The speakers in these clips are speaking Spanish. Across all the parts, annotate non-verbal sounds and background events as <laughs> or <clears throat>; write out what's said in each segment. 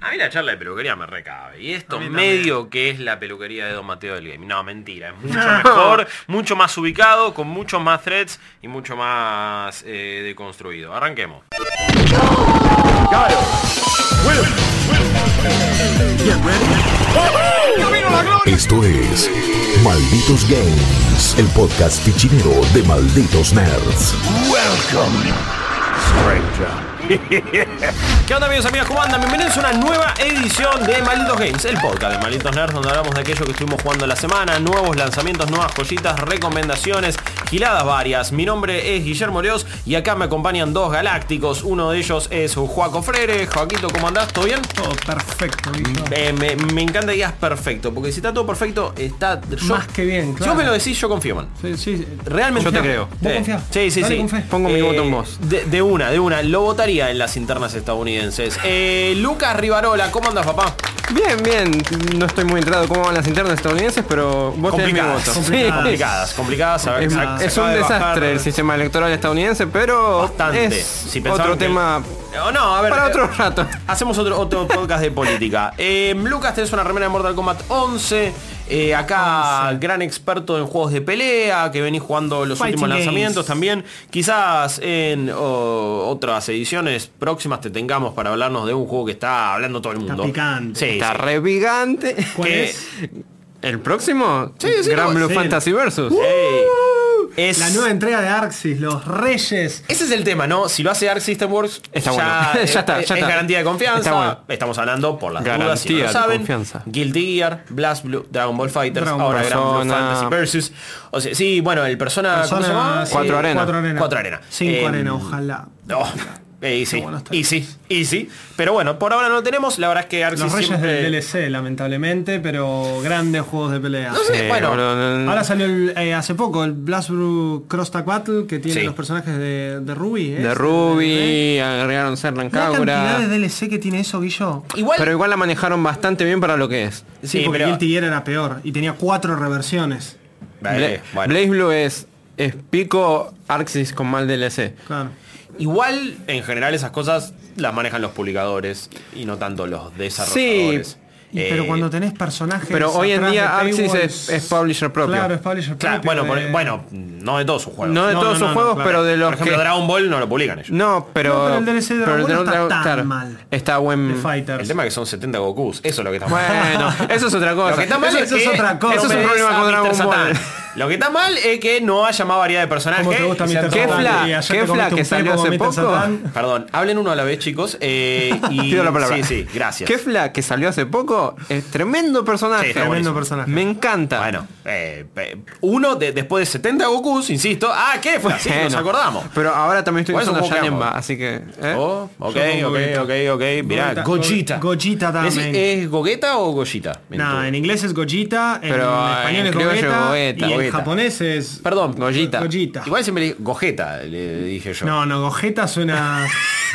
A mí la charla de peluquería me recabe. Y esto A mí medio que es la peluquería de Don Mateo del Game. No, mentira. Es mucho mejor, mucho más ubicado, con muchos más threads y mucho más eh, deconstruido. Arranquemos. Esto es Malditos Games, el podcast fichinero de Malditos Nerds. ¿Qué onda amigos, amigas? ¿Cómo andan? Bienvenidos a una nueva edición de Malditos Games, el podcast de Malditos Nerds, donde hablamos de aquello que estuvimos jugando la semana, nuevos lanzamientos, nuevas joyitas, recomendaciones, giladas varias. Mi nombre es Guillermo Leos y acá me acompañan dos galácticos. Uno de ellos es Joaco Freire. Joaquito, ¿cómo andás? ¿Todo bien? Todo perfecto, Guillo. Eh, me, me encanta que digas perfecto, porque si está todo perfecto, está... yo- Más que bien, claro. Yo me lo decís, yo confío, man. Sí, sí. Realmente Confía. yo te creo. ¿Vos Sí. confiás? Sí, sí, Dale, sí. con fe. Pongo mi Eh, voto en vos. De, de una, de una. Lo votaría en las internas estadounidenses. Eh, Lucas Rivarola, ¿cómo andas, papá? Bien, bien. No estoy muy enterado cómo van las internas estadounidenses, pero vos tenés mi voto. Complicadas. Sí. Complicadas, complicadas. A ver, Es, sac- es se un acaba de desastre bajar el sistema electoral estadounidense, pero Bastante. es Si pensaban otro que- tema Oh, no, a ver. para eh, otro rato. Hacemos otro, otro podcast de política. <laughs> Eh, Lucas, tenés una remera de Mortal Kombat 11. Eh, acá, gran experto en juegos de pelea, que venís jugando los Fighting últimos games. lanzamientos también. Quizás en o, otras ediciones próximas te tengamos para hablarnos de un juego que está hablando todo el mundo. picante. Sí, Está sí. revigante. ¿Cuál que- es? ¿El próximo? sí, Uh, Gran no, Blue sí. Fantasy Versus. Eh, Ey. Es- La nueva entrega de Arxis, los reyes. Ese es el tema, ¿no? Si lo hace Arc System Works, Está bueno. <laughs> Ya está, es, ya es está. garantía de confianza. Está bueno. Estamos hablando por las dudas, si no Garantía lo de saben. confianza. Guilty Gear, Blast Blue, Dragon Ball Fighters, Dragon ahora Ball. Gran Blue Persona. Fantasy Versus. O sea, sí, bueno, el Persona, Ah, ¿cómo se llama? Cuatro Sí, Arena. Cuatro arena. Cuatro Arena. Cinco Eh, arena, ojalá. No. eh, Y sí, bueno está. y sí, y sí. Pero bueno, por ahora no lo tenemos. La verdad es que Arc Los reyes siempre... del DLC, lamentablemente, pero grandes juegos de pelea. No sé, Eh, bueno. boludo, no- no- Ahora salió el, eh, hace poco el Blast Blue Cross Tag Battle que tiene Sí. los personajes de, de Ruby. ¿eh? de Ruby, agregaron Serran La cantidad de Kaura. DLC que tiene eso, Guillo. Igual... Eh, Pero igual la manejaron bastante bien para lo que es. Sí, Sí, porque pero- Guilty Gear era peor y tenía cuatro reversiones. Vale, Bla- eh, bueno. Blaze Blue es, es pico Arxis con mal DLC. Claro. Igual, en general, esas cosas las manejan los publicadores y no tanto los desarrolladores. Y- Eh, pero cuando tenés personajes. pero hoy en atrás día de Axis paywalls- es- es publisher propio. Claro, es publisher Claro, propio. bueno, por- de- bueno, no de todos sus juegos. No de No, todos no, sus no, juegos, no, claro. pero de los Por ejemplo, que... Dragon Ball no lo publican ellos. No, pero... No, pero el DLC de Dragon Ball no tenemos está Dra- tan mal. Está buen... de Fighters. mm, El tema es que son 70 Gokus, eso es lo que está mal. Bueno, <laughs> eso <laughs> es otra cosa. Lo que está mal Eso- es eso es que otra cosa. eso es un Ves problema a con Mr. Dragon Satán. Ball. Lo que está mal es que no haya más variedad de personajes. ¿Cómo te gusta y se Mr. han tomado- Satan? Kefla, Y ayer te comiste Kefla, que un salió pepo con hace Mr. poco. <laughs> Satan. Perdón, hablen uno a la vez, chicos. eh, y- <laughs> Pido la palabra. Sí, sí, gracias. Kefla, que salió hace poco, es tremendo personaje. Sí, está Tremendo buenísimo. personaje. Me encanta. Bueno, eh, pe- uno de- después de 70 Gokus, insisto. Ah, ¿qué fue? Sí, nos Bueno, acordamos. Pero ahora también estoy Por eso usando juego que Yanemba, amo. así que... ¿eh? Oh, ok, Yo ok, pongo Gogeta. ok, ok. Mirá, Gogeta, Gogeta. Go- Gogeta también. ¿Es, es Gogeta o Gogeta? No, en inglés es Gogeta, en Pero, eh, ah, español en es criollo, Gogeta, Gogeta, y en Gogeta. japonés es... Perdón, Gogeta. Gogeta. Igual siempre le dije Gogeta, le dije yo. No, no, Gogeta <laughs> suena...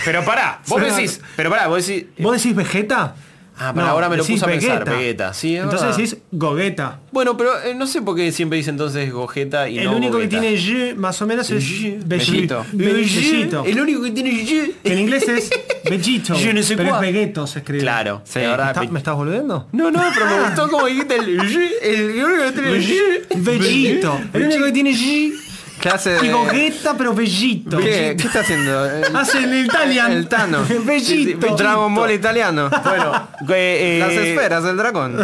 Pero pará, vos Suena- decís, pero pará, vos decís... ¿Vos decís Vegeta? Ah, pará, ahora me lo decís puse a pensar, Vegeta, sí, es Entonces verdad. decís Gogeta. Bueno, pero eh, no sé por qué siempre dice entonces Gogeta y El no único que Gogeta. tiene Y más o menos es Y- Bellito. Bellito. Bellito. El único que tiene Y. Que en inglés es Bellito, Yo no sé pero es cuál. Vegeto se escribe. Claro, Sí, la verdad, ¿Está- pe- ¿Me estás volviendo? No, no, pero me <laughs> gustó como dijiste el Y, el el único que tiene Y. Ah. Bellito. El único que tiene Y Clase de... y Gogeta, pero Bellito. ¿Qué, ¿Qué está haciendo? El- Hacen el Italian. <laughs> El Tano. Bellito. Dragon Ball italiano. <laughs> Bueno, eh, eh, Las esferas del dragón.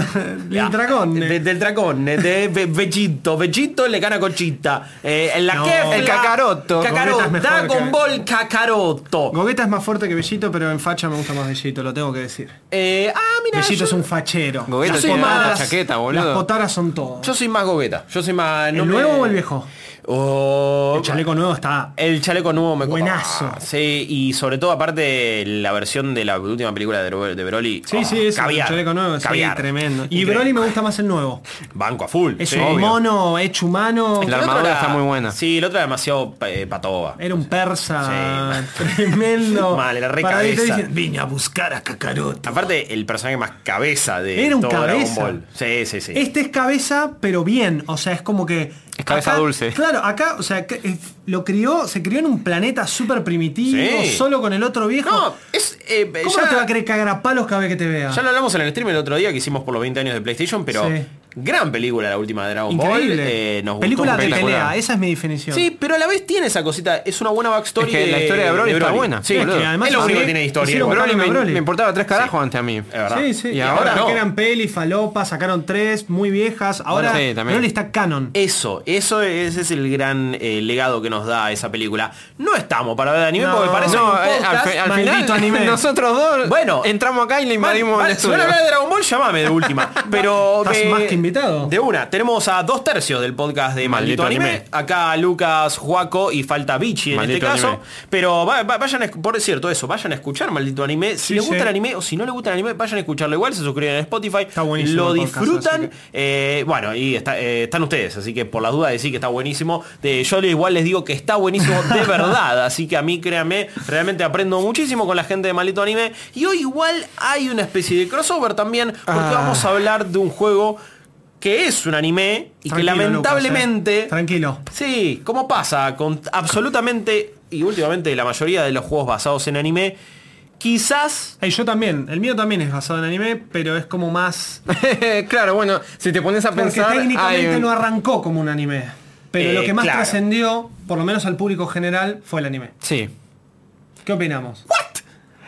El dragón. de- del dragón, eh, de Be- Bellito. Bellito le gana a Cochita. Eh, en la No. Kefla. El Kakaroto. Kakaroto. Gogeta es mejor Dragon que- Ball Kakaroto. Gogeta es más fuerte que Bellito, pero en facha me gusta más Bellito, lo tengo que decir. Eh, ah, mira. Bellito yo, es un fachero. Gogeta Las tiene potaras- tanta chaqueta, boludo. Las potaras son todo. yo soy más Gogeta. Yo soy más. ¿El nuevo o el viejo? Oh, El chaleco nuevo está... El chaleco nuevo me copa. Buenazo. Sí, y sobre todo aparte la versión de la última película de, Bro- de Broly. Sí, Oh, sí, es caviar, el chaleco nuevo. sí, caviar. tremendo. Y Increíble. Broly me gusta más el nuevo. Banco a full. Es sí, un obvio. mono hecho humano. La El otro armadura era- está muy buena. Sí, el otro era demasiado eh, patoba. Era un persa <laughs> tremendo. Mal, era re Para ahí te cabeza. dicen, Vine a buscar a Kakaroto. Aparte, el personaje más cabeza de Era un todo Dragon cabeza. Ball. Sí, sí, sí. Este es cabeza, pero bien. O sea, es como que. Es cabeza dulce. Claro, Claro, acá, o sea, que, eh, lo crió, se crió en un planeta súper primitivo, Sí. solo con el otro viejo. No, es. eh, ¿Cómo ya- no te va a querer cagar a palos cada vez que te vea? Ya lo hablamos en el stream el otro día que hicimos por los 20 años de PlayStation, pero Sí. gran película la última de Dragon Ball. Increíble. eh, nos gustó, película de espectacular. pelea, esa es mi definición. Sí, pero a la vez tiene esa cosita. Es una buena backstory. Es que la historia de Broly está buena. Sí, Es que boludo. además es lo a único mí que tiene historia. hicieron igual. Broly Broly me, a Broly. me importaba tres carajos antes a mí. Es verdad. Sí, sí. Y Y ahora ahora no. que eran pelis, falopas, sacaron tres muy viejas. Ahora Bueno, sí, también. Broly está canon. Eso, eso ese es el gran eh, legado que nos da esa película. No estamos para ver anime No, porque parece No, un eh, al, podcast. fi- al maldito final anime. nosotros dos Bueno. entramos acá y le Vale, invadimos vale, el si van estudio. a hablar de Dragon Ball, llamame de <laughs> última. Pero. Estás eh, más que invitado. De una. Tenemos a dos tercios del podcast de Maldito, Maldito anime. Anime. Acá Lucas, Juaco y falta Bichi en Maldito este caso. Anime. Pero va- va- vayan a, esc- por cierto, eso, vayan a escuchar Maldito Anime. Si Sí, les gusta sí. el anime o si no les gusta el anime, vayan a escucharlo igual, se suscriben en Spotify. buenísimo Lo el podcast, disfrutan. así que- Eh, bueno, y está- eh, están ustedes, así que por las dudas decir que está buenísimo. De, yo le- igual les digo que está buenísimo <laughs> de verdad, así que a mí créanme, realmente aprendo muchísimo con la gente de Malito Anime. Y hoy igual hay una especie de crossover también, porque Ah. vamos a hablar de un juego que es un anime y que Tranquilo, lamentablemente... Lucas, eh. Tranquilo. Sí, como pasa con absolutamente y últimamente la mayoría de los juegos basados en anime, <laughs> quizás... Ey, yo también, el mío también es basado en anime, pero es como más... claro, bueno, si te pones a Porque pensar. técnicamente hay un- no arrancó como un anime. Pero Eh, lo que más claro. trascendió, por lo menos al público general, fue el anime. Sí. ¿Qué opinamos?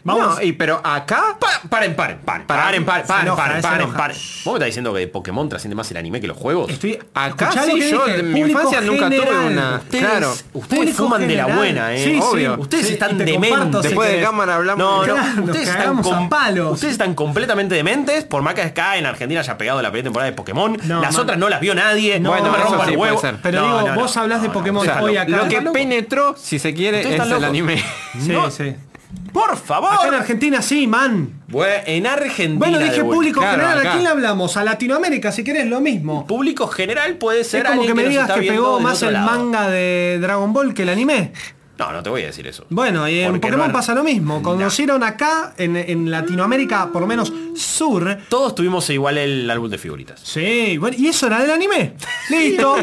No, y pero acá. Pa- Paren, paren, paren, paren, paren, Se paren, enoja, paren, se paren, enoja. paren. ¿Vos me estás diciendo que Pokémon trasciende más el anime que los juegos? Estoy Acá escuchá lo sí, que yo dije, en mi público infancia nunca tuve una. Ustedes, Claro. ustedes Público fuman de la general. buena, eh. Sí, sí. Obvio. Ustedes Sí, y están te comparto, dementes. si Después de querés. cámara hablamos. No, no, Claro, ustedes nos están, cagamos a com- palos. ustedes están completamente dementes, por más que acá en Argentina haya pegado la primera temporada de Pokémon, No, las man. otras no las vio nadie, no, No, me eso rompan sí, el puede huevo. ser. Pero No, digo, no, no, vos hablas de no, Pokémon no, no, hoy no. acá. Lo que ¿Estás loco? penetró, si se quiere, Ustedes es están el locos. <laughs> anime. Sí, No. sí. Por Acá en favor. Argentina sí, man. Bue- En Argentina. Bueno, de dije vuelta. público Claro, general, acá. ¿a quién le hablamos? A Latinoamérica, si querés, lo mismo. Público general puede Es ser como alguien que me nos digas está que viendo pegó desde más otro el lado. manga de Dragon Ball que el anime. No, no te voy a decir eso. Bueno, y en Porque Pokémon no- pasa lo mismo. No. Conocieron acá, en, en Latinoamérica, por lo menos sur. Todos tuvimos igual el álbum de figuritas. Sí, bueno, ¿y eso era del anime? Listo.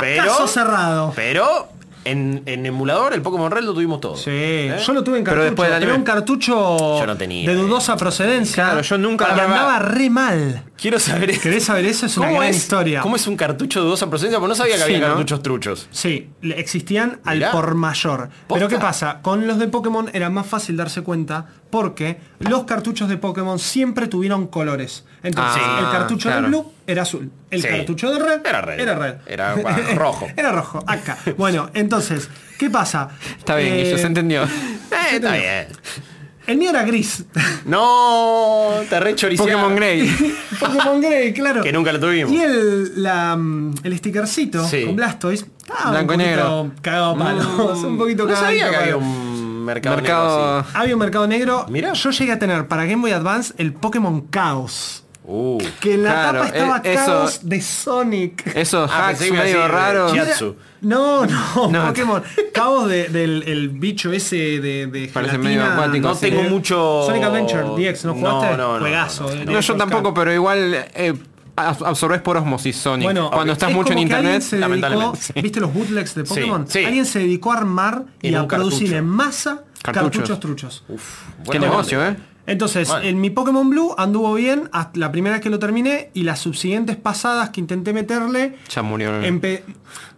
Pero, <laughs> Caso cerrado. pero en, en emulador el Pokémon Red lo tuvimos todos. Sí, ¿Eh? yo lo tuve en cartucho, Pero pero, después del anime. un cartucho Yo no tenía, de eh. dudosa procedencia. Claro, yo nunca Y hablaba- andaba re mal. Quiero saber eso. ¿Querés saber eso? Es una gran historia. ¿Cómo es un cartucho de dudosa procedencia? Porque no sabía que Sí, había ¿no? cartuchos truchos. Sí, le- existían al Mirá. por mayor. Pero ¿qué Posta. pasa? Con los de Pokémon era más fácil darse cuenta porque los cartuchos de Pokémon siempre tuvieron colores. Entonces, Ah, el cartucho claro. de blue era azul. El Sí. cartucho de red Era red. Era red. Era, <laughs> bueno, rojo. Era rojo. Acá. Bueno, entonces, ¿qué pasa? Está bien, Eh, Guillo, se entendió. Eh, está bien. El mío era <laughs> gris. No, te re choricearon. Pokémon Grey. <laughs> Pokémon Grey, claro. Que nunca lo tuvimos. Y el, la, mm, el stickercito Sí. con Blastoise. Estaba Blanco y un negro. poquito cagado a palos. <laughs> un poquito Mm, No cagado sabía a que había palos. un mercado, negro Mercado. así. Había un mercado negro. Mirá. Yo llegué a tener para Game Boy Advance el Pokémon Chaos. Uh. Que en la Claro, tapa estaba eh, eso- Chaos de Sonic. Esos Ah, hacks pensé que iba a medio decir, raros. Chia- Chiatsu. No, no, No. Pokémon. Chaos de- del el bicho ese de, de Parece gelatina. medio acuático, No sí. tengo mucho... Sonic Adventure DX, ¿no No, jugaste? no, no, Juegazo, no, no, eh. no. No, yo Oscar. tampoco, pero igual eh, abs- absorbes por osmosis Sonic. Bueno, Cuando ok. estás Es mucho en como que alguien internet. se dedicó- lamentablemente, sí. ¿Viste los bootlegs de Sí, Pokémon? sí. Alguien se dedicó a armar y En a un producir cartucho. en masa Cartuchos. cartuchos, truchos. Uf, Qué bueno, negocio, ¿eh? Entonces, Bueno. en mi Pokémon Blue anduvo bien hasta la primera vez que lo terminé y las subsiguientes pasadas que intenté meterle. Ya murió. empe-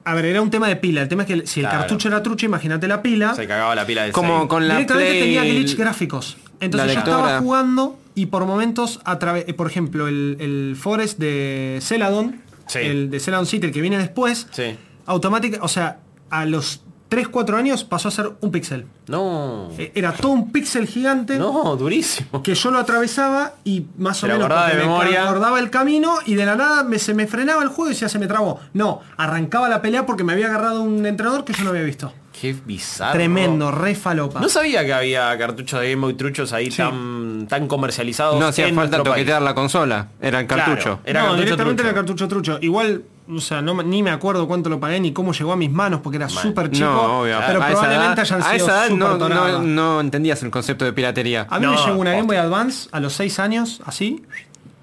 a ver, era un tema de pila. El tema es que si el Claro. cartucho era trucha, imagínate la pila. Se cagaba la pila de Como Sega. con la directamente Play- tenía glitch gráficos. Entonces yo lectora. estaba jugando y por momentos a través, eh, por ejemplo, el, el Forest de Celadon, Sí. el de Celadon City, el que viene después, Sí. automática, o sea, a los 3, 4 años pasó a ser un píxel. No. Eh, Era todo un píxel gigante. No, durísimo. Que yo lo atravesaba y más Te o lo menos acordaba porque de me memoria. acordaba el camino y de la nada me, se me frenaba el juego y decía se me trabó. No, arrancaba la pelea porque me había agarrado un entrenador que yo no había visto. Qué Ah, bizarro. Tremendo, re falopa. No sabía que había cartuchos de Game Boy truchos ahí tan, tan comercializados. No hacía en falta nuestro país. toquetear la consola. Era el Claro. cartucho. Era no, cartucho directamente trucho. era cartucho trucho. Igual, o sea, no, me- ni me acuerdo cuánto lo pagué ni cómo llegó a mis manos porque era súper chico. No, obvio. Pero a esa probablemente edad- hayan a sido Ah, esa edad súper no, tonada. no, no entendías el concepto de piratería. A mí No, me llegó una posta. Game Boy Advance a los 6 años, así,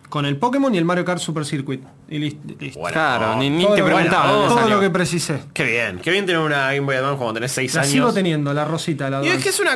con el Pokémon y el Mario Kart Super Circuit. Y lis- listo. Bueno, Claro, ni, ni Todo te lo- preguntaba. bueno, dónde todo salió. lo que precisé. Qué bien, qué bien tener una Game Boy Advance cuando tenés 6 La años. sigo teniendo, la rosita, la Y es Advance. que es una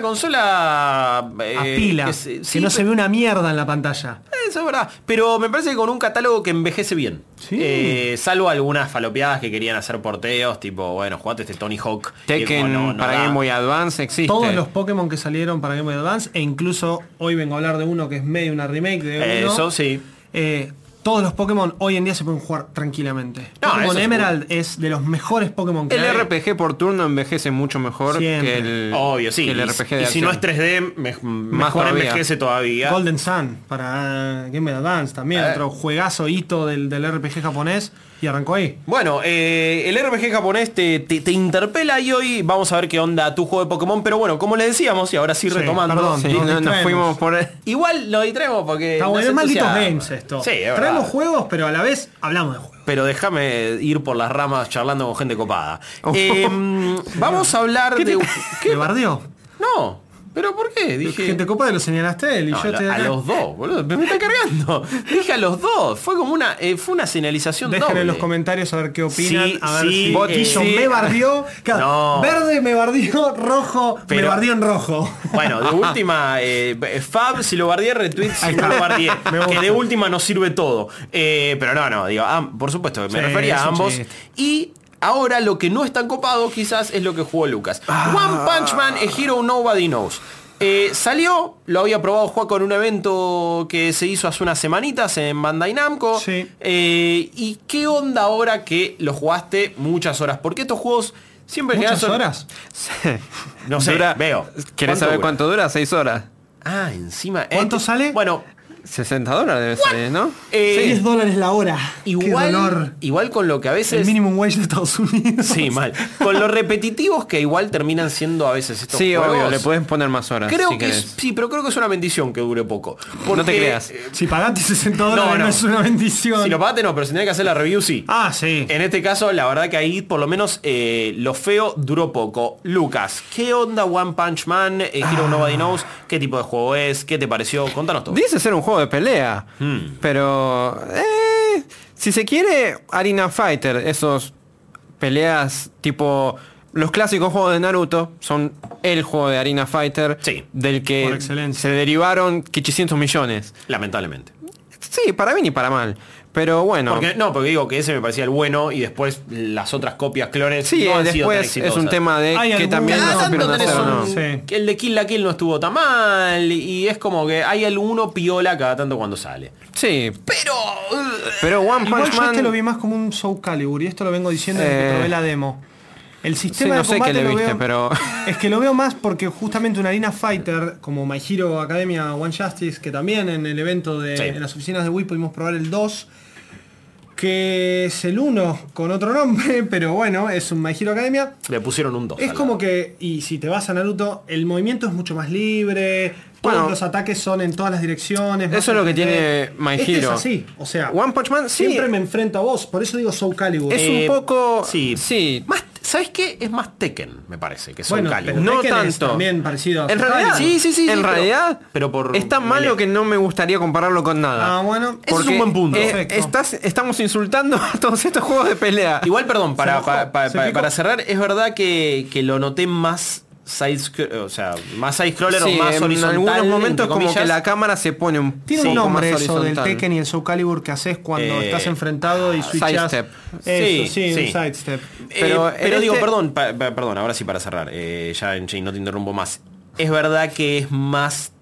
consola... eh, a pila, que que, se- sí, no se pe- ve una mierda en la pantalla. Eso es verdad. Pero me parece que con un catálogo que envejece bien. Sí. Eh, salvo algunas falopeadas que querían hacer porteos, tipo, bueno, jugate este Tony Hawk. que como Tekken no- no para da. Game Boy Advance existe. Todos los Pokémon que salieron para Game Boy Advance, e incluso hoy vengo a hablar de uno que es medio una remake de Eh, uno. Eso sí. Eh, todos los Pokémon hoy en día se pueden jugar tranquilamente. No, eso Pokémon seguro. Emerald es de los mejores Pokémon que El hay. RPG por turno envejece mucho mejor Siempre. que el, Obvio, sí. que el Y- RPG de y si no acción. es 3D, me- mejor todavía. envejece todavía. Golden Sun para Game Boy Advance también, ¿ah? Eh. otro juegazo hito del, del RPG japonés y arrancó ahí. Bueno, eh, el RPG japonés te, te- te interpela y hoy vamos a ver qué onda tu juego de Pokémon. Pero bueno, como le decíamos, y ahora sí, Sí, retomando. perdón. Sí, Nos no- nos distraemos. fuimos por... Igual lo distraemos porque. Está nos bueno, es malditos entusiasma. games esto. Sí, es verdad. Traemos juegos, pero a la vez hablamos de juegos. Pero déjame ir por las ramas charlando con gente copada. Eh, <laughs> vamos a hablar de. Oh. ¿Qué? bardeó? No, pero ¿por qué? Dije. Gente copada lo señalaste él y No, a yo lo- te a los dos, boludo. Me, me está <laughs> cargando. Dije a los dos. Fue como una, eh, fue una señalización Dejen doble. en los comentarios a ver qué opinan. Sí, a ver sí, si Botillo eh, sí. me bardeó. Claro, No. Verde <laughs> me bardeó, rojo me Pero- bardeó en rojo. Bueno, de última, eh, Fab, si lo bardié, retweet, si Ahí no está. lo bardié. Me gusta. Que de última no sirve todo. Eh, pero no, no, digo, am- por supuesto, me Sí, refería es a un ambos. chiste. Y ahora lo que no es tan copado quizás es lo que jugó Lucas. Ah. One Punch Man, a Hero Nobody Knows. Eh, salió, lo había probado Juaco en un evento que se hizo hace unas semanitas en Bandai Namco. Sí. Eh, ¿Y qué onda ahora que lo jugaste muchas horas? Porque estos juegos siempre en general Muchas son- horas. No sé, Dura- veo. ¿Querés saber dura? cuánto dura? 6 horas. Ah, encima. ¿Cuánto Eh, sale? Bueno, 60 dólares debe salir, ¿no? eh, 10 dólares la hora. Qué dolor. igual, igual con lo que a El veces. minimum wage de Estados Unidos. Sí, <laughs> mal. Con los repetitivos que igual terminan siendo a veces estos Sí, juegos. obvio, le puedes poner más horas. Creo si que es- querés. sí, pero creo que es una bendición que dure poco. No te Porque, creas. eh, Si pagaste 60 dólares no, no. es una bendición. Si lo pagaste no, pero si tenés que hacer la review, sí. ah, sí. En este caso, la verdad que ahí por lo menos eh, lo feo duró poco. Lucas, ¿qué onda One Punch Man? Eh, Ah. Hero Nobody Knows. ¿Qué tipo de juego es? ¿Qué te pareció? Contanos todo. Dice ser un juego de pelea. Hmm. Pero... eh, si se quiere, Arena Fighter, esos peleas tipo... Los clásicos juegos de Naruto son el juego de Arena Fighter Sí. del Por que excelencia. se derivaron 800 millones. Lamentablemente. Sí, para bien y para mal. Pero bueno. Porque, no, porque digo que ese me parecía el bueno y después las otras copias clones sí, no han sido tan después es exitosas. un tema de Hay que algún- también Cada no tanto supieron tenés hacer o un- no. Sí. Que el de Kill la Kill no estuvo tan mal y es como que hay alguno piola cada tanto cuando sale. Sí, Pero... pero One Igual Punch yo este Man. lo vi más como un Soul Calibur y esto lo vengo diciendo desde Eh, que probé la demo. El sistema sí, no de sé qué combate le lo viste, veo- pero- <laughs> es que lo veo más porque justamente una Arena Fighter como My Hero Academia One Justice que también en el evento de Sí. en las oficinas de Wii pudimos probar el 2 que es el 1 con otro nombre, <laughs> pero bueno, es un My Hero Academia. Le pusieron un 2. Es como que, y si te vas a Naruto, el movimiento es mucho más libre, todos Bueno, los ataques son en todas las direcciones. más Eso es lo que entretenido. tiene My Este Hero. Es así, o sea, One Punch Man sí, siempre me enfrento a vos, por eso digo Soul Calibur. es un poco. Eh, Sí. Sí. Más, ¿Sabes qué? Es más Tekken, me parece, que son Bueno, Calibur. pero- No Tekken es tanto. también parecido a en Soul realidad, Calibur. Sí, sí, sí, En sí, pero- realidad, pero por es tan malo melee. que no me gustaría compararlo con nada. Ah, bueno. Ese es un buen punto. eh, Perfecto. estás, estamos insultando a todos estos juegos de pelea. Igual, perdón, para, enojó, para, para- <laughs> se para- picó. para cerrar, es verdad que, que lo noté más side scro- o sea, más side scroller Sí, o más en horizontal. algunos entre momentos como que comillas. la cámara se pone un Tiene un poco más nombre eso del horizontal. ah, Tekken y el Soul Calibur que haces cuando Eh, estás enfrentado y switchas. sidestep. Eso, sí, Sí, un sí. sidestep. Eh, pero Pero en digo, este- perdón, pa- pa- perdón, ahora sí para cerrar, eh, ya en Chain no te interrumpo más. Es verdad que es más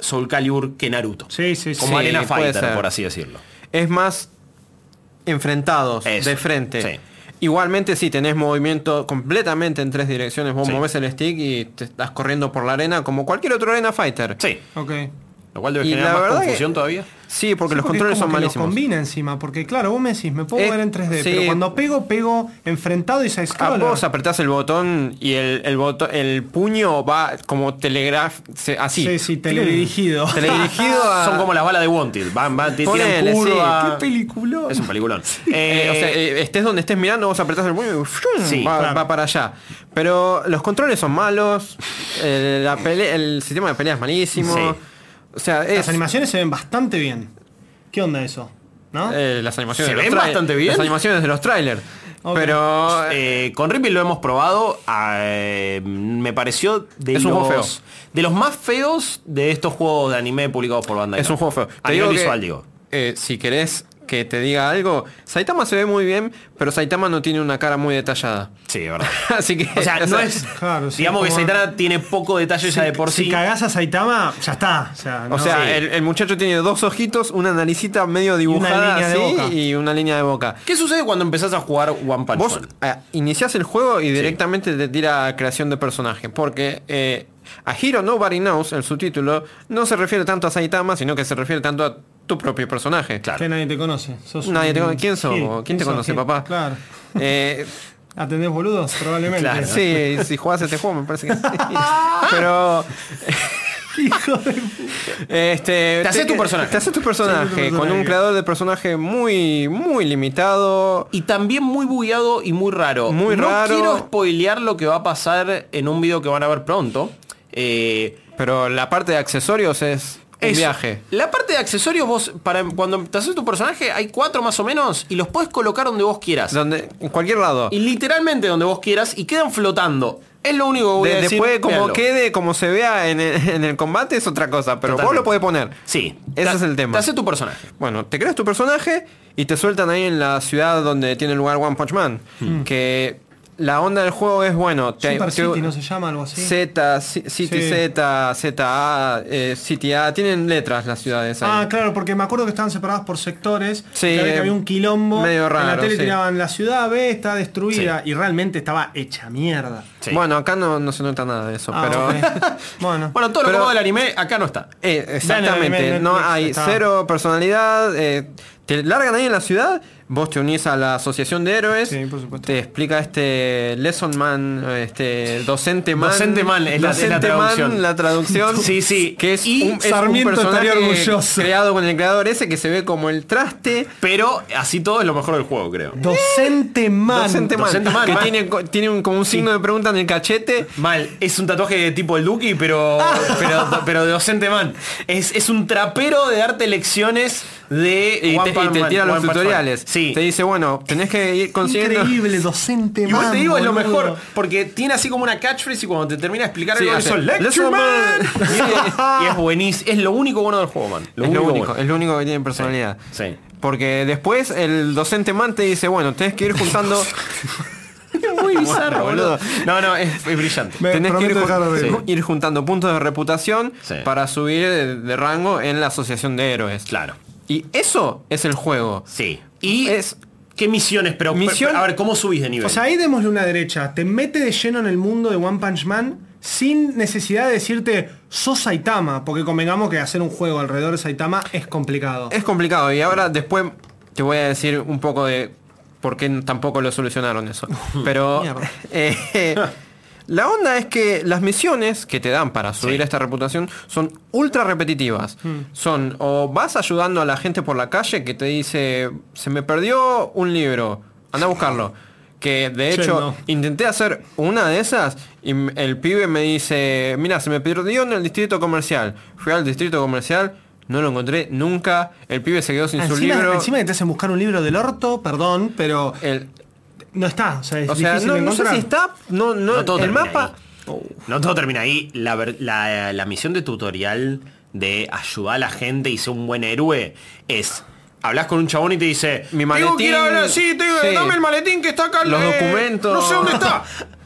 Soul Calibur que Naruto. Sí, sí, sí. Como Sí, Arena puede Fighter, ser. por así decirlo. es más enfrentados Eso, de frente. sí. Igualmente si tenés movimiento completamente en tres direcciones, vos Sí. movés el stick y te estás corriendo por la arena como cualquier otro arena fighter. Sí. Ok. Lo cual debe Y generar la más verdad confusión que- todavía. Sí, porque Sí, porque los es como controles son que los malísimos. combina encima, porque claro, vos me decís, me puedo Eh, ver en 3D, pero sí. cuando pego, pego enfrentado y side Ah, scroller. vos apretás el botón y el, el, boto- el puño va como telegraf se- así. Sí, sí, teledirigido. Teledirigido a... Ah, Son como las balas de Wanted. Van, van, te tiran Ponele, sí. curva. ¡Qué peliculón! Es un <laughs> peliculón. Eh, Eh, <laughs> o sea, eh, estés donde estés mirando, vos apretás el puño y ¡frum! Sí, va, claro. va para allá. Pero los controles son malos, el, la pele- el sistema de pelea es malísimo. Sí. O <laughs> sea, Las es... animaciones se ven bastante bien. ¿Qué onda eso? ¿No? Eh, las animaciones Se de los ven trai- bastante bien. Las animaciones de los trailers. Ok. Pero Eh, con Rippy lo hemos probado. eh, me pareció de Es los un juego de los más feos de estos juegos de anime publicados por Bandai. Es un juego feo. A Te nivel digo que, visual, digo. eh, si querés que te diga algo, Saitama se ve muy bien, pero Saitama no tiene una cara muy detallada. Sí, de <laughs> verdad. <laughs> Así que. O sea, no es. claro, sí, digamos que como- Saitama tiene poco detalle ya de por si sí. cagás a Saitama, ya está. O sea, o no- sea, sí. el, el muchacho tiene dos ojitos, una naricita medio dibujada línea de así, boca. y una línea de boca. ¿Qué sucede cuando empezás a jugar One Punch Vos Man? eh, iniciás el juego y directamente te tira a creación de personaje, porque eh, a Hero Nobody Knows, el subtítulo, no se refiere tanto a Saitama, sino que se refiere tanto a tu propio personaje. Claro. que nadie te conoce. Sos Nadie un- te conoce. ¿Quién sos? Mm. Sí, vos? ¿Quién, te sos? conoce, ¿Quién? papá? Claro. Eh, ¿Atendés boludos? Probablemente. Claro. sí, si jugás este juego me <laughs> parece que sí. Pero Hijo de- este, Te haces tu personaje. Te haces tu personaje, Te haces tu con personaje. un creador de personaje muy muy limitado. Y también muy bugueado y muy raro. Muy no raro. quiero spoilear lo que va a pasar en un video que van a ver pronto. Eh, Pero la parte de accesorios es un Eso. viaje. La parte de accesorios, vos, para cuando te haces tu personaje, hay cuatro más o menos y los podés colocar donde vos quieras. Donde, en cualquier lado. Y literalmente donde vos quieras y quedan flotando. Es lo único que voy De- a decir. después como véanlo. quede, como se vea en el, en el combate es otra cosa, pero vos Totalmente. lo podés poner. Sí. Ese Te- es el tema. Te haces tu personaje. Bueno, te creas tu personaje y te sueltan ahí en la ciudad donde tiene lugar One Punch Man. Hmm. Que la onda del juego es, bueno, te, Super te- City, ¿no se llama algo así? Z, C- City Sí. Z, ZA, eh, City A, tienen letras las ciudades ahí. Ah, claro, porque me acuerdo que estaban separadas por sectores. Sí, que había- que eh, había un quilombo. medio en la raro, tele sí. tiraban la ciudad B, está destruida. Y realmente estaba hecha mierda. Sí. Bueno, acá no, no se nota nada de eso, Ah, pero... <laughs> ok. bueno. Bueno, todo Pero- lo que del anime acá no está. Eh, Dale, exactamente, dale, no Netflix, hay está. cero personalidad. eh, te largan ahí en la ciudad, vos te unís a la asociación de héroes. Sí, por supuesto. Te explica este lesson man, este docente man. Docente man, es la- es la docente man, traducción. la traducción. <laughs> Sí, sí. Que es Y un, es un Sarmiento personaje estaría orgulloso. creado con el creador ese que se ve como el traste. Pero así todo es lo mejor del juego, creo. Docente man. docente man, docente man, que man. tiene, co- tiene un- como un signo de pregunta en el cachete. Mal, es un tatuaje tipo el Duki, <laughs> pero, pero, pero de docente man. Es, es un trapero de darte lecciones de Y One te, y Punch te Man, tira los One Punch Man. tutoriales. Sí. Te dice, bueno, tenés que ir consiguiendo. Increíble, docente Igual man. te digo, es lo boludo. mejor, porque tiene así como una catchphrase y cuando te termina de explicar Sí, algo, hace, eso, "Lecture "Lecture Man". <laughs> Man. y es buenísimo. Es lo único bueno del juego, man. Lo es, único lo único, bueno. es lo único que tiene personalidad. Sí, sí. Porque después el docente man te dice, bueno, tenés que ir <laughs> juntando. Muy bizarro, boludo. boludo. No, no, es, es brillante. Me tenés que ir, prometo jun- dejar de sí. reír. ir juntando puntos de reputación Sí. para subir de, de rango en la asociación de héroes. Claro. Y eso es el juego. Sí. Y Es- ¿Qué misiones? Pero, Misión- a ver, ¿cómo subís de nivel? O sea, ahí démosle una derecha. Te mete de lleno en el mundo de One Punch Man sin necesidad de decirte sos Saitama, porque convengamos que hacer un juego alrededor de Saitama es complicado. Es complicado. Y ahora después te voy a decir un poco de por qué tampoco lo solucionaron eso. Pero Mierda. eh, la onda es que las misiones que te dan para subir Sí. a esta reputación son ultra repetitivas. Mm. Son o vas ayudando a la gente por la calle que te dice, se me perdió un libro, anda a buscarlo. Que de Che, hecho no. intenté hacer una de esas y m- el pibe me dice, mira, se me perdió en el distrito comercial. Fui al distrito comercial, no lo encontré nunca. El pibe se quedó sin su Encima, libro. encima que te hacen buscar un libro del orto, perdón, pero El- no está. O sea, es o sea, difícil no, de no sé encontrar. si está, no, no, No todo el termina mapa. ahí. No todo termina ahí. La, ver- la- la misión de tutorial de ayudar a la gente y ser un buen héroe es... Hablas con un chabón y te dice, Mi Tengo que ir a maletín". hablar- sí, tengo- Sí. dame el maletín que está acá. eh, Los documentos. No sé dónde <laughs> está.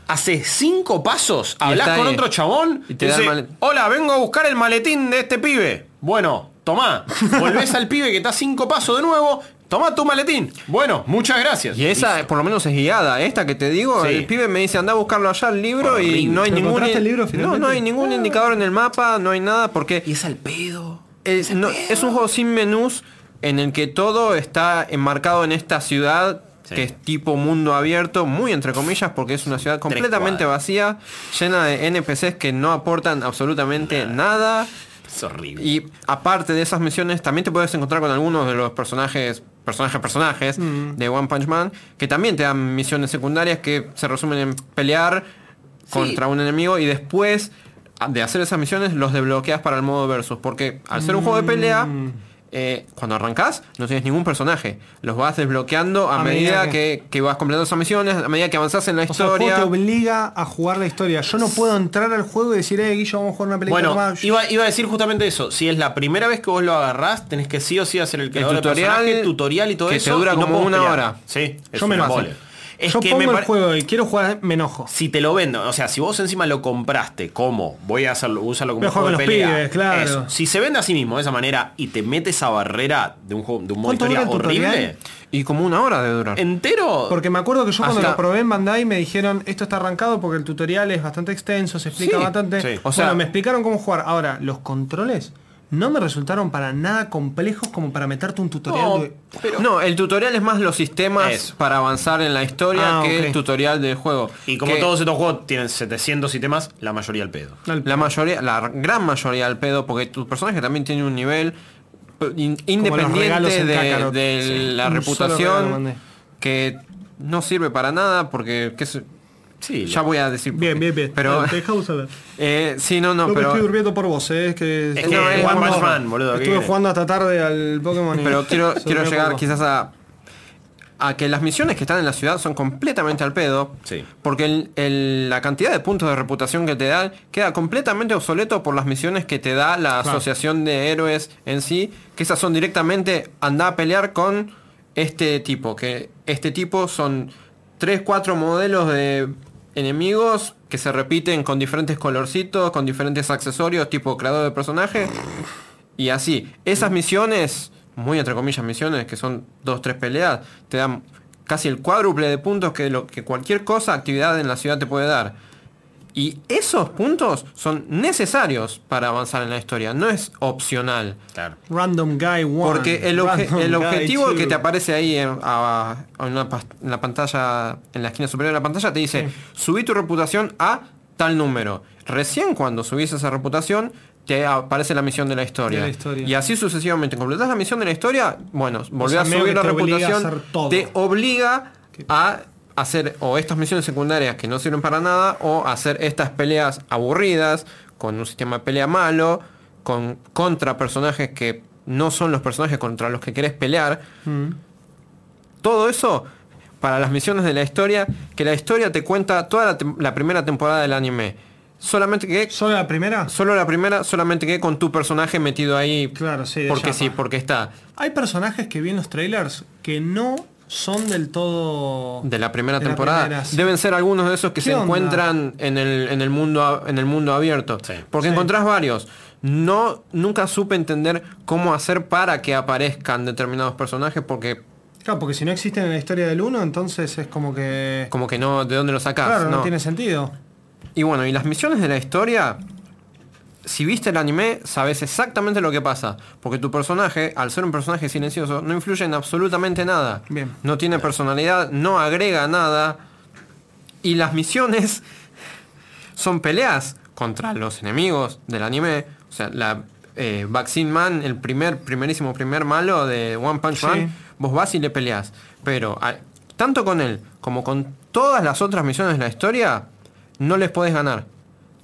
Hace cinco pasos, Y hablas está con ahí. otro chabón Y y te te da el dice, male- hola, vengo a buscar el maletín de este pibe. Bueno, <laughs> tomá. Volvés al pibe que está cinco pasos de nuevo, tomá tu maletín. Bueno, muchas gracias. Y esa por lo menos es guiada. Esta que te digo, Sí. el pibe me dice anda a buscarlo allá el libro Horrible. y no hay ¿Pero ningún encontraste el libro no, finalmente? no hay ningún indicador en el mapa, no hay nada porque Y es al pedo. Es, Eh, no, es un juego sin menús en el que todo está enmarcado en esta ciudad Sí. que es tipo mundo abierto, muy entre comillas, porque es una ciudad completamente cuadras. vacía, llena de NPCs que no aportan absolutamente nada. Es horrible. Y aparte de esas misiones, también te puedes encontrar con algunos de los personajes, personajes, personajes Mm. de One Punch Man, que también te dan misiones secundarias que se resumen en pelear contra un enemigo y Mm. después a- de hacer esas misiones los desbloqueas para el modo versus. Porque al ser un juego de pelea, eh, cuando arrancás no tienes ningún personaje. Los vas desbloqueando a, A medida, medida que, que vas completando esas misiones, a medida que avanzás en la O sea, el juego historia. te obliga a jugar la historia. Yo no puedo entrar al juego y decir, eh, Guillo, vamos a jugar una película Bueno, más. iba, iba a decir justamente eso. Si es la primera vez que vos lo agarrás, tenés que sí o sí hacer el creador de tutorial, personaje, tutorial y todo que te eso. dura y no como podés una pelear. hora. Sí, es Yo me un enojo. embole. Es Yo que me pongo el pare- juego y quiero jugar, me enojo. Si te lo vendo, o sea, si vos encima lo compraste, ¿cómo? Voy a hacerlo, úsalo como Voy a jugar juego de con los pelea. pibes, claro. Eso. Si se vende a sí mismo de esa manera y te mete esa barrera de un juego, de un modo ¿Cuánto historia dura el tutorial? horrible, Y como una hora debe durar. entero. Porque me acuerdo que yo cuando Hasta- lo probé en Bandai me dijeron, esto está arrancado porque el tutorial es bastante extenso, se explica Sí, bastante. sí. O sea- bueno, me explicaron cómo jugar. Ahora, los controles no me resultaron para nada complejos como para meterte un tutorial. No, de- pero- No, el tutorial es más los sistemas Eso. para avanzar en la historia Ah, que ok. el tutorial del juego. Y como Que todos estos juegos tienen 700 sistemas, la mayoría al pedo. La mayoría, la gran mayoría al pedo, porque tu personaje también tiene un nivel p- in- regalos independiente en de, Kakarot. de Sí. la Un solo regalo reputación mandé. que no sirve para nada porque qué sé- Sí, ya lo- voy a decir por Bien, qué. bien, bien. pero Te dejamos hablar. <laughs> eh, sí no no Yo me pero estoy durmiendo por vos, eh, es que... Es estuve que jugando- One Punch Man, boludo, ¿qué Estuve querés? jugando hasta tarde al Pokémon. y <laughs> Pero quiero, se quiero durmió llegar poco. quizás a, a que las misiones que están en la ciudad son completamente al pedo. Sí. Porque el- el- la cantidad de puntos de reputación que te dan queda completamente obsoleto por las misiones que te da la asociación de héroes en sí. Que esas son directamente anda a pelear con este tipo. Que este tipo son 3, 4 modelos de enemigos que se repiten con diferentes colorcitos, con diferentes accesorios, tipo creador de personaje. Y así, esas misiones, muy entre comillas misiones, que son dos, tres peleas, te dan casi el cuádruple de puntos que, lo, que cualquier cosa, actividad en la ciudad te puede dar. Y esos puntos son necesarios para avanzar en la historia, no es opcional. Claro. Random Guy One. Porque el, obje- Random el Guy objetivo Two. que te aparece ahí en, a- a una pas- en la pantalla, en la esquina superior de la pantalla, te dice, subí tu reputación a tal número. Recién cuando subís esa reputación, te aparece la misión de la historia. De la historia. Y así sucesivamente. Completás la misión de la historia, bueno, volvés sea, a medio subir que la te obliga a reputación. hacer todo. Te obliga a hacer o estas misiones secundarias que no sirven para nada o hacer estas peleas aburridas con un sistema de pelea malo, con contra personajes que no son los personajes contra los que querés pelear. Mm. Todo eso para las misiones de la historia, que la historia te cuenta toda la, tem- la primera temporada del anime. Solamente que ¿Solo la primera? solo la primera, solamente que con tu personaje metido ahí. Claro, sí, de Porque chapa. sí, porque está Hay personajes que vi en los trailers que no son del todo... de la primera de la temporada primera, sí. deben ser algunos de esos que ¿Qué se onda? encuentran en el, en el mundo a- en el mundo abierto Sí. porque encontrás varios no nunca supe entender cómo hacer para que aparezcan determinados personajes porque Claro, porque si no existen en la historia del 1, entonces es como que... como que no de dónde lo sacás claro, no. no. tiene sentido. y bueno y las misiones de la historia si viste el anime sabes exactamente lo que pasa porque tu personaje al ser un personaje silencioso no influye en absolutamente nada Bien. no tiene personalidad no agrega nada Y las misiones son peleas contra los enemigos del anime. O sea, la eh, Vaccine Man, el primer, primerísimo primer malo de One Punch Sí. Man, vos vas y le peleas. Pero a- tanto con él como con todas las otras misiones de la historia, no les podés ganar.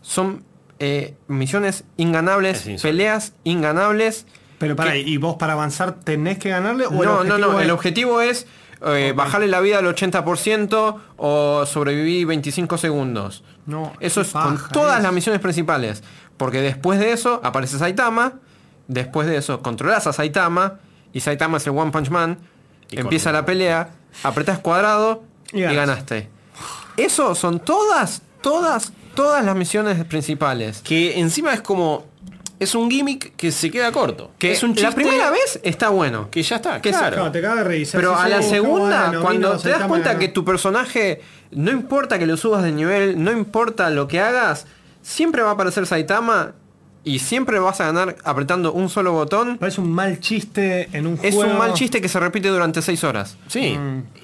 Son eh, misiones inganables, Es insólito. peleas inganables. Pero para, que- ¿y vos para avanzar tenés que ganarle? o el no, no, objetivo no. El es- objetivo es eh, bajarle la vida al 80% o sobrevivir 25 segundos. No, Eso qué es con paja todas es. las misiones principales. Porque después de eso aparece Saitama. Después de eso controlas a Saitama. Y Saitama es el One Punch Man. Y empieza con- la pelea. Apretás cuadrado Y y, ganas. ganaste. Eso son todas, todas, todas las misiones principales. Que encima es como. Es un gimmick que se queda corto. Que es un la chiste primera vez está bueno. que ya está. que se- claro. Claro, te cagas de "Uh, revisar. Pero a la segunda, cuando te das cuenta que tú tu personaje, no importa que lo subas de nivel, no importa lo que hagas, siempre va a aparecer Saitama y siempre vas a ganar apretando un solo botón. Parece un mal chiste en un Es juego. un mal chiste que se repite durante 6 horas. Sí.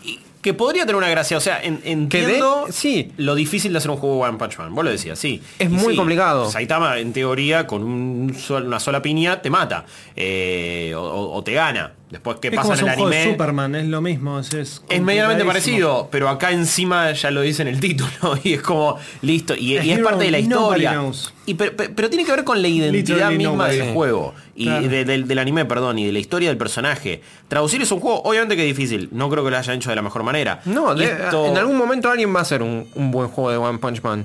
Y que podría tener una gracia. O sea, en- entiendo Mm. de- sí. lo difícil de hacer un juego One Punch Man. Vos lo decías, sí. Es Y muy sí, complicado. Saitama, en teoría, con un sol- una sola piña te mata. eh, o, o- o te gana. Después, ¿qué es pasa como en es el un juego de anime? Superman, es lo mismo. Es, es Es medianamente complicadísimo. parecido, pero acá encima ya lo dice en el <laughs> título y es como listo y, A y es hero parte de la nobody historia. knows. Y per- per- pero, tiene que ver con la identidad Literally misma nobody. del juego y Claro. de- del, del anime, perdón, y de la historia del personaje. Traducir es un juego obviamente que es difícil. No creo que lo haya hecho de la mejor manera. No, Y de- esto- en algún momento alguien va a hacer un, un buen juego de One Punch Man.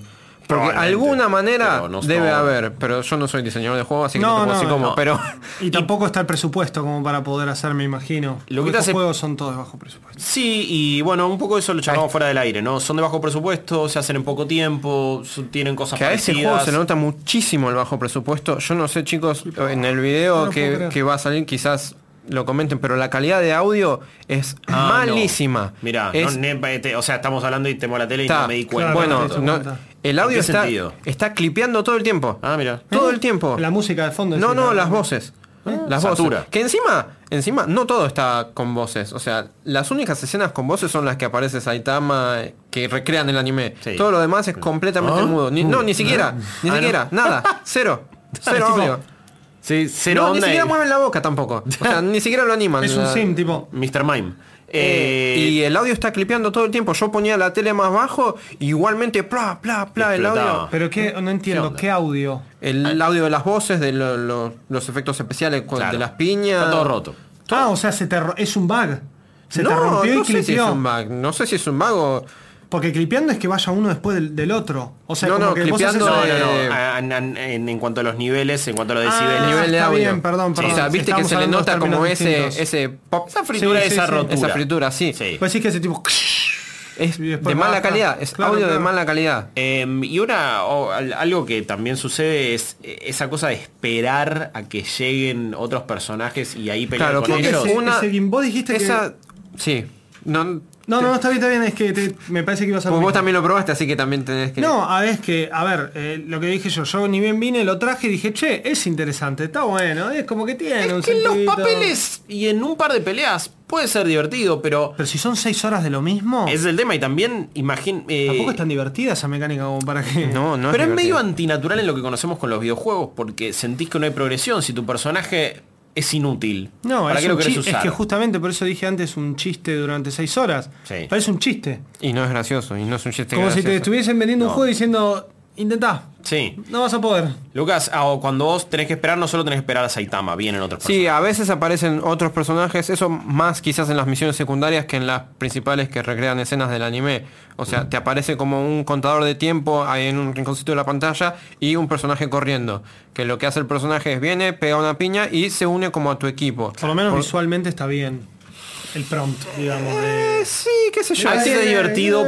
Porque Probablemente, alguna manera pero no- debe no. haber, pero yo no soy diseñador de juegos, así que no, No, te puedo decir no, cómo, no. pero Y tampoco está el presupuesto como para poder hacer, me imagino. Lo que te Porque estos hace- juegos son todos bajo presupuesto. Sí, y bueno, un poco eso lo charlamos fuera del aire, ¿no? Son de bajo presupuesto, se hacen en poco tiempo, su- tienen cosas que a ese parecidas. juego se nota muchísimo el bajo presupuesto. Yo no sé, chicos, en el video No lo puedo que, creer. que va a salir quizás lo comenten, pero la calidad de audio es Ah, no. malísima. Mirá, Es- no, ne- te- o sea, estamos hablando y temo la tele y está- no me di cuenta. Bueno, no te diste no- cuenta. el audio qué está, sentido? está clipeando todo el tiempo. Ah, mira. Todo ¿Eh? el tiempo. La música de <laughs> fondo. No, decís, no, la- las voces. Las Satura. voces. Que encima, encima, no todo está con voces. O sea, las únicas escenas con voces son las que aparece Saitama, eh, que recrean el anime. Sí. Todo lo demás es completamente ¿Ah? mudo. Ni- no, ni siquiera. Ni Ah, siquiera. Nada. Cero. Cero Tipo, audio. Sí, cero no, ni onda siquiera y- mueven la boca tampoco. O sea, ni siquiera lo animan. Es un La- sim, tipo. Mr. Mime. Eh, Eh, y el audio está clipeando todo el tiempo. Yo ponía la tele más bajo y igualmente pla, pla, pla, el Explotaba. audio. Pero qué, no entiendo, onda? ¿qué audio? El audio de las voces, de lo- lo- los efectos especiales cu- claro. de las piñas. Está todo roto. Ah, o sea, se te ro- es un bug. Se te rompió no y sé si es clipeó. un bug. No sé si es un bug o... Porque clipeando es que vaya uno después del, del otro. O sea, No, como no, que vos haces clipeando eso No, de- no, no. Eh, Ah, en, en- en cuanto a los niveles, en cuanto a los Ah, decibeles. el nivel de está audio. bien, perdón, O sea, perdón. viste que Estábamos se le hablando de nota como términos ese, distintos. ese pop. Esa fritura, Sí, sí, esa sí. rotura. Esa fritura, sí. Sí. Pues sí que ese tipo. Es Y de después mala baja. calidad. Es Claro, audio de claro. mala calidad. Em, y una, o al- algo que también sucede es eh, esa cosa de esperar a que lleguen otros personajes y ahí pelear Claro, con creo que ellos. ese- ese Game- vos dijiste que- esa, Sí. No, No, no, no, está bien, está bien, es que te- me parece que ibas a. Pues vos también lo probaste, así que también tenés que... No, a ver, que, a ver, eh, lo que dije yo, yo ni bien vine, lo traje y dije, che, es interesante, está bueno, es como que tiene un Es que en los sentidito. papeles y en un par de peleas puede ser divertido, pero Pero si son seis horas de lo mismo, es el tema y también imagín eh, tampoco es tan divertida esa mecánica como para que. No, no pero es, es medio divertido. antinatural en lo que conocemos con los videojuegos porque sentís que no hay progresión si tu personaje es inútil. No, ¿para es, qué lo un querés chi- usar? es que justamente por eso dije antes un chiste durante seis horas. Sí. Parece un chiste. Y no es gracioso, y no es un chiste como si te gracioso. estuviesen vendiendo un juego diciendo, intentá, Sí. no vas a poder. Lucas, ah, o cuando vos tenés que esperar, no solo tenés que esperar a Saitama, vienen otros Sí, a veces aparecen otros personajes, eso más quizás en las misiones secundarias que en las principales que recrean escenas del anime. O sea, te aparece como un contador de tiempo ahí en un rinconcito de la pantalla y un personaje corriendo. Que lo que hace el personaje es viene, pega una piña y se une como a tu equipo. Por lo menos visualmente está bien. El prompt, digamos. de- Eh, sí, qué sé yo. A veces sí. es divertido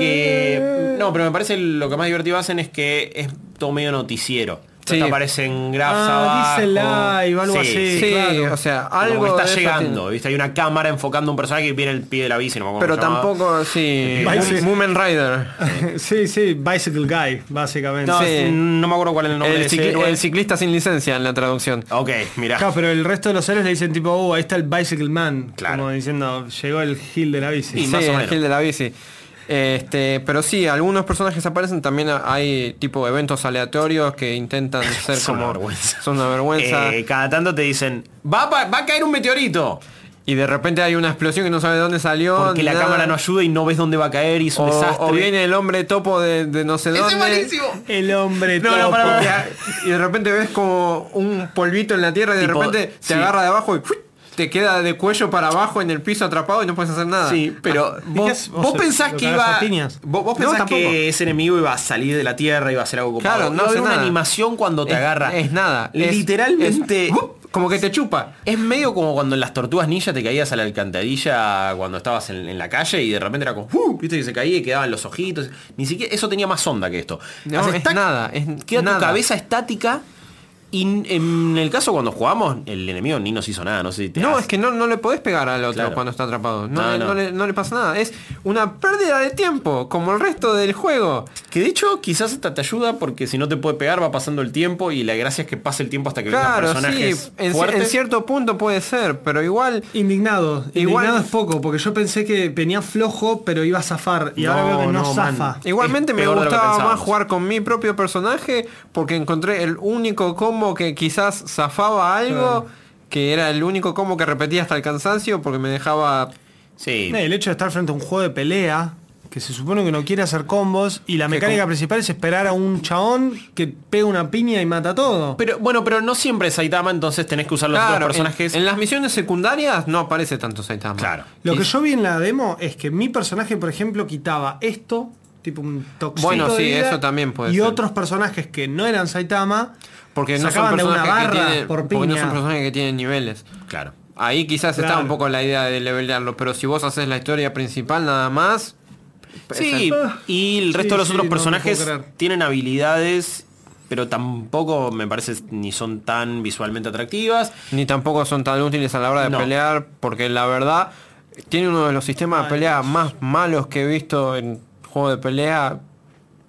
porque... No, pero me parece lo que más divertido hacen es que es todo medio noticiero. Entonces Sí. te aparecen graphs Ah, abajo. dice live, algo así. Sí, claro. o sea, Como que algo de está eso llegando, tiene. ¿viste? Hay una cámara enfocando a un personaje que viene el pie de la bici, no me acuerdo Pero cómo se llamaba. tampoco, sí. Parece- Moomin Rider. <laughs> sí, sí, Bicycle Guy, básicamente. No, Sí. es- no me acuerdo cuál es el nombre El, de ese cicli- héroe. el ciclista sin licencia en la traducción. Ok, mirá. Claro, pero el resto de los héroes le dicen tipo, oh, ahí está el Bicycle Man. Claro. Como diciendo, llegó el Gil de la bici. Y más sí, o el menos. Gil de la bici. Este, pero sí, algunos personajes aparecen, también hay tipo eventos aleatorios <laughs> que intentan ser Son como una vergüenza. son una vergüenza. Eh, cada tanto te dicen, va, a pa- va a caer un meteorito. y de repente hay una explosión que no sabe de dónde salió. Porque ni la nada. cámara no ayuda y no ves dónde va a caer y es un o, desastre. o viene el hombre topo de, de no sé dónde. El hombre No, no, topo. para, para. Y de repente ves como un polvito en la tierra y de Tipo, repente te sí. agarra de abajo y ¡fuit! te queda de cuello para abajo en el piso atrapado y no puedes hacer nada. Sí, Ah, pero vos, digas, vos o sea, pensás lo que cagás iba. a piñas. Vos, vos No, pensás tampoco. que ese enemigo iba a salir de la tierra, iba a hacer algo copado. Claro, no Iba a hace haber una nada. animación cuando te Es- agarra. Es nada. es- Literalmente. es- ¡Wup! como que te chupa. Es medio como cuando en las tortugas ninja te caías a la alcantarilla cuando estabas en, en la calle y de repente era como, ¡uh! viste que se caía y quedaban los ojitos. Ni siquiera, eso tenía más onda que esto. No, Haces es tac, nada, es queda nada. tu cabeza estática y n- en el caso cuando jugamos, el enemigo ni nos hizo nada, no sé si te No, hace- es que no, no le podés pegar al otro Claro. cuando está atrapado. No, No, le, no. no le- no le pasa nada. Es una pérdida de tiempo, como el resto del juego. Que de hecho quizás hasta te ayuda porque si no te puede pegar va pasando el tiempo y la gracia es que pase el tiempo hasta que Claro, vengan sí. personajes En, ci- en fuertes. cierto punto puede ser, pero igual... Indignado. Igual- Indignado es poco, porque yo pensé que venía flojo, pero iba a zafar. Y ahora veo que no, no, man. zafa. Igualmente es me peor de lo que gustaba más pensábamos. jugar con mi propio personaje porque encontré el único combo que quizás zafaba algo que era el único combo que repetía hasta el cansancio porque me dejaba... Sí. No, El hecho de estar frente a un juego de pelea, que se supone que no quiere hacer combos, y la Que mecánica con- principal es esperar a un chabón que pega una piña y mata todo. Pero bueno, pero no siempre es Saitama, entonces tenés que usar los Claro, otros personajes. en, en las misiones secundarias no aparece tanto Saitama. Claro. Lo que Y- yo vi en la demo es que mi personaje, por ejemplo, quitaba esto, tipo un toxito Bueno, de sí, vida, eso también puede Y ser. otros personajes que no eran Saitama, Porque no son sacaban de una personajes que barra tienen, por porque no piña. son personajes que tienen niveles. Claro. Ahí quizás está Claro. un poco la idea de levelearlo, pero si vos haces la historia principal nada más, pues, eh, Sí, ah, y el resto Sí, de los sí, otros no, no personajes puedo creer. tienen habilidades, pero tampoco me parece ni son tan visualmente atractivas. ni tampoco son tan útiles a la hora de No. pelear, porque la verdad tiene uno de los sistemas de pelea más malos que he visto en juego de pelea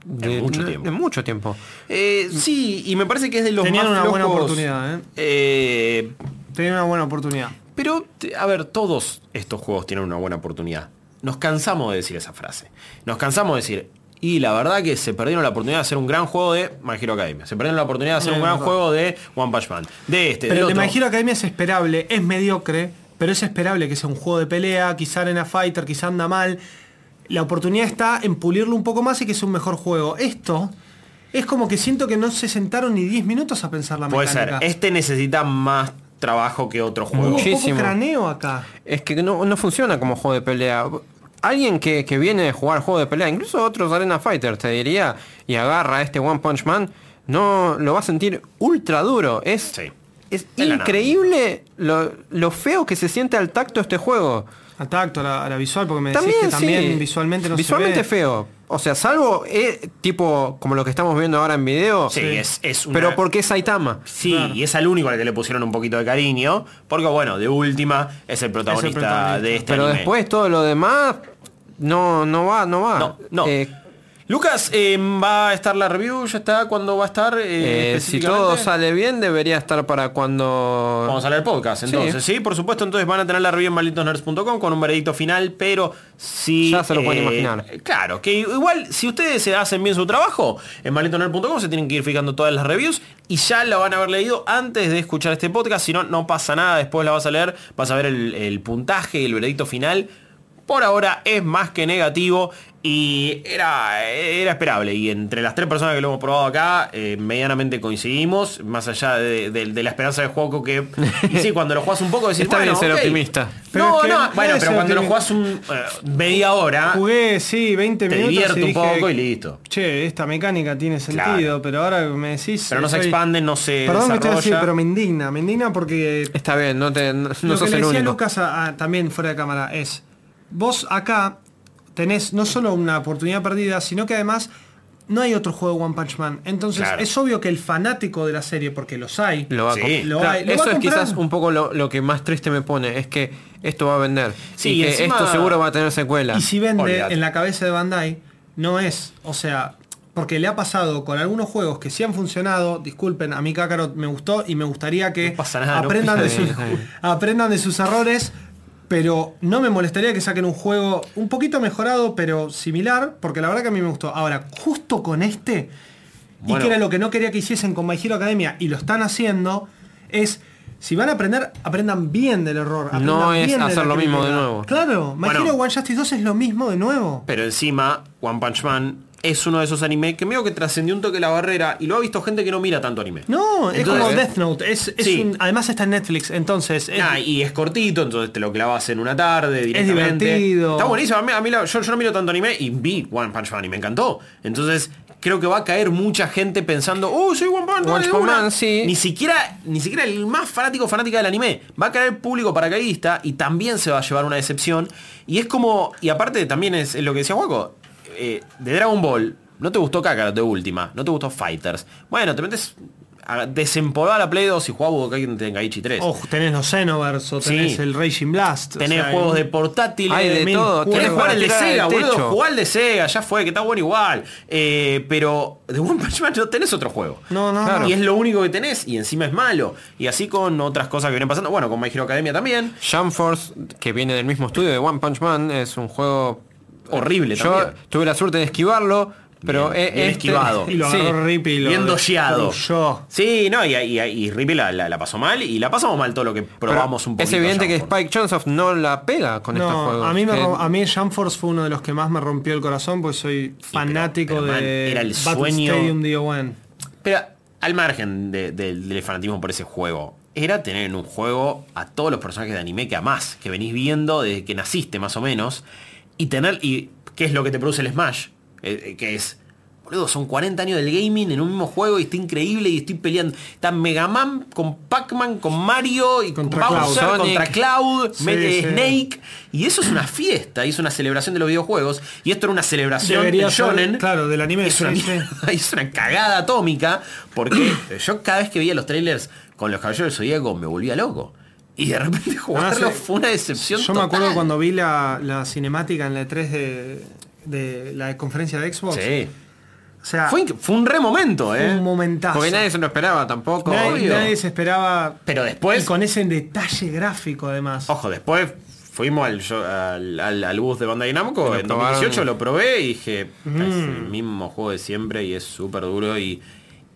de mucho tiempo. en mucho tiempo. Eh, sí, y me parece que es de los Mm. Tenían más una buena flojos. oportunidad, ¿eh? Eh, tenía una buena oportunidad. Pero, te- a ver, todos estos juegos tienen una buena oportunidad. Nos cansamos de decir esa frase. Nos cansamos de decir, y la verdad que se perdieron la oportunidad de hacer un gran juego de My Hero Academia. Se perdieron la oportunidad de hacer un Eh, gran no. juego de One Punch Man. De este, Pero del el de otro. My Hero Academia es esperable, es mediocre, pero es esperable que sea un juego de pelea, quizá Arena Fighter, quizá anda mal. La oportunidad está en pulirlo un poco más y que sea un mejor juego. Esto es como que siento que no se sentaron ni 10 minutos a pensar la Puede ser. mecánica. Uh, Este necesita más trabajo que otro juego. Hubo poco Muchísimo. craneo acá. Es que no, no funciona como juego de pelea. Alguien que, que viene de jugar juego de pelea, incluso otros Arena Fighter, te diría, y agarra a este One Punch Man, no lo va a sentir ultra duro. Es, Sí. es De la nada. increíble lo, lo feo que se siente al tacto este juego. Al tacto, a la, a la visual, porque me decís También, que también sí. visualmente no Visualmente se ve. feo. O sea, salvo eh, tipo como lo que estamos viendo ahora en video. Sí, es- es una- Pero porque es Saitama. Sí, y es al único al que le pusieron un poquito de cariño. Porque, bueno, de última es el protagonista, protagonista. de este Pero anime. después todo lo demás no, no va, no va. No, no. Eh, Lucas, eh, ¿va a estar la review? ¿Ya está? ¿Cuándo va a estar? eh, Eh, si específicamente? todo sale bien, debería estar para cuando... Vamos a leer podcast, entonces. Sí. por supuesto, entonces van a tener la review en malditosnerds.com con un veredicto final, pero eh, si... Ya se lo pueden imaginar. Claro, que igual, si ustedes se hacen bien su trabajo, en malditosnerd.com se tienen que ir fijando todas las reviews y ya la van a haber leído antes de escuchar este podcast, si no, no pasa nada, después la vas a leer, vas a ver el, el puntaje, el veredicto final. Por ahora es más que negativo y era, era esperable. Y entre las tres personas que lo hemos probado acá, eh, medianamente coincidimos, más allá de, de- de la esperanza de juego que... Y sí, cuando lo juegas un poco decís, Está bien bueno, ser ok. optimista. Pero no, es que no, no bueno, es pero ser cuando lo optimista. jugás un, eh, media hora, Jugué, sí, 20 Ah, Te minutos. divierte y un dije, poco y listo. Che, esta mecánica tiene Claro. sentido, pero ahora que me decís. pero no se estoy- expande, no se Perdón que estoy desarrolla. así, pero me indigna. Me indigna porque Está bien, no, te, no, no lo que sos le el decía único. Lucas a- a- también fuera de cámara es, vos acá tenés no solo una oportunidad perdida, sino que además no hay otro juego de One Punch Man. Entonces Claro. es obio que el fanático de la serie, porque los hay, Lo va a Sí. comp- Lo Claro, va- lo va a eso es comprar. quizás un poco lo, lo que más triste me pone, es que esto va a vender. Sí, y y que encima- esto seguro va a tener secuela. y si vende Olvídate. en la cabeza de Bandai, no es, o sea... Porque le ha pasado con algunos juegos que sí han funcionado, disculpen, a mí Kakarot me gustó y me gustaría que No pasa nada, no aprendan, de pasa sus, nada. <laughs> aprendan de sus errores, pero no me molestaría que saquen un juego un poquito mejorado, pero similar, porque la verdad que a mí me gustó. Ahora, justo con este, y Bueno. que era lo que no quería que hiciesen con My Hero Academia, y lo están haciendo, es... Si van a aprender, aprendan bien del error. No aprendan es bien la hacer lo mismo de crítica. nuevo. Claro, My Bueno. Hero One Justice 2 es lo mismo de nuevo. Pero encima, One Punch Man es uno de esos anime que medio que trascendió un toque la barrera y lo ha visto gente que no mira tanto anime. No, es Entonces- ¿eh? como Death Note. Es, es Sí. un- además está en Netflix, entonces... es- Nah, y es cortito, entonces te lo clavas en una tarde directamente. divertido. Está buenísimo. A mí, a mí la- yo, yo no miro tanto anime y vi One Punch Man y me encantó. Entonces creo que va a caer mucha gente pensando, oh, soy One Punch Man. One de Punch una". Man, sí. Ni siquiera, ni siquiera el más fanático fanática del anime. Va a caer el público paracaidista y también se va a llevar una decepción. Y es como, y aparte también es, es lo que decía Waco, eh, de Dragon Ball, no te gustó Kakarot de última, no te gustó Fighters. Bueno, te metes... a Desempolvar la Play 2 y jugá a Budokai Tenkaichi 3. O oh, tenés los Xenoverse, o tenés Sí. el Raging Blast. o Tenés sea, juegos hay- de portátil, Hay de todo, Querés tenés jugar para al de tirar Sega, del boludo. techo. Jugá al de Sega, ya fue, que está bueno igual. Eh, pero de One Punch Man no tenés otro juego. No, no, Claro. no. Y es lo único que tenés y encima es malo. Y así con otras cosas que vienen pasando. Bueno, con My Hero Academia también. Jump Force, que viene del mismo estudio de One Punch Man, es un juego Horrible Yo también. tuve la suerte de esquivarlo, Pero Bien, eh, bien este- esquivado. <laughs> Y lo sí. agarró Rippy y lo Bien doseado. Yo. Sí, no, y, y, y Ripley la, la- la pasó mal y la pasamos mal todo lo que Pero probamos un poquito. Es evidente allá que por- Spike Jonsoff no la pega con estos No, juegos. a mí, me Eh, rom- a mí Jamforce fue uno de los que más me rompió el corazón, pues soy fanático pero, man, de era el Battle sueño- Stadium DON. Pero al margen de- de- del fanatismo por ese juego, era tener en un juego a todos los personajes de anime que amás, que venís viendo desde que naciste más o menos, y tener, y qué es lo que te produce el Smash, Eh, eh, que es, boludo, son 40 años del gaming en un mismo juego y está increíble y estoy peleando. Está Mega Man con Pac-Man, con Mario y con Contra Cloud. Bowser, Sonic. contra Cloud, Sí, mete sí. Snake, y eso es una fiesta, y es una celebración de los videojuegos, y esto era una celebración de Debería ser, shonen. claro, del anime, Es una, sí, sí. <laughs> es una cagada atómica <clears throat> porque yo cada vez que veía los trailers con los caballeros del Zodíaco me volvía loco. Y de repente <laughs> jugarlo sí. fue una decepción Yo me acuerdo total. cuando vi la, la cinemática en la E3 de, de la conferencia de Xbox. Sí. O sea, Fue, fue inc- fue un re momento, ¿eh? Ah. un momentazo. Porque nadie se lo esperaba tampoco. Nadie, obvio. nadie se esperaba. Pero después- Y con ese detalle gráfico, además. Ojo, después fuimos al, yo- al, al- al bus de Bandai Namco. Lo en 2018 probaron. lo probé y dije, es el Mm. mismo juego de siempre y es súper duro. Y,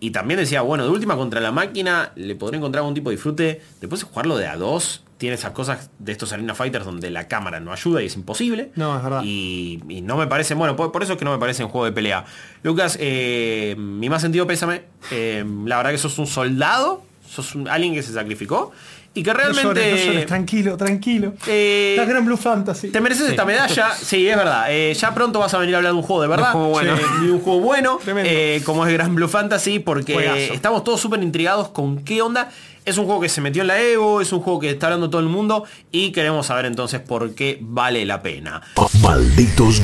y también decía, bueno, de última contra la máquina le podré encontrar algún tipo de disfrute. Después de jugarlo de a dos, tiene esas cosas de estos Arena Fighters donde la cámara no ayuda y es imposible. No, es verdad. Y, y no me parece, bueno, por, por eso es que no me parece un juego de pelea. Lucas, eh, mi más sentido pésame. Eh, la verdad que sos un soldado, sos un, alguien que se sacrificó. Y que No realmente... llores, no llores, tranquilo, tranquilo. Eh, La Gran Blue Fantasy. Te mereces esta medalla, sí, es verdad. Eh, ya pronto vas a venir a hablar de un juego de verdad. De un juego bueno. Sí, de un juego bueno, Tremendo. eh, como es Grand Blue Fantasy, porque Juegazo. estamos todos súper intrigados con qué onda. Es un juego que se metió en la Evo, es un juego que está hablando todo el mundo y queremos saber entonces por qué vale la pena. Malditos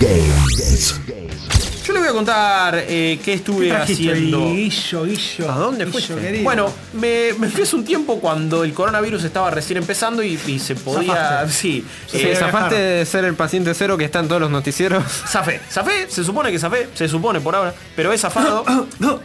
Games. Yo les voy a contar eh, qué estuve Trajiste, haciendo. Guillo, Guillo. ¿A dónde Guillo, fuiste? querido. Bueno, me, me fui hace un tiempo cuando el coronavirus estaba recién empezando y, y se podía... Zafaste. Sí, Sí, eh, zafaste de ser el paciente cero que está en todos los noticieros. <laughs> Zafé, zafé, se supone que zafé, se supone por ahora, pero he <coughs> zafado.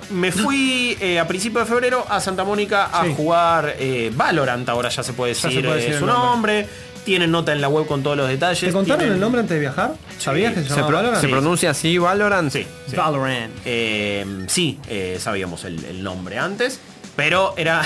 Me fui eh, a principios de febrero a Santa Mónica a Sí. jugar eh, Valorant, ahora ya se puede Ya se decir, puede eh, decir su el nombre. nombre. Tienen nota en la web con todos los detalles. ¿Te contaron tienen- el nombre antes de viajar? ¿Sabías que se Se, llamaba pro- Valorant? se Sí. pronuncia así Valorant. Ah, Sí, sí. Valorant. Eh, sí, eh, sabíamos el, el nombre antes, pero era...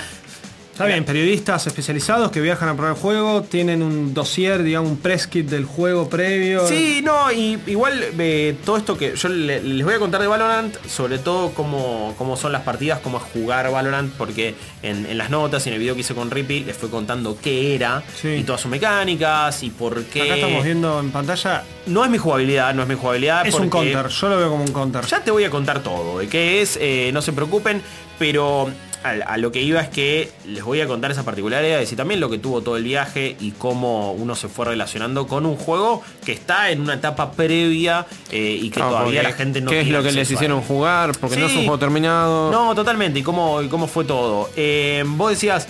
Está bien, periodistas especializados que viajan a probar el juego, tienen un dossier, digamos, un press kit del juego previo. Sí, no, y igual eh, todo esto que yo le- les voy a contar de Valorant, sobre todo cómo, cómo son las partidas, cómo es jugar Valorant, porque en, en las notas y en el video que hice con Rippy les fue contando qué era Sí. y todas sus mecánicas y por qué. Acá estamos viendo en pantalla. No es mi jugabilidad, no es mi jugabilidad. Es un Ah, porque- counter, yo lo veo como un counter. ya te voy a contar todo de qué es, eh, no se preocupen, pero a, a lo que iba es que les voy a contar esas particularidades y también lo que tuvo todo el viaje y cómo uno se fue relacionando con un juego que está en una etapa previa eh, y que Ah, todavía porque la gente no ¿Qué es tiene lo que les acceso a hicieron él. jugar? Porque no es Sí. un juego terminado. No, totalmente. ¿Y cómo, y cómo fue todo? Eh, vos decías,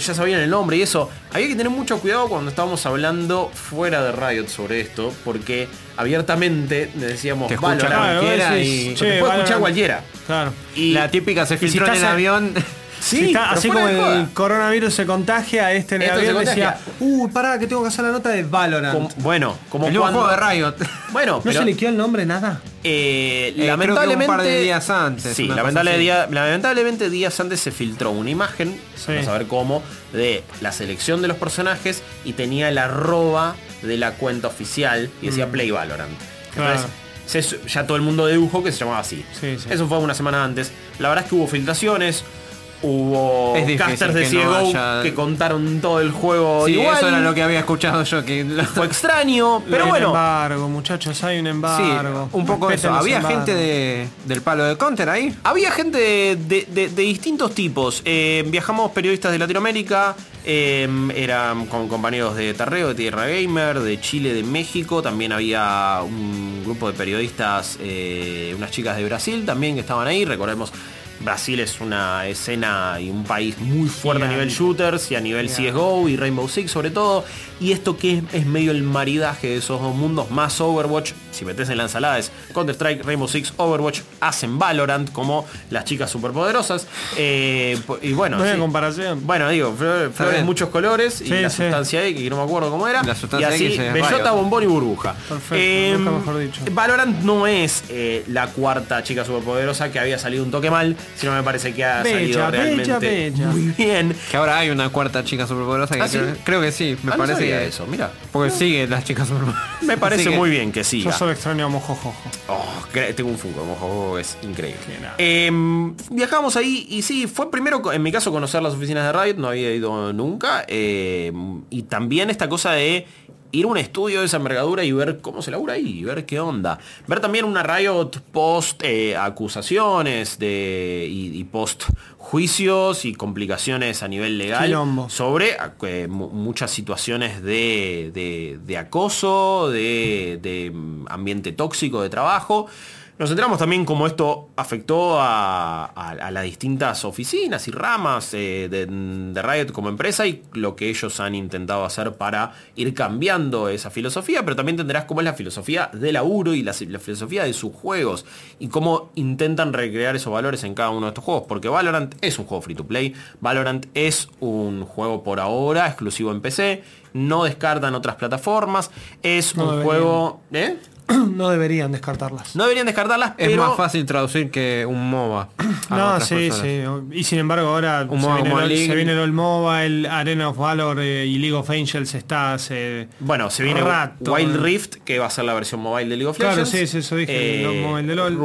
ya sabían el nombre y eso. Había que tener mucho cuidado cuando estábamos hablando fuera de Riot sobre esto, porque abiertamente decíamos, Te Ah, escucha Valorant, cualquiera. y- te puede escuchar cualquiera. Claro. y- la típica se si filtró en el estás a- avión. <laughs> Sí, Si está- pero así fuera como de joda. el coronavirus se contagia, este en el Esto se avión decía, contagia. uy, Uh, pará, que tengo que hacer la nota de Valorant. Como- bueno, como el nuevo cuando... juego <laughs> de Riot. Bueno, ¿No pero, se le quedó el nombre nada? eh, creo que lamentablemente un par de días antes, Sí, una lamentable cosa así. día- lamentablemente días antes se filtró una imagen, Sí. vamos a ver cómo, de la selección de los personajes y tenía el arroba de la cuenta oficial y Mm. decía Play Valorant. Entonces, Claro. se su- ya todo el mundo dedujo que se llamaba así. Sí, sí. Eso fue una semana antes. La verdad es que hubo filtraciones, hubo Es difícil casters de que no CSGO haya- que contaron todo el juego. Sí, igual. eso era lo que había escuchado yo. Que lo- Fue extraño, pero hay bueno. un embargo, muchachos, hay un embargo. Sí, un poco Respeten eso. los Había embargos. gente de- del palo de Counter ahí. Había gente de, de- de- de distintos tipos. Eh, viajamos periodistas de Latinoamérica, eh, eran con compañeros de Tarreo, de Tierra Gamer, de Chile, de México. También había un grupo de periodistas, eh, unas chicas de Brasil también que estaban ahí. Recordemos, Brasil es una escena y un país muy fuerte a Gigante. nivel shooters y a nivel CSGO y Rainbow Six sobre todo. Y esto que es, es medio el maridaje de esos dos mundos más Overwatch. Si metes en la ensalada es Counter-Strike, Rainbow Six, Overwatch, hacen Valorant como las chicas superpoderosas. Eh, po- y bueno, No hay sí. comparación. Bueno, digo, flor- flores bien. muchos colores y Sí, la sí. sustancia X, que no me acuerdo cómo era. La sustancia y así, X es bellota, Riot. bombón y burbuja. Perfecto, Em, nunca mejor dicho. Valorant no es eh, la cuarta chica superpoderosa que había salido un toque mal, sino me parece que ha Bella, salido bella, realmente bella. muy bien. Que ahora hay una cuarta chica superpoderosa. Que ¿Ah, sí? creo, creo que sí, me Ah, no parece sabía que eso, mira. Porque sigue las chicas superpoderosas. Me parece Así que- muy bien que Yo siga. solo extraño <clears throat> a Mojojojo. Oh, cre- tengo un Funko, mojo, oh, es increíble. Em, viajamos ahí y sí, fue primero co- en mi caso conocer las oficinas de Riot, no había ido nunca. em, y también esta cosa de ir a un estudio de esa envergadura y ver cómo se labura ahí, y ver qué onda. Ver también una Riot post eh, acusaciones de, y, y post juicios y complicaciones a nivel legal Quilombo. sobre eh, mu- muchas situaciones de, de- de acoso, de, de, mm, ambiente tóxico de trabajo. Nos centramos también cómo esto afectó a, a- a las distintas oficinas y ramas eh, de, de Riot como empresa y lo que ellos han intentado hacer para ir cambiando esa filosofía, pero también entenderás cómo es la filosofía de laburo y la, si- la filosofía de sus juegos y cómo intentan recrear esos valores en cada uno de estos juegos, porque Valorant es un juego free to play, Valorant es un juego por ahora exclusivo en PC, no descartan otras plataformas, es No un deberían. juego... ¿eh? no deberían descartarlas. No deberían descartarlas, Es pero... más fácil traducir que un MOBA. Ah, a <clears throat> No, otras sí, personas. sí. Y sin embargo ahora Un se, modo viene el, como All- League. se viene el All Mobile, Arena of Valor eh, y League of Angels está hace Bueno, se viene rato. Wild Rift, que va a ser la versión mobile de League of Claro, Legends. Eh, sí, sí, eso dije, el mobile de LOL.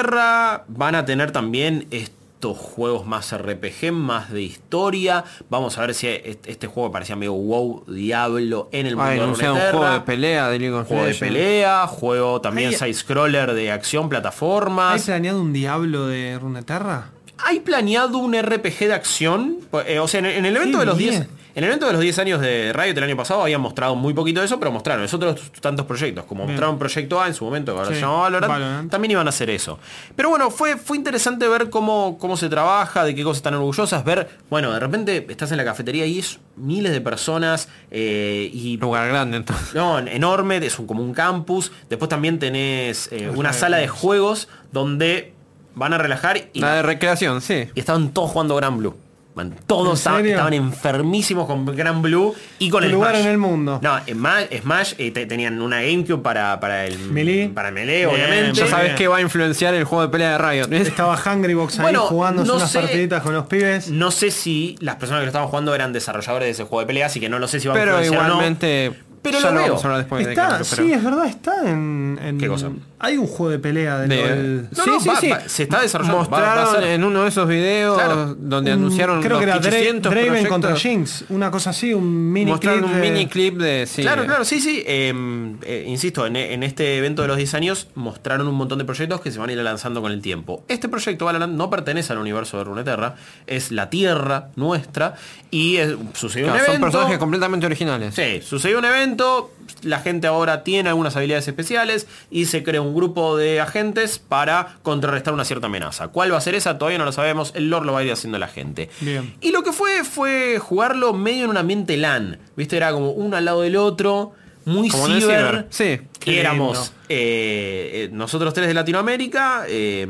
Runeterra, van a tener también estos juegos más RPG, más de historia. Vamos a ver si est- este juego parecía medio wow, Diablo en el mundo Ah, de anunciaron un Runeterra. juego de pelea de League of Juego de Legends. pelea, juego también Hay- side-scroller de acción, ¿Hay plataformas. planeado un diablo de <laughs> Runeterra? ¿Hay planeado un RPG de acción? Pues, eh, o sea, en, en el evento Qué de los bien. 10. En el evento de los 10 años de Riot el año pasado habían mostrado muy poquito de eso, pero mostraron esos otros tantos proyectos. Como mostraron Proyecto A en su momento, que ahora Sí, se llamaba Valorant, Valorant. también iban a hacer eso. Pero bueno, fue, fue interesante ver cómo, cómo se trabaja, de qué cosas están orgullosas, ver, bueno, de repente estás en la cafetería y es miles de personas eh, y Lugar grande, entonces. no, en- enorme, es un, como un campus. Después también tenés eh, una sala de juegos donde van a relajar y La de recreación, sí. y estaban todos jugando Gran Blue. Man, todos ¿En estaban, serio? estaban enfermísimos con Gran Blue y con Tu el lugar Smash. en el mundo. No, en Ma- Smash eh, te- tenían una GameCube para, para el Melee. Para Melee, Bien, obviamente. Ya bien. sabes que va a influenciar el juego de pelea de Riot. Este, Estaba Hungrybox ahí Bueno, jugando no unas sé. partiditas con los pibes. No sé si las personas que lo estaban jugando eran desarrolladores de ese juego de pelea, así que no lo sé si van a <laughs> Pero influenciar o no. igualmente. Pero ya lo lo veo. vamos a hablar después de Está, Carlos, sí, pero- es verdad, está en, en- ¿Qué cosa? Hay un juego de pelea de, De- LOL. No, no, va- va- se está desarrollando, va- va a Mostraron ser. en uno de esos videos Claro. donde Un- anunciaron Creo que los era Dra- 500 Draven proyectos. contra Jinx, una cosa así, un mini Mostraron clip un de- mini clip de. sí, Claro, claro, sí, sí. Eh, eh, insisto, en, en este evento de los 10 años mostraron un montón de proyectos que se van a ir lanzando con el tiempo. Este proyecto, Valorant, no pertenece al universo de Runeterra, es la tierra nuestra y es- sucedió Claro, un son evento. personajes completamente originales. Sí, sucedió un evento, la gente ahora tiene algunas habilidades especiales y se crea un grupo de agentes para contrarrestar una cierta amenaza. ¿Cuál va a ser esa? Todavía no lo sabemos, el lore lo va a ir haciendo la gente. Bien. Y lo que fue fue jugarlo medio en un ambiente LAN, ¿viste? Era como uno al lado del otro, muy Como en el ciber. ciber, sí. Que Qué éramos lindo. eh, eh, nosotros tres de Latinoamérica, eh,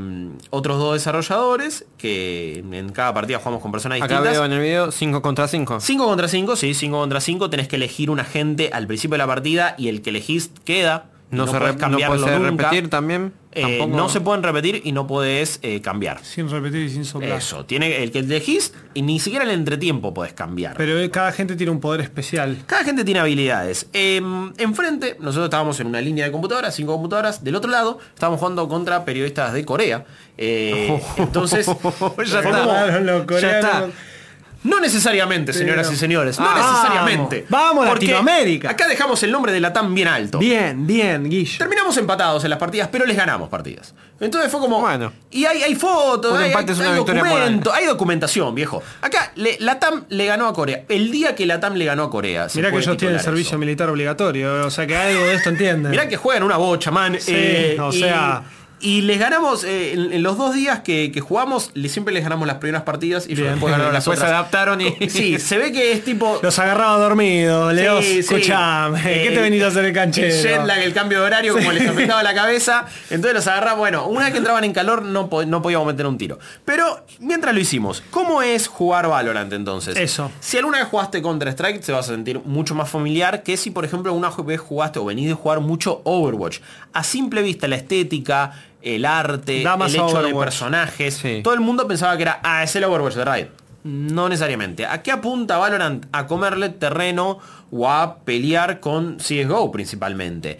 otros dos desarrolladores, que en cada partida jugamos con personas Acá distintas. veo en el video 5 contra 5. 5 contra 5, sí, 5 contra 5, tenés que elegir un agente al principio de la partida y el que elegís queda. y No, se podés re- no cambiarlo puede nunca. repetir también. Eh, tampoco. no se pueden repetir y no podés eh, cambiar. Sin repetir y sin soplar. Eso, tiene el que elegís y ni siquiera el entretiempo podés cambiar. Pero eh, cada gente tiene un poder especial. Cada gente tiene habilidades. Eh, enfrente, nosotros estábamos en una línea de computadoras, cinco computadoras. Del otro lado, estábamos jugando contra periodistas de Corea. <laughs> Eh, entonces, fue Ya está. como, Claro, los coreanos. está. No necesariamente, señoras y señores. No Ah, necesariamente. vamos, vamos, Porque Latinoamérica. Acá dejamos el nombre de Latam bien alto. Bien, bien, Guillo. Terminamos empatados en las partidas, pero les ganamos partidas. Entonces fue como. Bueno. Y hay, hay fotos, Un hay, empate hay- es una hay victoria moral. documento, hay documentación, viejo. Acá le- Latam le ganó a Corea. El día que Latam le ganó a Corea. se Mirá que puede ellos tienen titular servicio eso. militar obligatorio, o sea que algo de esto entienden. Mirá que juegan una bocha, man. Sí, Eh, o y- sea. Y, Y les ganamos, eh, en, en los dos días que, que jugamos, le- siempre les ganamos las primeras partidas y yo después ganaron las Después se otras. adaptaron y- Sí, se ve que es <laughs> tipo... Los agarraba dormidos, Leo. Sí, sí. Escuchame, ¿qué Eh, te venís a hacer el El canchero? jet lag, el cambio de horario, como Sí. les afectaba la cabeza. Entonces los agarramos. Bueno, una vez que entraban en calor no, po- no podíamos meter un tiro. Pero mientras lo hicimos, ¿cómo es jugar Valorant entonces? Eso. Si alguna vez jugaste Counter-Strike, se vas a sentir mucho más familiar que si, por ejemplo, una vez jugaste o venís de jugar mucho Overwatch. A simple vista, la estética, el arte, Da más el hecho de Overwatch. personajes, Sí. todo el mundo pensaba que era, ah, es el Overwatch de Riot. No necesariamente. ¿A qué apunta Valorant? A comerle terreno o a pelear con CSGO principalmente.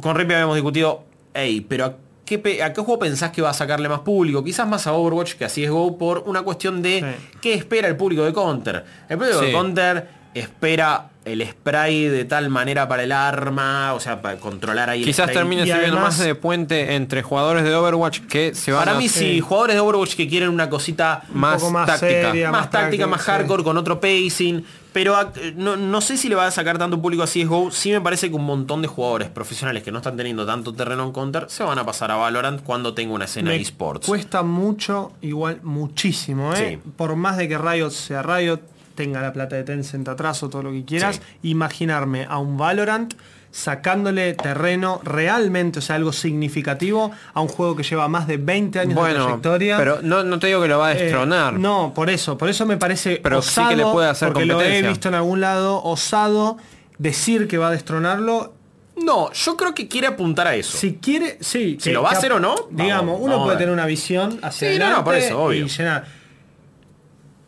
Con Rippy habíamos discutido, hey, pero ¿a qué, pe- a qué juego pensás que va a sacarle más público? Quizás más a Overwatch que a CSGO por una cuestión de Sí. qué espera el público de Counter. El público de Sí. Counter espera el spray de tal manera para el arma, o sea, para controlar ahí el Quizás spray. termine Y sirviendo además- más de puente entre jugadores de Overwatch que se van Para a- mí sí, jugadores de Overwatch que quieren una cosita más poco más táctica. seria. más más táctica, táctica, más sí. hardcore, con otro pacing. Pero a- no, no sé si le va a sacar tanto público a CSGO. Sí me parece que un montón de jugadores profesionales que no están teniendo tanto terreno en Counter se van a pasar a Valorant cuando tenga una escena Me eSports. Cuesta mucho, igual muchísimo, ¿eh? Sí. Por más de que Riot sea Riot, tenga la plata de Tencent atrás o todo lo que quieras, imaginarme a un Valorant sacándole terreno realmente, o sea, algo significativo a un juego que lleva más de 20 años de Bueno, trayectoria. pero no, no te digo que lo va a Eh, destronar. no, por eso, por eso me parece Pero sí osado, que le puede hacer porque lo he competencia. visto en algún lado, osado decir que va a destronarlo. No, yo creo que quiere apuntar a eso. Si quiere, sí. Si que- lo va a que- hacer o no, Digamos, vamos, uno vamos a puede ver. tener una visión hacia Sí, no, no, adelante por eso, obvio. y llenar.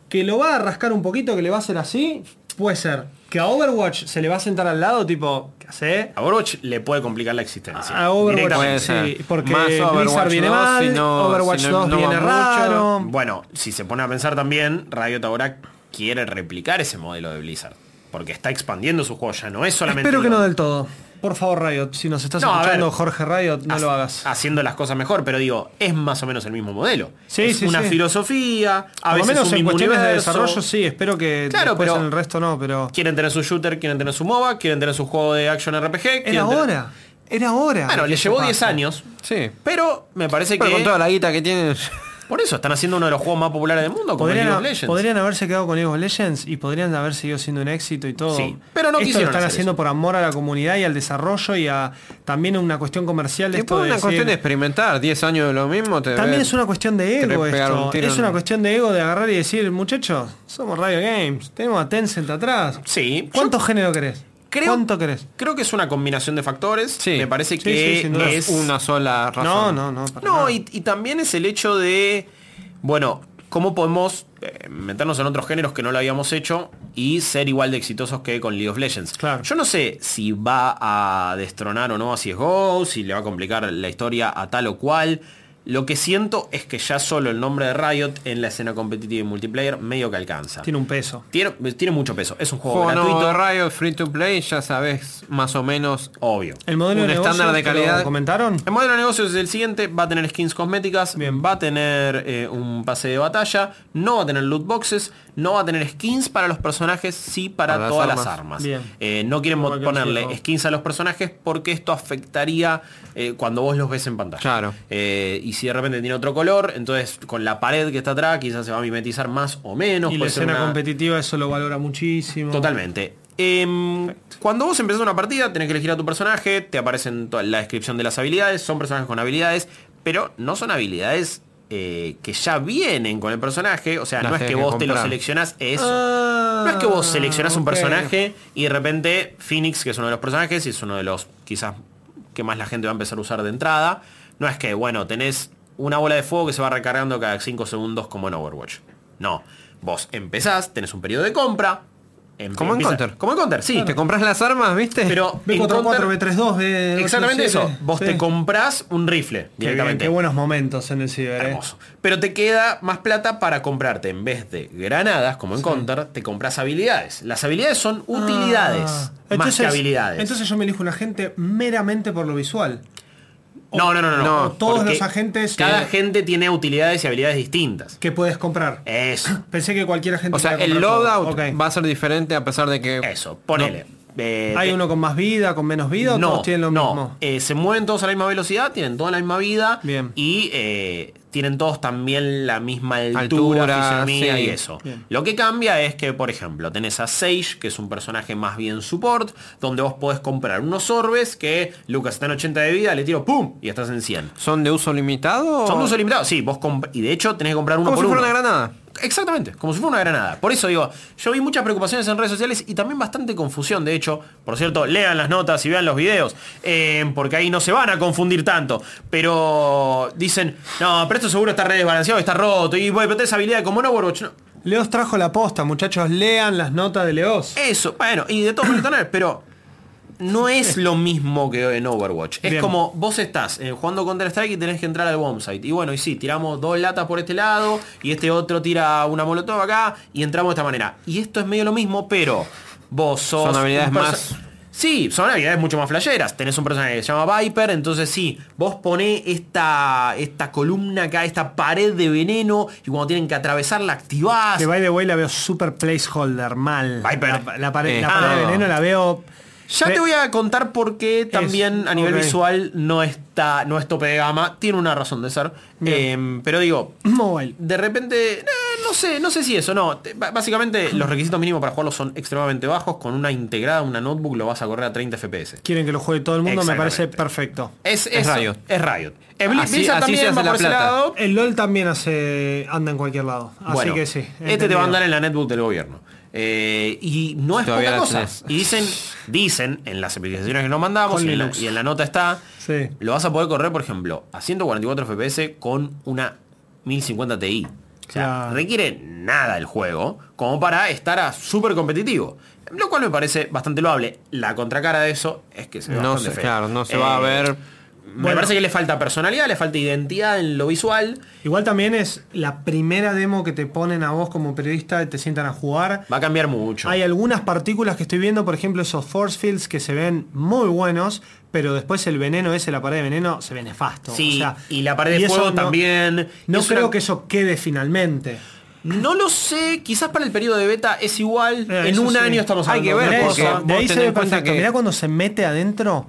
Que lo va a rascar un poquito, que le va a hacer así, puede ser. Que a Overwatch se le va a sentar al lado, tipo, ¿qué hace? A Overwatch le puede complicar la existencia. A Overwatch, Puede Directamente. sí, ser. porque Más Overwatch Blizzard viene 2, mal, si no- Overwatch si no- 2 no va viene mucho. raro. Bueno, si se pone a pensar también, Riot ahora quiere replicar ese modelo de Blizzard. Porque está expandiendo su juego, ya no es solamente... Espero que no LoL. del todo. Por favor, Riot, si nos estás No, a escuchando, ver. Jorge Riot, no ha- lo hagas. Haciendo las cosas mejor, pero digo, es más o menos el mismo modelo. Sí, es sí, una sí. filosofía, a Por lo veces menos un en mismo cuestiones de universo. desarrollo sí, espero que Claro, después pero- en el resto no, pero... Quieren tener su shooter, quieren tener su MOBA, quieren tener su juego de action RPG. quieren Era tener- hora, era hora. Claro, que les eso llevó pase. 10 años, Sí. pero me parece Pero que... con toda la guita que <laughs> tienen. Por eso, están haciendo uno de los juegos más populares del mundo, como el League Podrían, of Legends. podrían haberse quedado con League of Legends y podrían haber seguido siendo un éxito y todo. Sí, pero no Esto lo quisieron están hacer haciendo eso. por amor a la comunidad y al desarrollo y a también una cuestión comercial. de Es esto de una decir- cuestión de experimentar. 10 años de lo mismo. Te También ve- es una cuestión de ego querés pegar esto. un tiro Es en- una cuestión de ego de agarrar y decir, muchachos, somos Radio Games, tenemos a Tencent atrás. Sí, ¿Cuánto yo género querés? creo- ¿Cuánto querés? Creo que es una combinación de factores. Sí. Me parece Sí, que sí, sin No duda. es es una sola razón. No, no, no. para No, nada. y, y también es el hecho de, bueno, cómo podemos eh, meternos en otros géneros que no lo habíamos hecho y ser igual de exitosos que con League of Legends. Claro. Yo no sé si va a destronar o no a CSGO, si le va a complicar la historia a tal o cual. Lo que siento es que ya solo el nombre de Riot en la escena competitiva y multiplayer medio que alcanza. Tiene un peso. Tiene, tiene mucho peso. Es un juego, Juego nuevo gratuito, de Riot, free to play, ya sabes más o menos. obvio. El modelo Un de negocio, estándar de ¿te lo calidad. comentaron? El modelo de negocio es el siguiente, va a tener skins cosméticas, va a tener eh, un pase de batalla, no va a tener loot boxes, no va a tener skins para los personajes, sí para, Para las todas las armas. armas. Bien. Eh, no quieren Igual mo- que ponerle los juegos. skins a los personajes porque esto afectaría eh, cuando vos los ves en pantalla. Claro. Eh, y si de repente tiene otro color, entonces con la pared que está atrás quizás se va a mimetizar más o menos. Y la puede ser escena una- competitiva eso lo valora muchísimo. Totalmente. Em, cuando vos empezás una partida, tenés que elegir a tu personaje, te aparecen toda la descripción de las habilidades, son personajes con habilidades, pero no son habilidades eh, que ya vienen con el personaje, o sea, Las no es que tenés que vos te lo comprar. seleccionás, eso. Ah, no es que vos seleccionás un ok. personaje y de repente Phoenix, que es uno de los personajes, y es uno de los quizás que más la gente va a empezar a usar de entrada, no es que, bueno, tenés una bola de fuego que se va recargando cada 5 segundos como en Overwatch. No, vos empezás, tenés un periodo de compra. empe- Como en empieza- Counter. Como en Counter, sí. Te compras las armas, ¿viste? Pero en B44, Counter- B32, B... Exactamente eso. Vos Eh, Sí. te comprás un rifle Qué bien, directamente. Qué buenos momentos en el ciber. eh. Hermoso. Pero te queda más plata para comprarte, en vez de granadas, como en Counter, te compras habilidades. Las habilidades son utilidades, Ah. más que habilidades. Entonces yo me elijo un agente meramente por lo visual. no, no, no, no. no, no, todos porque los agentes eh, Cada que- agente tiene utilidades y habilidades distintas. Que puedes comprar. Eso. Pensé que cualquier agente O sea, podía el comprar todo. loadout Ok. va a ser diferente a pesar de que... Eso, ponele. eh, ¿Hay te- uno con más vida, con menos vida o no, todos tienen lo no. mismo? Eh, se mueven todos a la misma velocidad, tienen toda la misma vida Bien. y eh, tienen todos también la misma altura, Altura, fisonomía sí. y eso. Bien. Lo que cambia es que, por ejemplo, tenés a Sage, que es un personaje más bien support, donde vos podés comprar unos orbes que, Lucas, está en 80 de vida, le tiro ¡pum! y estás en 100. ¿Son de uso limitado? Oh. Son de uso limitado, sí, vos comp- y de hecho tenés que comprar uno Como por si fuera uno. una granada. Exactamente, como si fuera una granada. Por eso digo, yo vi muchas preocupaciones en redes sociales y también bastante confusión, de hecho. Por cierto, lean las notas y vean los videos, eh, porque ahí no se van a confundir tanto. Pero dicen, no, pero esto seguro está re desbalanceado, está roto, y bueno, pero tenés habilidad como no, Overwatch, no. Leos trajo la posta, muchachos, lean las notas de Leos. Eso, bueno, y de todo por tener, pero no es lo mismo que en Overwatch. Es Bien. como vos estás eh, jugando Counter Strike y tenés que entrar al bomb site. Y bueno, y sí, tiramos dos latas por este lado y este otro tira una molotov acá y entramos de esta manera. Y esto es medio lo mismo, pero vos sos... Son habilidades un perso- más- Sí, son habilidades mucho más flasheras. Tenés un personaje que se llama Viper, entonces sí, vos ponés esta, esta columna acá, esta pared de veneno, y cuando tienen que atravesarla, activás. Que by the way la veo super placeholder, mal. Viper. La, la pared, Eh, la pared ah. de veneno la veo. Ya te voy a contar por qué también a nivel ok. visual no está, no es tope de gama. Tiene una razón de ser. Bien. Eh, pero digo, Mobile. de repente, eh, no sé, no sé si eso, no. Te- b- Básicamente los requisitos mínimos para jugarlo son extremadamente bajos. Con una integrada, una notebook, lo vas a correr a 30 FPS. Quieren que lo juegue todo el mundo, me parece Exactamente. perfecto. Es, Es eso- Riot. Es Riot. Eh, Bli- Así- Blizzard así se también hace va la por ese plata. lado. El LOL también hace anda en cualquier lado. Así Bueno, que sí. Este te va entendido. a andar en la netbook del gobierno. Eh, y no es Todavía poca la cosa. tenés. Y dicen, dicen en las especificaciones que nos mandamos Con y en, la, Linux. y en la nota está, Sí. lo vas a poder correr, por ejemplo, a 144 FPS con una 1050 Ti. O sea, Claro. requiere nada el juego como para estar a súper competitivo. Lo cual me parece bastante loable. La contracara de eso es que se ve No bastante sé, feo. claro, no se va a Eh, ver. Me parece que le falta personalidad, le falta identidad en lo visual. Igual también es la primera demo que te ponen a vos como periodista y te sientan a jugar. Va a cambiar mucho. Hay algunas partículas que estoy viendo, por ejemplo, esos force fields que se ven muy buenos, pero después el veneno ese, la pared de veneno, se ve nefasto. Sí, O sea, y la pared de eso fuego no- también. No Es creo una- que eso quede finalmente. No lo sé, quizás para el periodo de beta es igual. Eh, en eso un sí. año estamos Hay hablando de que ver, otra de, porque cosa. eso, de ahí vos se tenés ve en cuenta perfecto. que- Mirá cuando se mete adentro.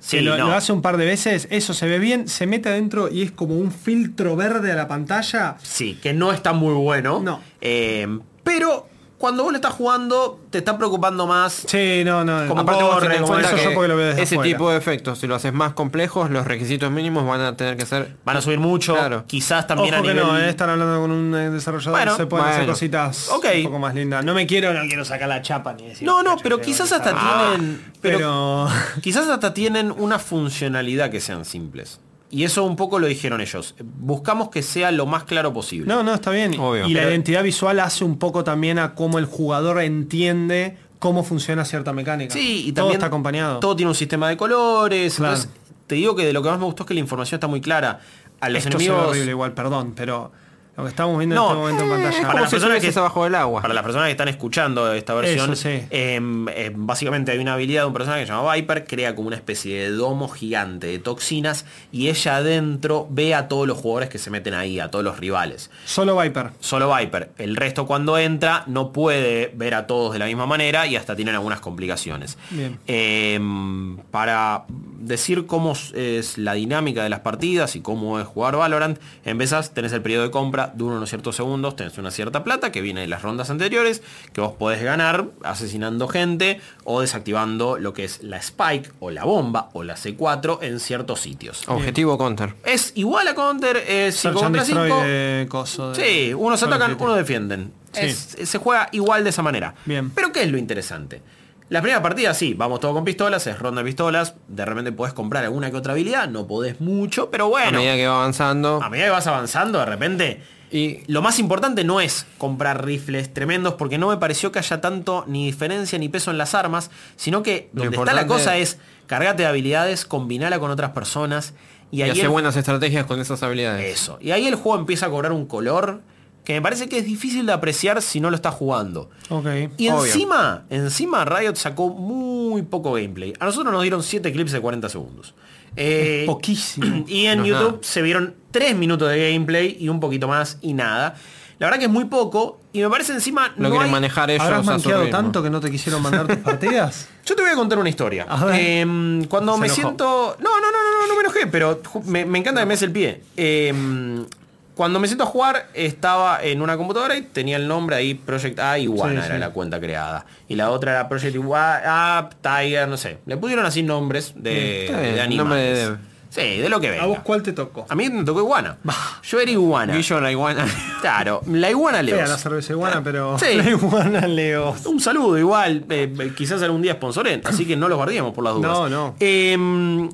Sí, que lo, no. lo hace un par de veces, eso se ve bien, se mete adentro y es como un filtro verde a la pantalla. Sí, que no está muy bueno. No. Eh, pero cuando vos lo estás jugando, te está preocupando más. Sí, no, no. Como Aparte vos corre, tenés en como cuenta eso que yo porque lo veo desde ese afuera. tipo de efectos, si lo haces más complejos, los requisitos mínimos van a tener que ser... Van a subir mucho. Claro. Quizás también Ojo a que nivel. no, eh, están hablando con un eh, desarrollador, Bueno, se pueden hacer bueno. cositas Ok. un poco más lindas. No me quiero, no quiero sacar la chapa ni decir. No, no, "Muchachos, pero qué quizás bonito". hasta Ah, tienen. Pero, pero quizás hasta tienen una funcionalidad que sean simples. Y eso un poco lo dijeron ellos. Buscamos que sea lo más claro posible. no, no, está bien. Obvio. y la Pero- identidad visual hace un poco también a cómo el jugador entiende cómo funciona cierta mecánica. Sí, y todo también está acompañado. Todo tiene un sistema de colores. Claro. Entonces, te digo que de lo que más me gustó es que la información está muy clara. A los Esto se ve enemigos. horrible igual, perdón, pero lo que estamos viendo No, eh, en este momento en Es pantalla. como las si personas que- estuvieses abajo del agua. Para las personas que están escuchando esta versión, Eso, sí. em, em, básicamente hay una habilidad de un personaje que se llama Viper, crea como una especie de domo gigante de toxinas y ella adentro ve a todos los jugadores que se meten ahí, a todos los rivales. Solo Viper. Solo Viper. El resto cuando entra no puede ver a todos de la misma manera y hasta tienen algunas complicaciones. Bien. Em, para decir cómo s- es la dinámica de las partidas y cómo es jugar Valorant, empezás, tenés el periodo de compra, dura unos ciertos segundos, tenés una cierta plata que viene de las rondas anteriores, que vos podés ganar asesinando gente o desactivando lo que es la Spike o la bomba o la C4 en ciertos sitios. Objetivo counter. Es igual a Counter, eh, es 5 Search and contra Destroy 5. de coso. de- Sí, unos Bueno, atacan, sí, unos defienden. Sí. Es- se juega igual de esa manera. Bien. Pero ¿qué es lo interesante? La primera partida, sí, vamos todos con pistolas, es ronda de pistolas, de repente podés comprar alguna que otra habilidad, no podés mucho, pero A bueno, Ah. medida que va avanzando... a medida que vas avanzando, de repente... Y- lo más importante no es comprar rifles tremendos, porque no me pareció que haya tanto ni diferencia ni peso en las armas, sino que Lo donde está la importante- cosa es cargate de habilidades, combinala con otras personas, y Y ahí hace el buenas estrategias con esas habilidades. eso. Y ahí el juego empieza a cobrar un color que me parece que es difícil de apreciar si no lo estás jugando. Ok. Y Obvio. encima, encima Riot sacó muy poco gameplay. A nosotros nos dieron 7 clips de 40 segundos. Eh, Es poquísimo. <clears throat> Y en No es YouTube nada. se vieron 3 minutos de gameplay y un poquito más y nada. La verdad que es muy poco y me parece encima Lo no quieren hay- manejar ellos. a ¿Habrás su manqueado ritmo. tanto que no te quisieron <laughs> mandar tus partidas? Yo te voy a contar una historia. A ver. Em, cuando Se me enojó. siento... No, no, no, no, no, no me enojé, pero ju- me, me encanta que me des el pie. Em, cuando me siento a jugar, estaba en una computadora y tenía el nombre ahí Project A Iguana, Sí, era sí. la cuenta creada. Y la otra era Project Iguana, Up, Tiger, no sé. Le pusieron así nombres de, Está bien, de animales. nombre de- Sí, de lo que venga. ¿A vos cuál te tocó? A mí me tocó iguana. Yo era iguana. Guillo la iguana. Claro, la iguana Leo. Fea la cerveza iguana, pero... Sí. <laughs> La iguana, Leo. Un saludo igual, eh, eh, quizás algún día sponsoren, así que no los guardiemos por las dudas. No, no. Eh,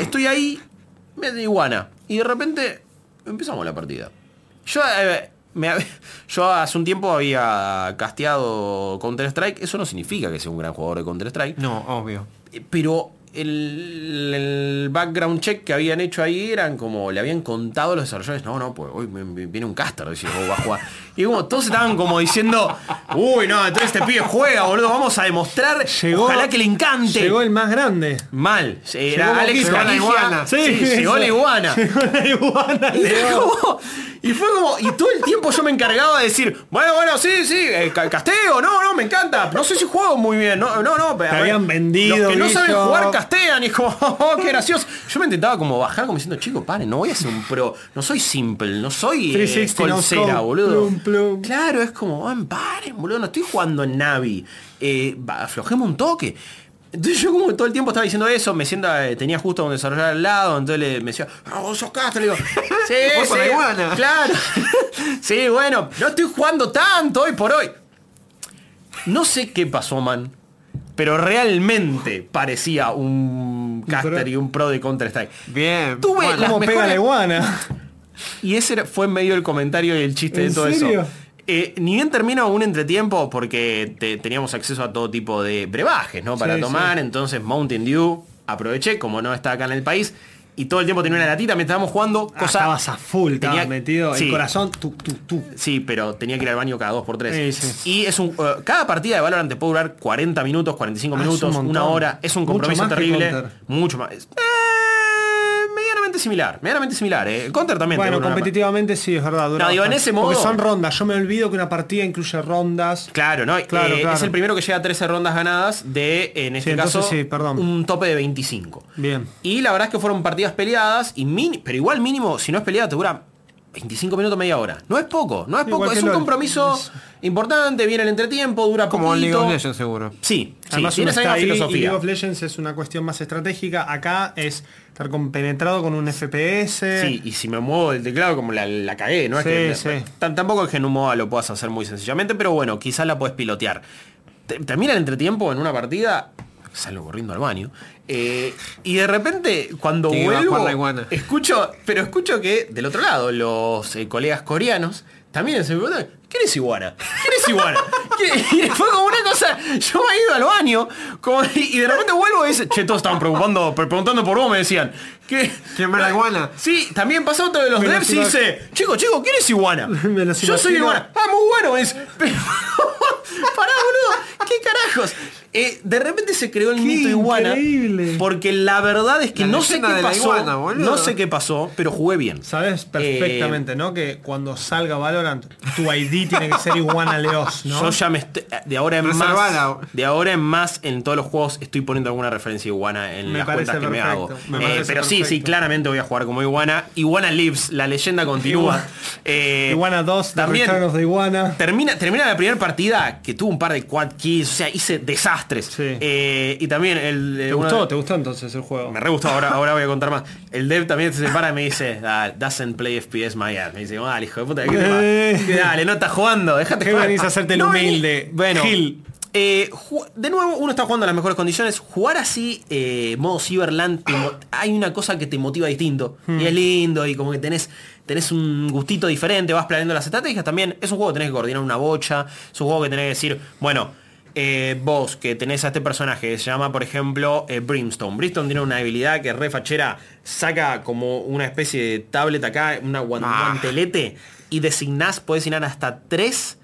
estoy ahí, me de iguana, y de repente empezamos la partida. Yo, eh, me hab- <laughs> yo hace un tiempo había casteado Counter-Strike, eso no significa que sea un gran jugador de Counter-Strike, No, obvio. eh, pero el, el background check que habían hecho ahí eran como le habían contado a los desarrolladores no no pues hoy me- me viene un caster decía vos vas a jugar y como todos estaban como diciendo uy no entonces este pibe juega boludo vamos a demostrar ojalá que le encante Llegó el más grande. mal era Llegó Alex Boquita. Canigia. Llegó la iguana. Sí, Sí, llegó eso. la iguana la iguana, y fue como- Y fue como, y todo el tiempo yo me encargaba de decir, bueno, bueno, sí, sí, eh, ca- casteo, no, no, me encanta, no sé si juego muy bien, no, no, no, pero... habían vendido, Los que no saben Guillo. jugar castean, y es como, <laughs> oh, qué gracioso. Yo me intentaba como bajar como diciendo, chico, pare, no voy a ser un pro, no soy simple, no soy eh, 360 no colcera, scope, boludo. plum, plum. Claro, es como, van, paren, boludo, no estoy jugando en Navi. Eh, va, aflojemos un toque. Entonces <laughs> yo como que todo el tiempo estaba diciendo eso, me sienta, eh, tenía justo a un desarrollador al lado, entonces le, me decía, ah, vos sos Castro, <laughs> le digo, sí, Vos sos sí, la iguana. claro. <laughs> sí, bueno, no estoy jugando tanto hoy por hoy. No sé qué pasó, man, pero realmente parecía un caster pro. y un pro de Counter-Strike. Bien. Tuve Bueno, las ¿Cómo pega mejores- la iguana? Y ese era- fue en medio el comentario y el chiste de ¿En todo serio? eso. Eh, ni bien termina un entretiempo porque te- teníamos acceso a todo tipo de brebajes, ¿no? Para Sí, tomar, entonces Mountain Dew aproveché, como no está acá en el país, y todo el tiempo tenía una latita, me estábamos jugando, Ah, cosa... estabas a full, estabas tenía- metido. sí. El corazón, tú, tú, tú. Sí, pero tenía que ir al baño cada dos por tres. Sí, sí. Y es un eh, cada partida de Valorant te puede durar 40 minutos, 45 Ah, es un minutos, una montón. hora. Es un Mucho compromiso más que terrible. Counter. Mucho más. Es- eh, medianamente similar. Medianamente similar. eh. Counter también. Bueno, tiene una- competitivamente sí, es verdad. dura No, digo, en bastante. ese modo- Porque son rondas. Yo me olvido que una partida incluye rondas. Claro, ¿no? Claro, Eh, claro. Es el primero que llega a 13 rondas ganadas de, en este entonces caso, sí, perdón. un tope de 25. Bien. Y la verdad es que fueron partidas peleadas, y mini- pero igual mínimo, si no es peleada, te dura 25 minutos, media hora. No es poco, no es poco. Igual que es un LOL. compromiso importante, viene el entretiempo, dura Como en poquito. League of Legends, seguro. Sí, sí, Además, tiene uno esa está misma ahí y filosofía. League of Legends es una cuestión más estratégica. Acá es estar compenetrado con un FPS. Sí, y si me muevo del teclado como la, la cagué, ¿no? Sí, es que, sí. tam- Tampoco es que en un MOBA lo puedas hacer muy sencillamente, pero bueno, quizás la puedes pilotear. Te- Termina el entretiempo en una partida, salgo corriendo al baño, eh, y de repente cuando Sí, va a jugar la vuelvo, iguana. escucho, pero escucho que del otro lado los eh, colegas coreanos también se preguntan, ¿quién es Iguana? ¿Quién es <laughs> Iguana? ¿Quién- y fue como una cosa, yo me he ido al baño, como, y de repente vuelvo y dice, che, todos estaban preocupando, preguntando por vos, me decían, ¿qué? ¿Quién es la iguana? Sí, también pasa otro de los Me lo devs y imag- dice, chico, chico, ¿quién es iguana? <laughs> Me lo Yo soy imagino. iguana. Ah, muy bueno es. <laughs> Pero, pará, boludo. ¿Qué carajos? Eh, de repente se creó el mito iguana. increíble. Porque la verdad es que La no sé leyenda qué de la pasó. iguana, boludo. no sé qué pasó, pero jugué bien. Eh, Sabes perfectamente, ¿no? Que cuando salga Valorant, tu ID tiene que ser iguana Leos, ¿no? <laughs> Yo ya me estoy, de ahora en más Reservala. de ahora en más en todos los juegos estoy poniendo alguna referencia iguana en Me las parece cuentas que me hago. perfecto, me Eh, parece pero sí, sí, perfecto. claramente voy a jugar como iguana. Iguana lives, la leyenda continúa. Iguana- <laughs> Eh, Iguana 2, también también. de Iguana. Termina, termina la primera partida que tuvo un par de quad kills, o sea, hice desastres. Sí. Eh, y también el. ¿Te gustó? ¿Te gustó entonces el juego? Me re gustó, ahora, ahora voy a contar más. El dev también se separa y me dice, "Ah, doesn't play FPS my ass. Me dice, vale, hijo de puta, ¿qué te Eh. pasa? <laughs> Dale, no estás jugando, déjate ¿Qué jugar. venís a hacerte el vení. humilde, Bueno. Gil? eh, ju- de nuevo, uno está jugando en las mejores condiciones. Jugar así, eh, modo Cyberland, te mo- hay una cosa que te motiva distinto. Y es lindo, y como que tenés, tenés un gustito diferente, vas planeando las estrategias también. Es un juego que tenés que coordinar una bocha, es un juego que tenés que decir, bueno, eh, vos que tenés a este personaje, que se llama por ejemplo eh, Brimstone. Brimstone tiene una habilidad que es re fachera, saca como una especie de tablet acá, una guan- Ah. guantelete, y designás, podés designar hasta tres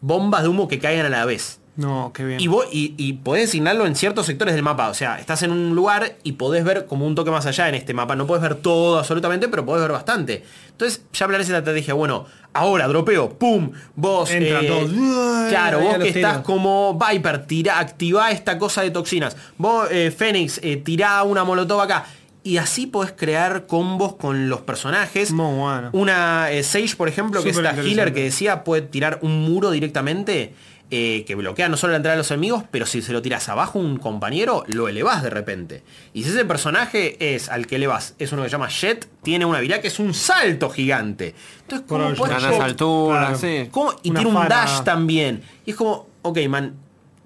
bombas de humo que caigan a la vez. No, qué bien. Y, vos, y, y podés designarlo en ciertos sectores del mapa. O sea, estás en un lugar y podés ver como un toque más allá en este mapa. No podés ver todo absolutamente, pero podés ver bastante. Entonces ya planeas esa estrategia. Bueno, ahora dropeo, pum, vos... eh, Entra todo. Claro, Ahí vos a los que estás tiros. como Viper, tira, activá esta cosa de toxinas. Vos, eh, Fénix, eh, tirá una molotov acá. Y así podés crear combos con los personajes. Muy bueno. Una eh, Sage, por ejemplo, que es Súper la healer interesante. que decía, puede tirar un muro directamente eh, que bloquea no solo la entrada de los enemigos, pero si se lo tiras abajo a un compañero, lo elevás de repente. Y si ese personaje es al que elevas, es uno que se llama Jet, tiene una habilidad que es un salto gigante. Entonces, ¿cómo Correcto. podés Ganas yo- altura, claro. sí. ¿Cómo? Y Una tiene un fana. dash también. Y es como, ok, man,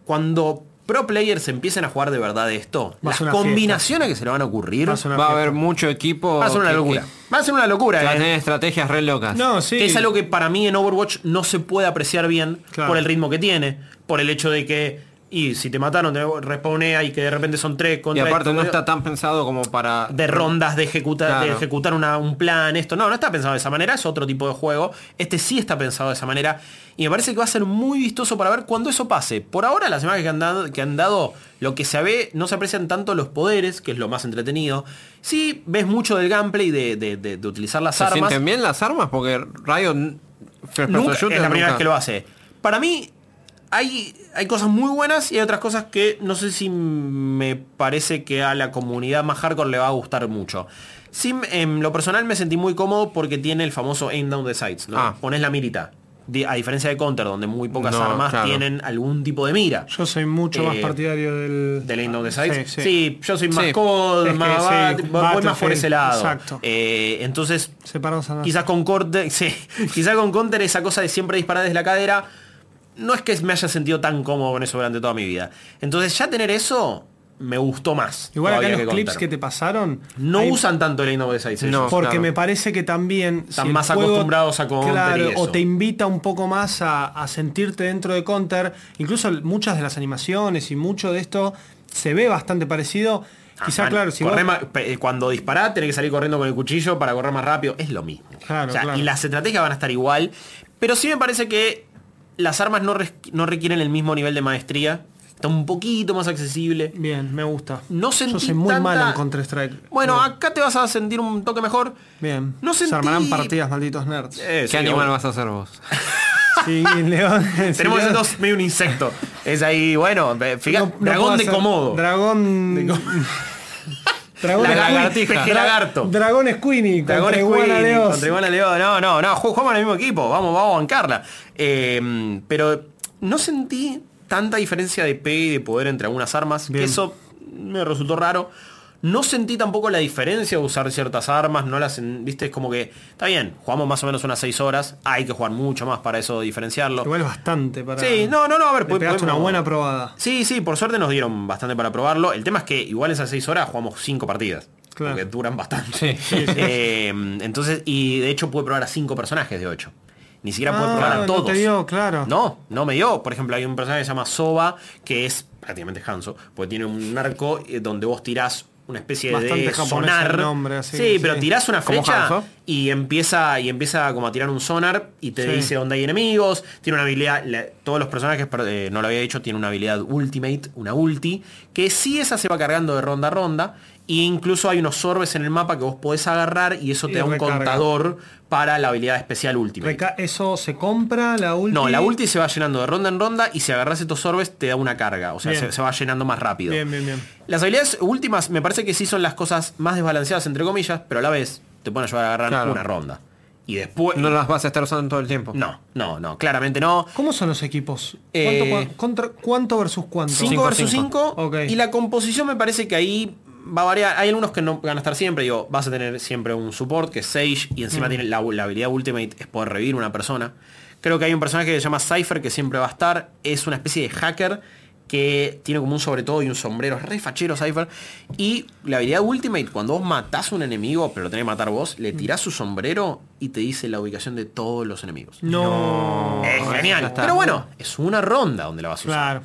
cuando pro players empiecen a jugar de verdad esto, Va a las ser una fiesta. combinaciones que se le van a ocurrir, Va a ser una va Va a haber mucho equipo. a ser una que- locura. que- Va a ser una que Va locura. a eh. tener estrategias re locas. No, sí. Que es algo que para mí en Overwatch no se puede apreciar bien Claro. por el ritmo que tiene, por el hecho de que, y si te mataron, te respawnea y que de repente son tres y contra aparte esto, no boludo, está tan pensado como para... de rondas de ejecutar, de Claro. ejecutar una- un plan, esto. No, no está pensado de esa manera, es otro tipo de juego. Este sí está pensado de esa manera. Y me parece que va a ser muy vistoso para ver cuando eso pase. Por ahora las imágenes que han dado, que han dado lo que se ve, no se aprecian tanto los poderes, que es lo más entretenido. Sí, ves mucho del gameplay de, de- de- de utilizar las ¿Se armas. sienten bien las armas? Porque Riot... first person Nunca- es la shooter primera nunca- vez que lo hace. Para mí hay, hay cosas muy buenas y hay otras cosas que no sé si me parece que a la comunidad más hardcore le va a gustar mucho. Sim, en lo personal me sentí muy cómodo porque tiene el famoso aim down the sights. ¿no? Ah. Pones la mirita. Di- A diferencia de Counter, donde muy pocas No, armas claro. tienen algún tipo de mira. Yo soy mucho más Eh, partidario del. Del aim down the sights. Sí, sí. Sí, yo soy más Sí. cold, Es que más sí, bat- voy más por Battlefield, ese lado. exacto. Eh, entonces Separamos a Quizás con Counter, <laughs> sí, quizás con Counter esa cosa de siempre disparar desde la cadera, no es que me haya sentido tan cómodo con eso durante toda mi vida. Entonces ya tener eso me gustó más. Igual acá todavía los clips Counter. que te pasaron. no hay- usan tanto el Inno de 6 No. Porque claro. me parece que también. Están el más acostumbrados a Counter y Claro, eso. o te invita un poco más a, a sentirte dentro de Counter. Incluso l- muchas de las animaciones y mucho de esto se ve bastante parecido. Ah, Quizá, claro, si vos- eh, cuando disparás tenés que salir corriendo con el cuchillo para correr más rápido. Es lo mismo. Claro, O sea, claro. Y las estrategias van a estar igual. Pero sí me parece que las armas no, res- no requieren el mismo nivel de maestría. Está un poquito más accesible. Bien, me gusta. No Yo sentí soy muy tanta- malo en Counter-Strike. Bueno, Bien. acá te vas a sentir un toque mejor. Bien. no sentí- Se armarán partidas, malditos nerds. Eh, ¿Qué sí, animal obvio. vas a hacer vos? Sí, <laughs> León. sí, Tenemos León. esos dos medio un insecto. Es ahí, bueno, ve- fija- No- no puedo dragón de hacer- Komodo. Dragón. <laughs> dragón La Squid- lagartija. Dra- Lagarto. Dragón Squini. Dragón Dragón Iguana de Squid, Oz. contra Iguana Leoz. No, no, no, ju- jugamos en el mismo equipo. Vamos, vamos a bancarla. Eh, pero no sentí tanta diferencia de pegue y de poder entre algunas armas. Bien. Que eso me resultó raro. No sentí tampoco la diferencia de usar ciertas armas, no las, en- viste, es como que, está bien, jugamos más o menos unas 6 horas, hay que jugar mucho más para eso diferenciarlo. Igual es bastante para. Sí, no, no, no, a ver, Le pu- pegaste podemos- una buena probada. Sí, sí, por suerte nos dieron bastante para probarlo. El tema es que igual esas seis horas jugamos cinco partidas. Claro. Porque duran bastante. Sí, sí, <laughs> Eh, entonces, y de hecho pude probar a cinco personajes de ocho. Ni siquiera pude Ah, probar a no todos. te dio, claro. No, no me dio. Por ejemplo, hay un personaje que se llama Soba, que es prácticamente Hanzo, porque tiene un arco eh, donde vos tirás una especie Bastante de japonés sonar. el nombre, así sí, que pero sí. tirás una ¿Como flecha Hanzo? y empieza y empieza como a tirar un sonar y te Sí. dice dónde hay enemigos tiene una habilidad la- todos los personajes pero, eh, no lo había hecho tiene una habilidad ultimate una ulti que sí esa se va cargando de ronda a ronda e incluso hay unos orbes en el mapa que vos podés agarrar y eso te Y da un recarga. contador para la habilidad especial ultimate Reca- eso se compra, la última. no, la ulti se va llenando de ronda en ronda y si agarras estos orbes te da una carga, o sea, Bien. se, se va llenando más rápido. Bien, bien, bien. Las habilidades últimas me parece que sí son las cosas más desbalanceadas, entre comillas, pero a la vez te pueden ayudar a agarrar Claro. una ronda. Y después... No las vas a estar usando todo el tiempo. No, no, no, claramente no. ¿Cómo son los equipos? ¿Cuánto, Eh, cua- contra- cuánto versus cuánto? 5 versus cinco. 5. Ok. Y la composición me parece que ahí va a variar. Hay algunos que no van a estar siempre. Digo, vas a tener siempre un support que es Sage. Y encima tiene la, la habilidad Ultimate es poder revivir una persona. Creo que hay un personaje que se llama Cypher que siempre va a estar. Es una especie de hacker que tiene como un sobre todo y un sombrero. Es re fachero Cypher. Y la habilidad Ultimate, cuando vos matás a un enemigo, pero lo tenés que matar vos, le tirás su sombrero y te dice la ubicación de todos los enemigos. No. Es ya genial. está. Pero bueno, es una ronda donde la vas a usar. Claro.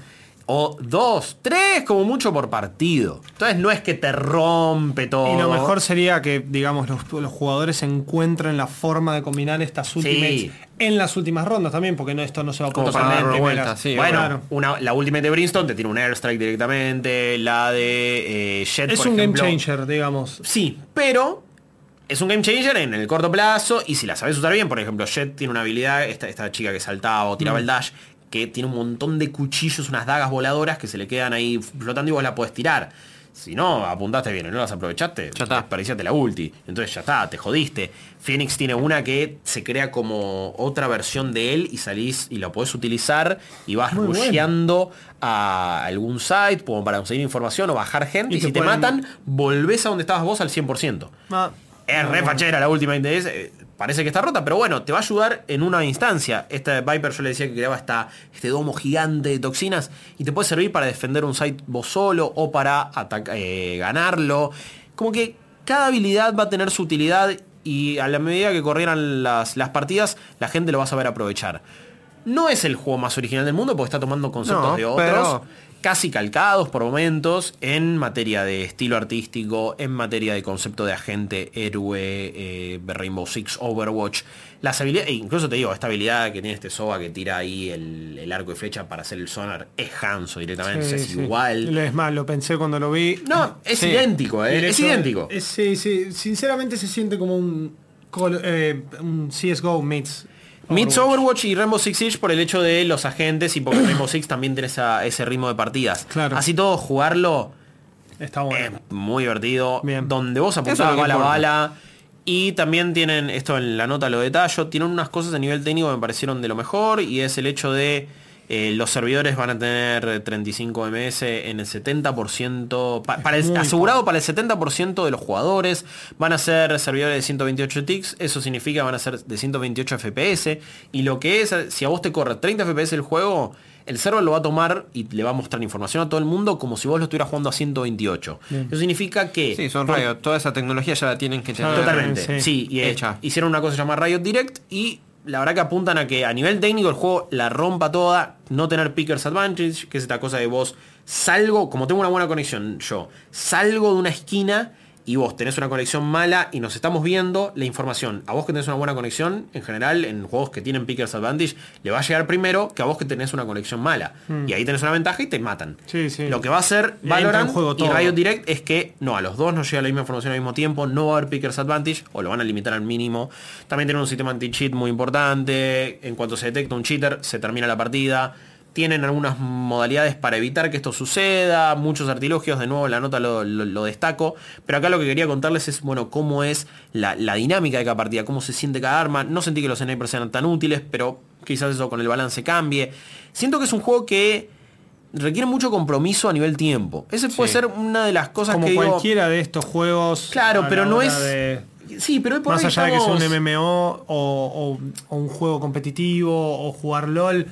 O dos, tres como mucho por partido. Entonces no es que te rompe todo. Y lo mejor sería que, digamos, los, los jugadores encuentren la forma de combinar estas últimas en las últimas rondas también, porque no, esto no se va a Como poder para sacar en darlo primeras. vuelta, sí, bueno, claro. una, la Ultimate de Brimstone te tiene un airstrike directamente, la de eh, Jet, Es por un game ejemplo. changer, digamos. Sí, pero es un game changer en el corto plazo y si la sabes usar bien, por ejemplo, Jet tiene una habilidad, esta, esta chica que saltaba o Mm. tiraba el dash, que tiene un montón de cuchillos, unas dagas voladoras que se le quedan ahí flotando y vos la podés tirar. Si no, apuntaste bien y no las aprovechaste, Ya está. desperdiciaste la ulti. Entonces ya está, te jodiste. Phoenix tiene una que se crea como otra versión de él y salís y la podés utilizar y vas Muy bueno. rusheando a algún site como para conseguir información o bajar gente. Y Y, te si te pueden- matan, volvés a donde estabas vos al 100%. Ah, Es re fachera la última interés. Parece que está rota, pero bueno, te va a ayudar en una instancia. Esta Viper yo le decía que creaba esta, este domo gigante de toxinas y te puede servir para defender un site vos solo o para ataca- eh, ganarlo. Como que cada habilidad va a tener su utilidad y a la medida que corrieran las, las partidas, la gente lo va a saber aprovechar. No es el juego más original del mundo porque está tomando conceptos No, de otros pero- casi calcados por momentos en materia de estilo artístico, en materia de concepto de agente, héroe, eh, Rainbow Six, Overwatch. Las habilidades, e incluso te digo, esta habilidad que tiene este Soba que tira ahí el, el arco y flecha para hacer el sonar es Hanzo directamente, o sea, sí, es sí. igual. Es más, lo pensé cuando lo vi. No, es Sí. idéntico, eh, El es hecho de- idéntico. es- sí, sí, sinceramente se siente como un, col- eh, un CSGO meets. Meets Overwatch. Overwatch y Rainbow Six Siege por el hecho de los agentes y porque Rainbow Six también tiene esa- ese ritmo de partidas. Claro. Así todo, jugarlo Está Es bueno. muy divertido. Bien. Donde vos apuntás Eso es lo que bala a importa. bala. Y también tienen, esto en la nota lo detallo, tienen unas cosas a nivel técnico que me parecieron de lo mejor y es el hecho de eh, los servidores van a tener 35 MS en el 70%, pa- para el- muy asegurado para el 70% de los jugadores, van a ser servidores de 128 ticks, eso significa van a ser de 128 FPS y lo que es, si a vos te corre 30 FPS el juego, el server lo va a tomar y le va a mostrar información a todo el mundo como si vos lo estuvieras jugando a 128. Eso significa que... Sí, son por- Riot. Toda esa tecnología ya la tienen que tener. Totalmente. Ah, sí. Sí, y eh, Hecha. hicieron una cosa llamada Riot Direct y la verdad que apuntan a que a nivel técnico el juego la rompa toda, no tener pickers advantage, que es esta cosa de vos salgo, como tengo una buena conexión yo, salgo de una esquina y vos tenés una conexión mala y nos estamos viendo la información. A vos que tenés una buena conexión, en general, en juegos que tienen pickers advantage, le va a llegar primero que a vos que tenés una conexión mala. Y ahí tenés una ventaja y te matan. Hmm. Sí, sí. Lo que va a hacer Y ahí entra en Valorant juego y todo. Riot Direct es que no, a los dos no llega la misma información al mismo tiempo, no va a haber Pickers Advantage o lo van a limitar al mínimo. También tienen un sistema anti-cheat muy importante. En cuanto se detecta un cheater, se termina la partida. Tienen algunas modalidades para evitar que esto suceda, muchos artilugios, de nuevo en la nota lo, lo- lo destaco, pero acá lo que quería contarles es, bueno, cómo es la, la dinámica de cada partida, cómo se siente cada arma, no sentí que los snipers sean tan útiles, pero quizás eso con el balance cambie. Siento que es un juego que requiere mucho compromiso a nivel tiempo. Ese puede ser una de las cosas Como que digo, cualquiera de estos juegos. a claro, la pero no hora es de- Sí, pero hoy por más hoy allá de que sea estamos- un MMO o, o- o un juego competitivo o jugar LOL,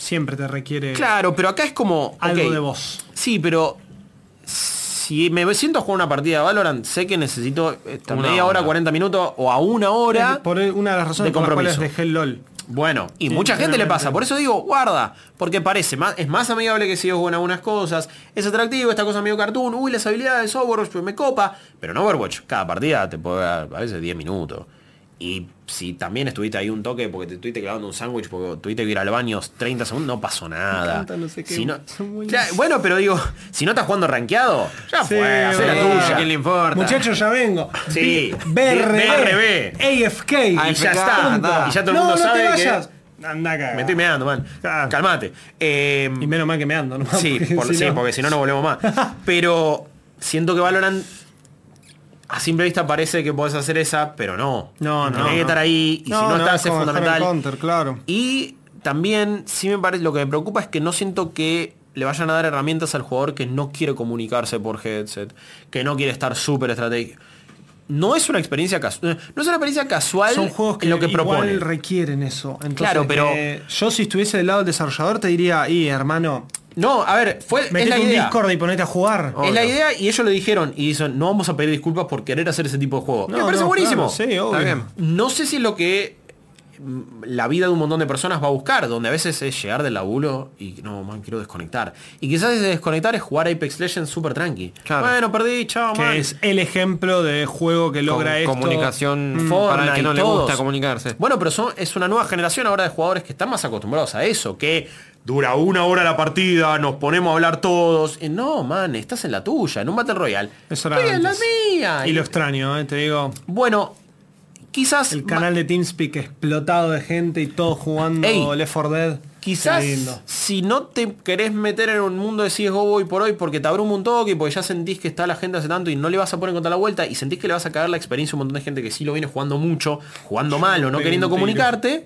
siempre te requiere Claro, pero acá es como algo ok, de vos. Sí, pero si me siento a jugar una partida de Valorant, sé que necesito eh, Una media hora, hora. 40 minutos o a una hora. Eh, Por una de las razones de por las cuales compromiso. dejé el LOL. Bueno, y mucha gente le pasa. Por eso digo, guarda. Porque parece, más, es más amigable que si es buena algunas cosas. Es atractivo, esta cosa medio cartoon. Uy, las habilidades, Overwatch, pues me copa. Pero en Overwatch, cada partida te puede dar a veces 10 minutos. Y si también estuviste ahí un toque porque te estuviste clavando un sándwich, porque tuviste que ir al baño 30 segundos, no pasó nada. encanta, no sé qué, Si no- <laughs> son buenos. Claro, bueno, pero digo, si no estás jugando rankeado, ya Sí, Ah, fue, hacé la Sí, boludo. tuya. ¿a quién le importa? Muchachos, ya vengo. Sí. BRB. AFK. Ah, Y ya está. Anda. Y ya todo el no, mundo no sabe te que- vayas. Anda acá. Me estoy meando, man. Claro. Calmate. Eh, Y menos mal que me ando, Ah, ¿no? Sí, por- sí, <laughs> porque si no, no volvemos <laughs> más. Pero siento que Valorant a simple vista parece que podés hacer esa, pero no. No, no, Tenés que no. estar ahí y No, si no, no, estás es es como dejar el fundamental. counter, claro. Y también sí me parece lo que me preocupa es que no siento que le vayan a dar herramientas al jugador que no quiere comunicarse por headset, que no quiere estar súper estratégico. No es una experiencia casual. No es una experiencia casual Son juegos que, en lo que igual propone. requieren eso. Entonces, Claro, pero- eh, yo si estuviese del lado del desarrollador te diría, y hermano, No, a ver, fue es metete la un idea. Discord y ponete a jugar. Es la idea y ellos lo dijeron y dicen, no vamos a pedir disculpas por querer hacer ese tipo de juego. No, Me parece no, buenísimo. claro, sí, obvio. Está bien. No sé si es lo que mm, la vida de un montón de personas va a buscar, donde a veces es llegar del laburo y no, man, quiero desconectar. Y quizás ese desconectar es jugar Apex Legends súper tranqui. Claro. Bueno, perdí, chao, man. Que es el ejemplo de juego que logra Com- esto. comunicación Mm. para el Fortnite, que no le gusta todos. comunicarse. Bueno, pero son- es una nueva generación ahora de jugadores que están más acostumbrados a eso, que dura una hora la partida, nos ponemos a hablar todos. Y no, man, estás en la tuya, en un Battle Royale. Eso era Estoy en la antes. mía. Y lo extraño, eh, te digo. Bueno, quizás... El canal de TeamSpeak explotado de gente y todos jugando Ey. Left 4 Dead. Quizás Qué lindo. si no te querés meter en un mundo de CSGO hoy por hoy porque te abruma un toque, porque ya sentís que está la gente hace tanto y no le vas a poner contra la vuelta y sentís que le vas a cagar la experiencia a un montón de gente que sí lo viene jugando mucho, jugando mal o no pegué queriendo un tiro. comunicarte,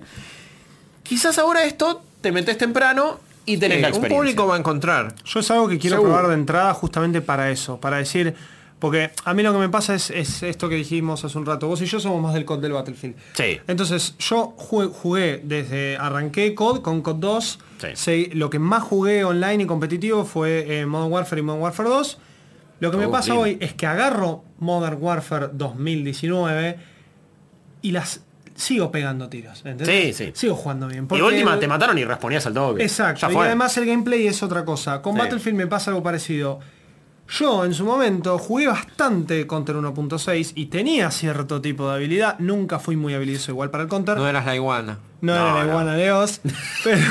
quizás ahora esto te metes temprano y tenés la Eh, un experiencia. público va a encontrar. Yo es algo que quiero Seguro. probar de entrada justamente para eso, para decir, porque a mí lo que me pasa es, es esto que dijimos hace un rato, vos y yo somos más del COD del Battlefield. Sí. Entonces, yo jugué, jugué desde, arranqué COD con COD 2, Sí. se- lo que más jugué online y competitivo fue eh, Modern Warfare y Modern Warfare 2. Lo que me Oh, pasa lindo. hoy es que agarro Modern Warfare 2019 y las sigo pegando tiros, ¿entendés? Sí, sí. Sigo jugando bien. Y porque última, el- te mataron y respondías al toque. Ya Exacto. Y fue. además el gameplay es otra cosa. Con Sí. Battlefield me pasa algo parecido. Yo en su momento jugué bastante Counter 1.6 y tenía cierto tipo de habilidad. Nunca fui muy habilidoso igual para el Counter. No No, eras la iguana. no, era la no. iguana de Oz. <laughs> <laughs> Pero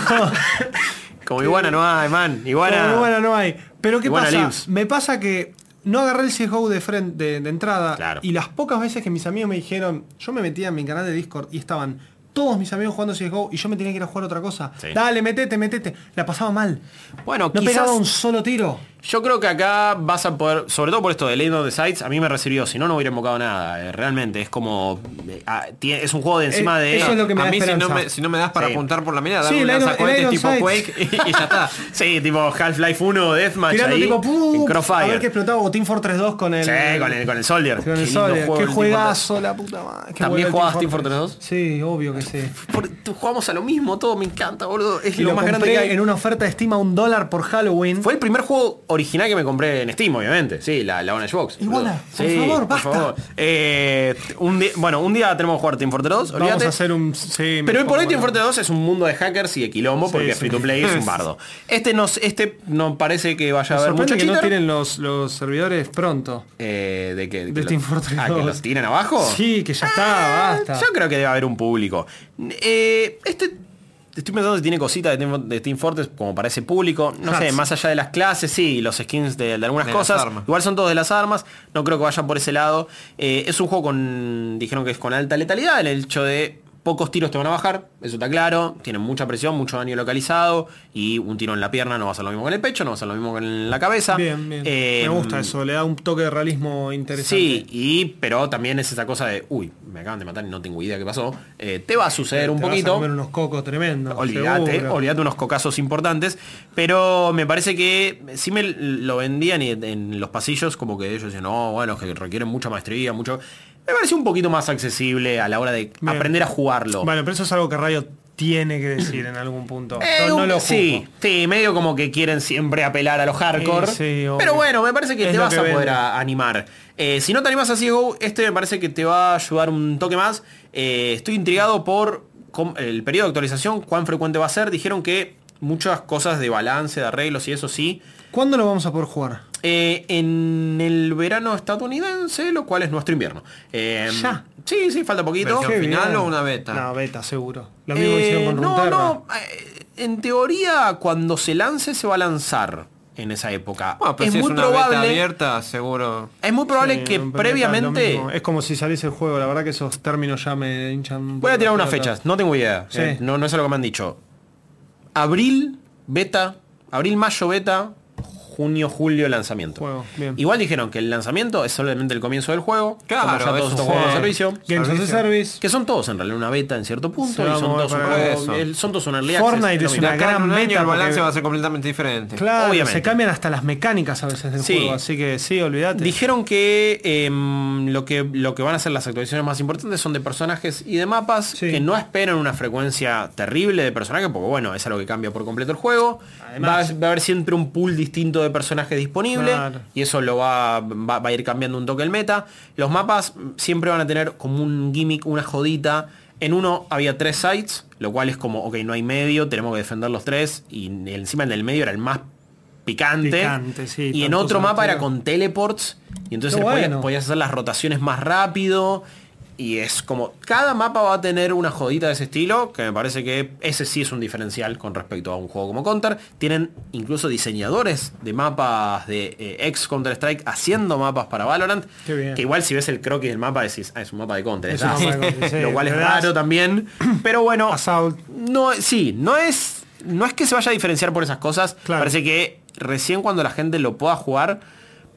Como iguana no hay, man. Iguana... Pero bueno, no hay. Pero ¿qué Iguana pasa? lives. Me pasa que no agarré el CSGO de, fren- de, de entrada Claro. y las pocas veces que mis amigos me dijeron, yo me metía en mi canal de Discord y estaban todos mis amigos jugando CSGO y yo me tenía que ir a jugar otra cosa. Sí. Dale, metete, metete. La pasaba mal. Bueno, no quizás- pegaba un solo tiro. Yo creo que acá vas a poder, sobre todo por esto de Legend of the Sites, a mí me recibió, si no, no hubiera invocado nada. eh, realmente, es como... eh, ah, tie- es un juego de encima Eh, de... eso <laughs> es lo que me a da mí si no, esperanza. me, si no me das para Sí. apuntar por la mirada, Sí, dame el un Iron- lanzacohetes el este tipo Iron Quake y, y ya está. Sí, tipo Half-Life 1, Deathmatch Tirando ahí, tipo, ¡pum! en a Crossfire. ver que explotaba o Team Fortress 2 con el... Sí, con el, con el Soldier. con el Qué lindo Soldier. juego Qué el Team Fortress. juegazo, la puta madre. Qué ¿También bueno el jugabas Team Fortress 2? Sí, obvio que sí. Por- tú- jugamos a lo mismo, todo me encanta, boludo. Es Y lo, más grande que hay. en una oferta de Steam a un dólar por Halloween. Fue el primer juego original que me compré en Steam, obviamente. Sí, la, la Orange Box. boludo. Iguala, por Sí, favor, basta. Eh, un di- bueno, un día tenemos que jugar Team Fortress 2, Vamos olvídate. a hacer un... Sí, Pero hoy por hoy Team Fortress Fortress 2 es un mundo de hackers y de quilombo Sí, porque sí. Free to Play <laughs> es un bardo. Este no, este no parece que vaya a haber mucho sorprende que no cheater. tienen los, los servidores pronto. Eh, ¿De qué? De que Team lo- Fortress Ah, que 2. los tiran abajo. Sí, que ya está, Ah, basta. Yo creo que debe haber un público. Eh, este. Estoy pensando si tiene cositas de Team, de Team Fortress como para ese público. No sé, Hats. más allá de las clases, sí, los skins de, de algunas De las cosas. armas. Igual son todos de las armas. No creo que vayan por ese lado. Eh, es un juego con. Dijeron que es con alta letalidad. El hecho de pocos tiros te van a bajar. Eso está claro. Tienen mucha presión, mucho daño localizado. Y un tiro en la pierna no va a ser lo mismo con el pecho, no va a ser lo mismo con la cabeza. Bien, bien. Eh, Me gusta eso, le da un toque de realismo interesante. Sí, y, pero también es esa cosa de, uy, me acaban de matar y no tengo idea qué pasó. Eh, te va a suceder un Te vas a poquito. comer unos cocos tremendos. Olvídate, seguro. olvídate unos cocazos importantes, pero me parece que sí me lo vendían y en los pasillos como que ellos dicen, no, bueno, que requieren mucha maestría, mucho... Me parece un poquito más accesible a la hora de Bien. aprender a jugarlo. Bueno, pero eso es algo que Rayo tiene que decir en algún punto. Eh, Yo no un- lo sí, juzgo. sí, medio como que quieren siempre apelar a los hardcore. Sí, sí, obvio. pero bueno, me parece que Es te lo vas que a poder vende. a- animar. Eh, si no te animas a CSGO, este me parece que te va a ayudar un toque más. Eh, estoy intrigado por com- el periodo de actualización, cuán frecuente va a ser. Dijeron que muchas cosas de balance, de arreglos y eso sí. ¿Cuándo lo vamos a poder jugar? Eh, en el verano estadounidense, lo cual es nuestro invierno. Eh, Ya. Sí, sí, falta poquito. Versión Qué final bien. o una beta? No, beta, seguro. Lo mismo que Eh, hicieron con no, Runeterra. no. eh, En teoría, cuando se lance, se va a lanzar en esa época. Bueno, pero es, si muy es una probable, beta abierta, seguro. es muy probable Sí, que no, pero previamente... es lo mismo. Es como si saliese el juego, la verdad que esos términos ya me hinchan. un Voy a poco tirar las unas pelotas. fechas, no tengo idea. Sí. Eh, no, no es lo que me han dicho. Abril, beta. Abril, mayo, beta. Junio, julio, lanzamiento. Juego, bien. Igual dijeron que el lanzamiento es solamente el comienzo del juego. Claro, como ya todos es un estos juego. juegos de servicio. Games as a Service. Que son todos en realidad una beta en cierto punto. Se y va a son mover todos, un para juego- eso. el- son todos una realidad. Fortnite lo es mismo. Una De acá en gran un año meta, el balance porque- va a ser completamente diferente. Claro, Obviamente. se cambian hasta las mecánicas a veces del Sí. juego, así que sí, olvídate. Dijeron que, em, lo que lo que van a ser las actualizaciones más importantes son de personajes y de mapas, Sí. que no esperan una frecuencia terrible de personajes, porque bueno, es algo que cambia por completo el juego. Además- va, a- va a haber siempre un pool distinto de personajes disponible, Claro. y eso lo va, va, va a ir cambiando un toque el meta. Los mapas mm, siempre van a tener como un gimmick, una jodita. En uno había tres sites, lo cual es como, ok, no hay medio, tenemos que defender los tres. Y encima el del medio era el más picante. Picante, sí, y en tantos otro mapa era agujeros. con teleports. Y entonces Qué podías- bueno. podías, hacer las rotaciones más rápido. Y es como, cada mapa va a tener una jodita de ese estilo, que me parece que ese sí es un diferencial con respecto a un juego como Counter. Tienen incluso diseñadores de mapas de eh, ex Counter-Strike haciendo mapas para Valorant. Qué bien. Que igual si ves el croquis del mapa decís, ah, es un mapa de Counter. Es un mapa de <laughs> Counter, sí, Lo cual es le das- raro también. Pero <clears throat> bueno, Assault. no, sí, no es, no es que se vaya a diferenciar por esas cosas. Claro. Parece que recién cuando la gente lo pueda jugar,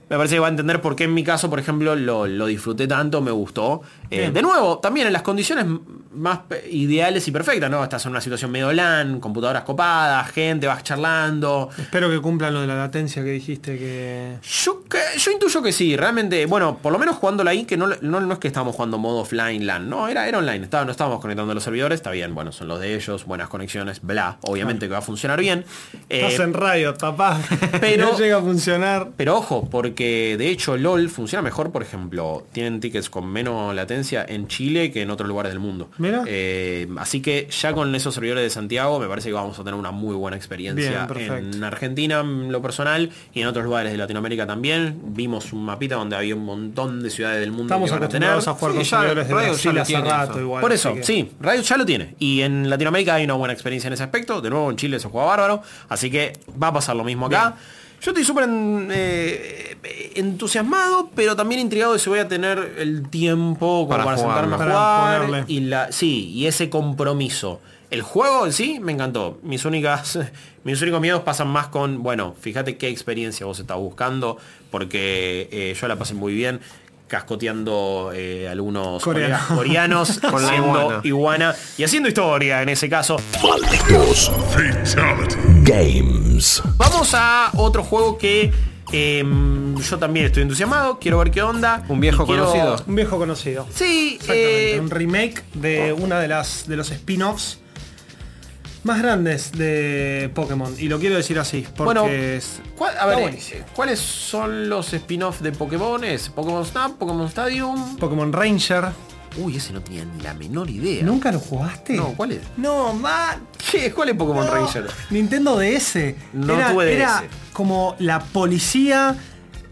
me parece que va a entender por qué en mi caso, por ejemplo, lo, lo disfruté tanto, me gustó. Eh, Bien. de nuevo, también en las condiciones m- más pe- ideales y perfectas, ¿no? Estás en una situación medio LAN, computadoras copadas, gente, vas charlando. Espero que cumplan lo de la latencia que dijiste que. Yo, que- yo intuyo que sí, realmente, bueno, por lo menos jugándola ahí, que no, no, no es que estábamos jugando modo offline LAN, no, era, era online, estaba, no estábamos conectando a los servidores, está bien, bueno, son los de ellos, buenas conexiones, bla, obviamente que va a funcionar bien. Eh, Estás en radio, <laughs> papá. pero- Mm, no llega a funcionar. pero ojo, porque de hecho LOL funciona mejor, por ejemplo, tienen tickets con menos latencia en Chile que en otros lugares del mundo. Mirá. Eh, así que ya con esos servidores de Santiago me parece que vamos a tener una muy buena experiencia Bien, perfecto. en Argentina, en lo personal, y en otros lugares de Latinoamérica también. Vimos un mapita donde había un montón de ciudades del mundo Estamos que van a tener. acostumbrados a, jugar Sí, con ya servidores de radio ya Brasil lo hace tiene rato eso. igual. Por así eso, que- sí, Radio ya lo tiene. Y en Latinoamérica hay una buena experiencia en ese aspecto. De nuevo, en Chile se juega bárbaro. Así que va a pasar lo mismo acá. Yo estoy súper en- eh, entusiasmado, pero también intrigado de si voy a tener el tiempo como para, Para sentarme jugarlo. a Para jugar. ponerle. y la, sí, y ese compromiso. El juego en sí me encantó. Mis únicas, <laughs> mis únicos miedos pasan más con, bueno, fíjate qué experiencia vos estás buscando, porque eh, yo la pasé muy bien cascoteando eh, algunos Coreano. colegas <laughs> coreanos Con la siendo iguana. iguana y haciendo historia en ese caso. Malditos Games. Vamos a otro juego que eh, yo también estoy entusiasmado, quiero ver qué onda. Un viejo y quiero- conocido. Un viejo conocido. Sí, Exactamente, eh, un remake de una de las de los spin-offs más grandes de Pokémon. Y lo quiero decir así, porque bueno, es. ¿cuál- a está ver, buenísimo. eh, ¿cuáles son los spin-offs de Pokémon? ¿Es Pokémon Snap, Pokémon Stadium? Pokémon Ranger. Uy, ese no tenía ni la menor idea. ¿Nunca lo jugaste? Eh, No, ¿cuál es? No, ma. ¿Qué? ¿Cuál es Pokémon no. Ranger? Nintendo DS. No era, tuve DS. era como la policía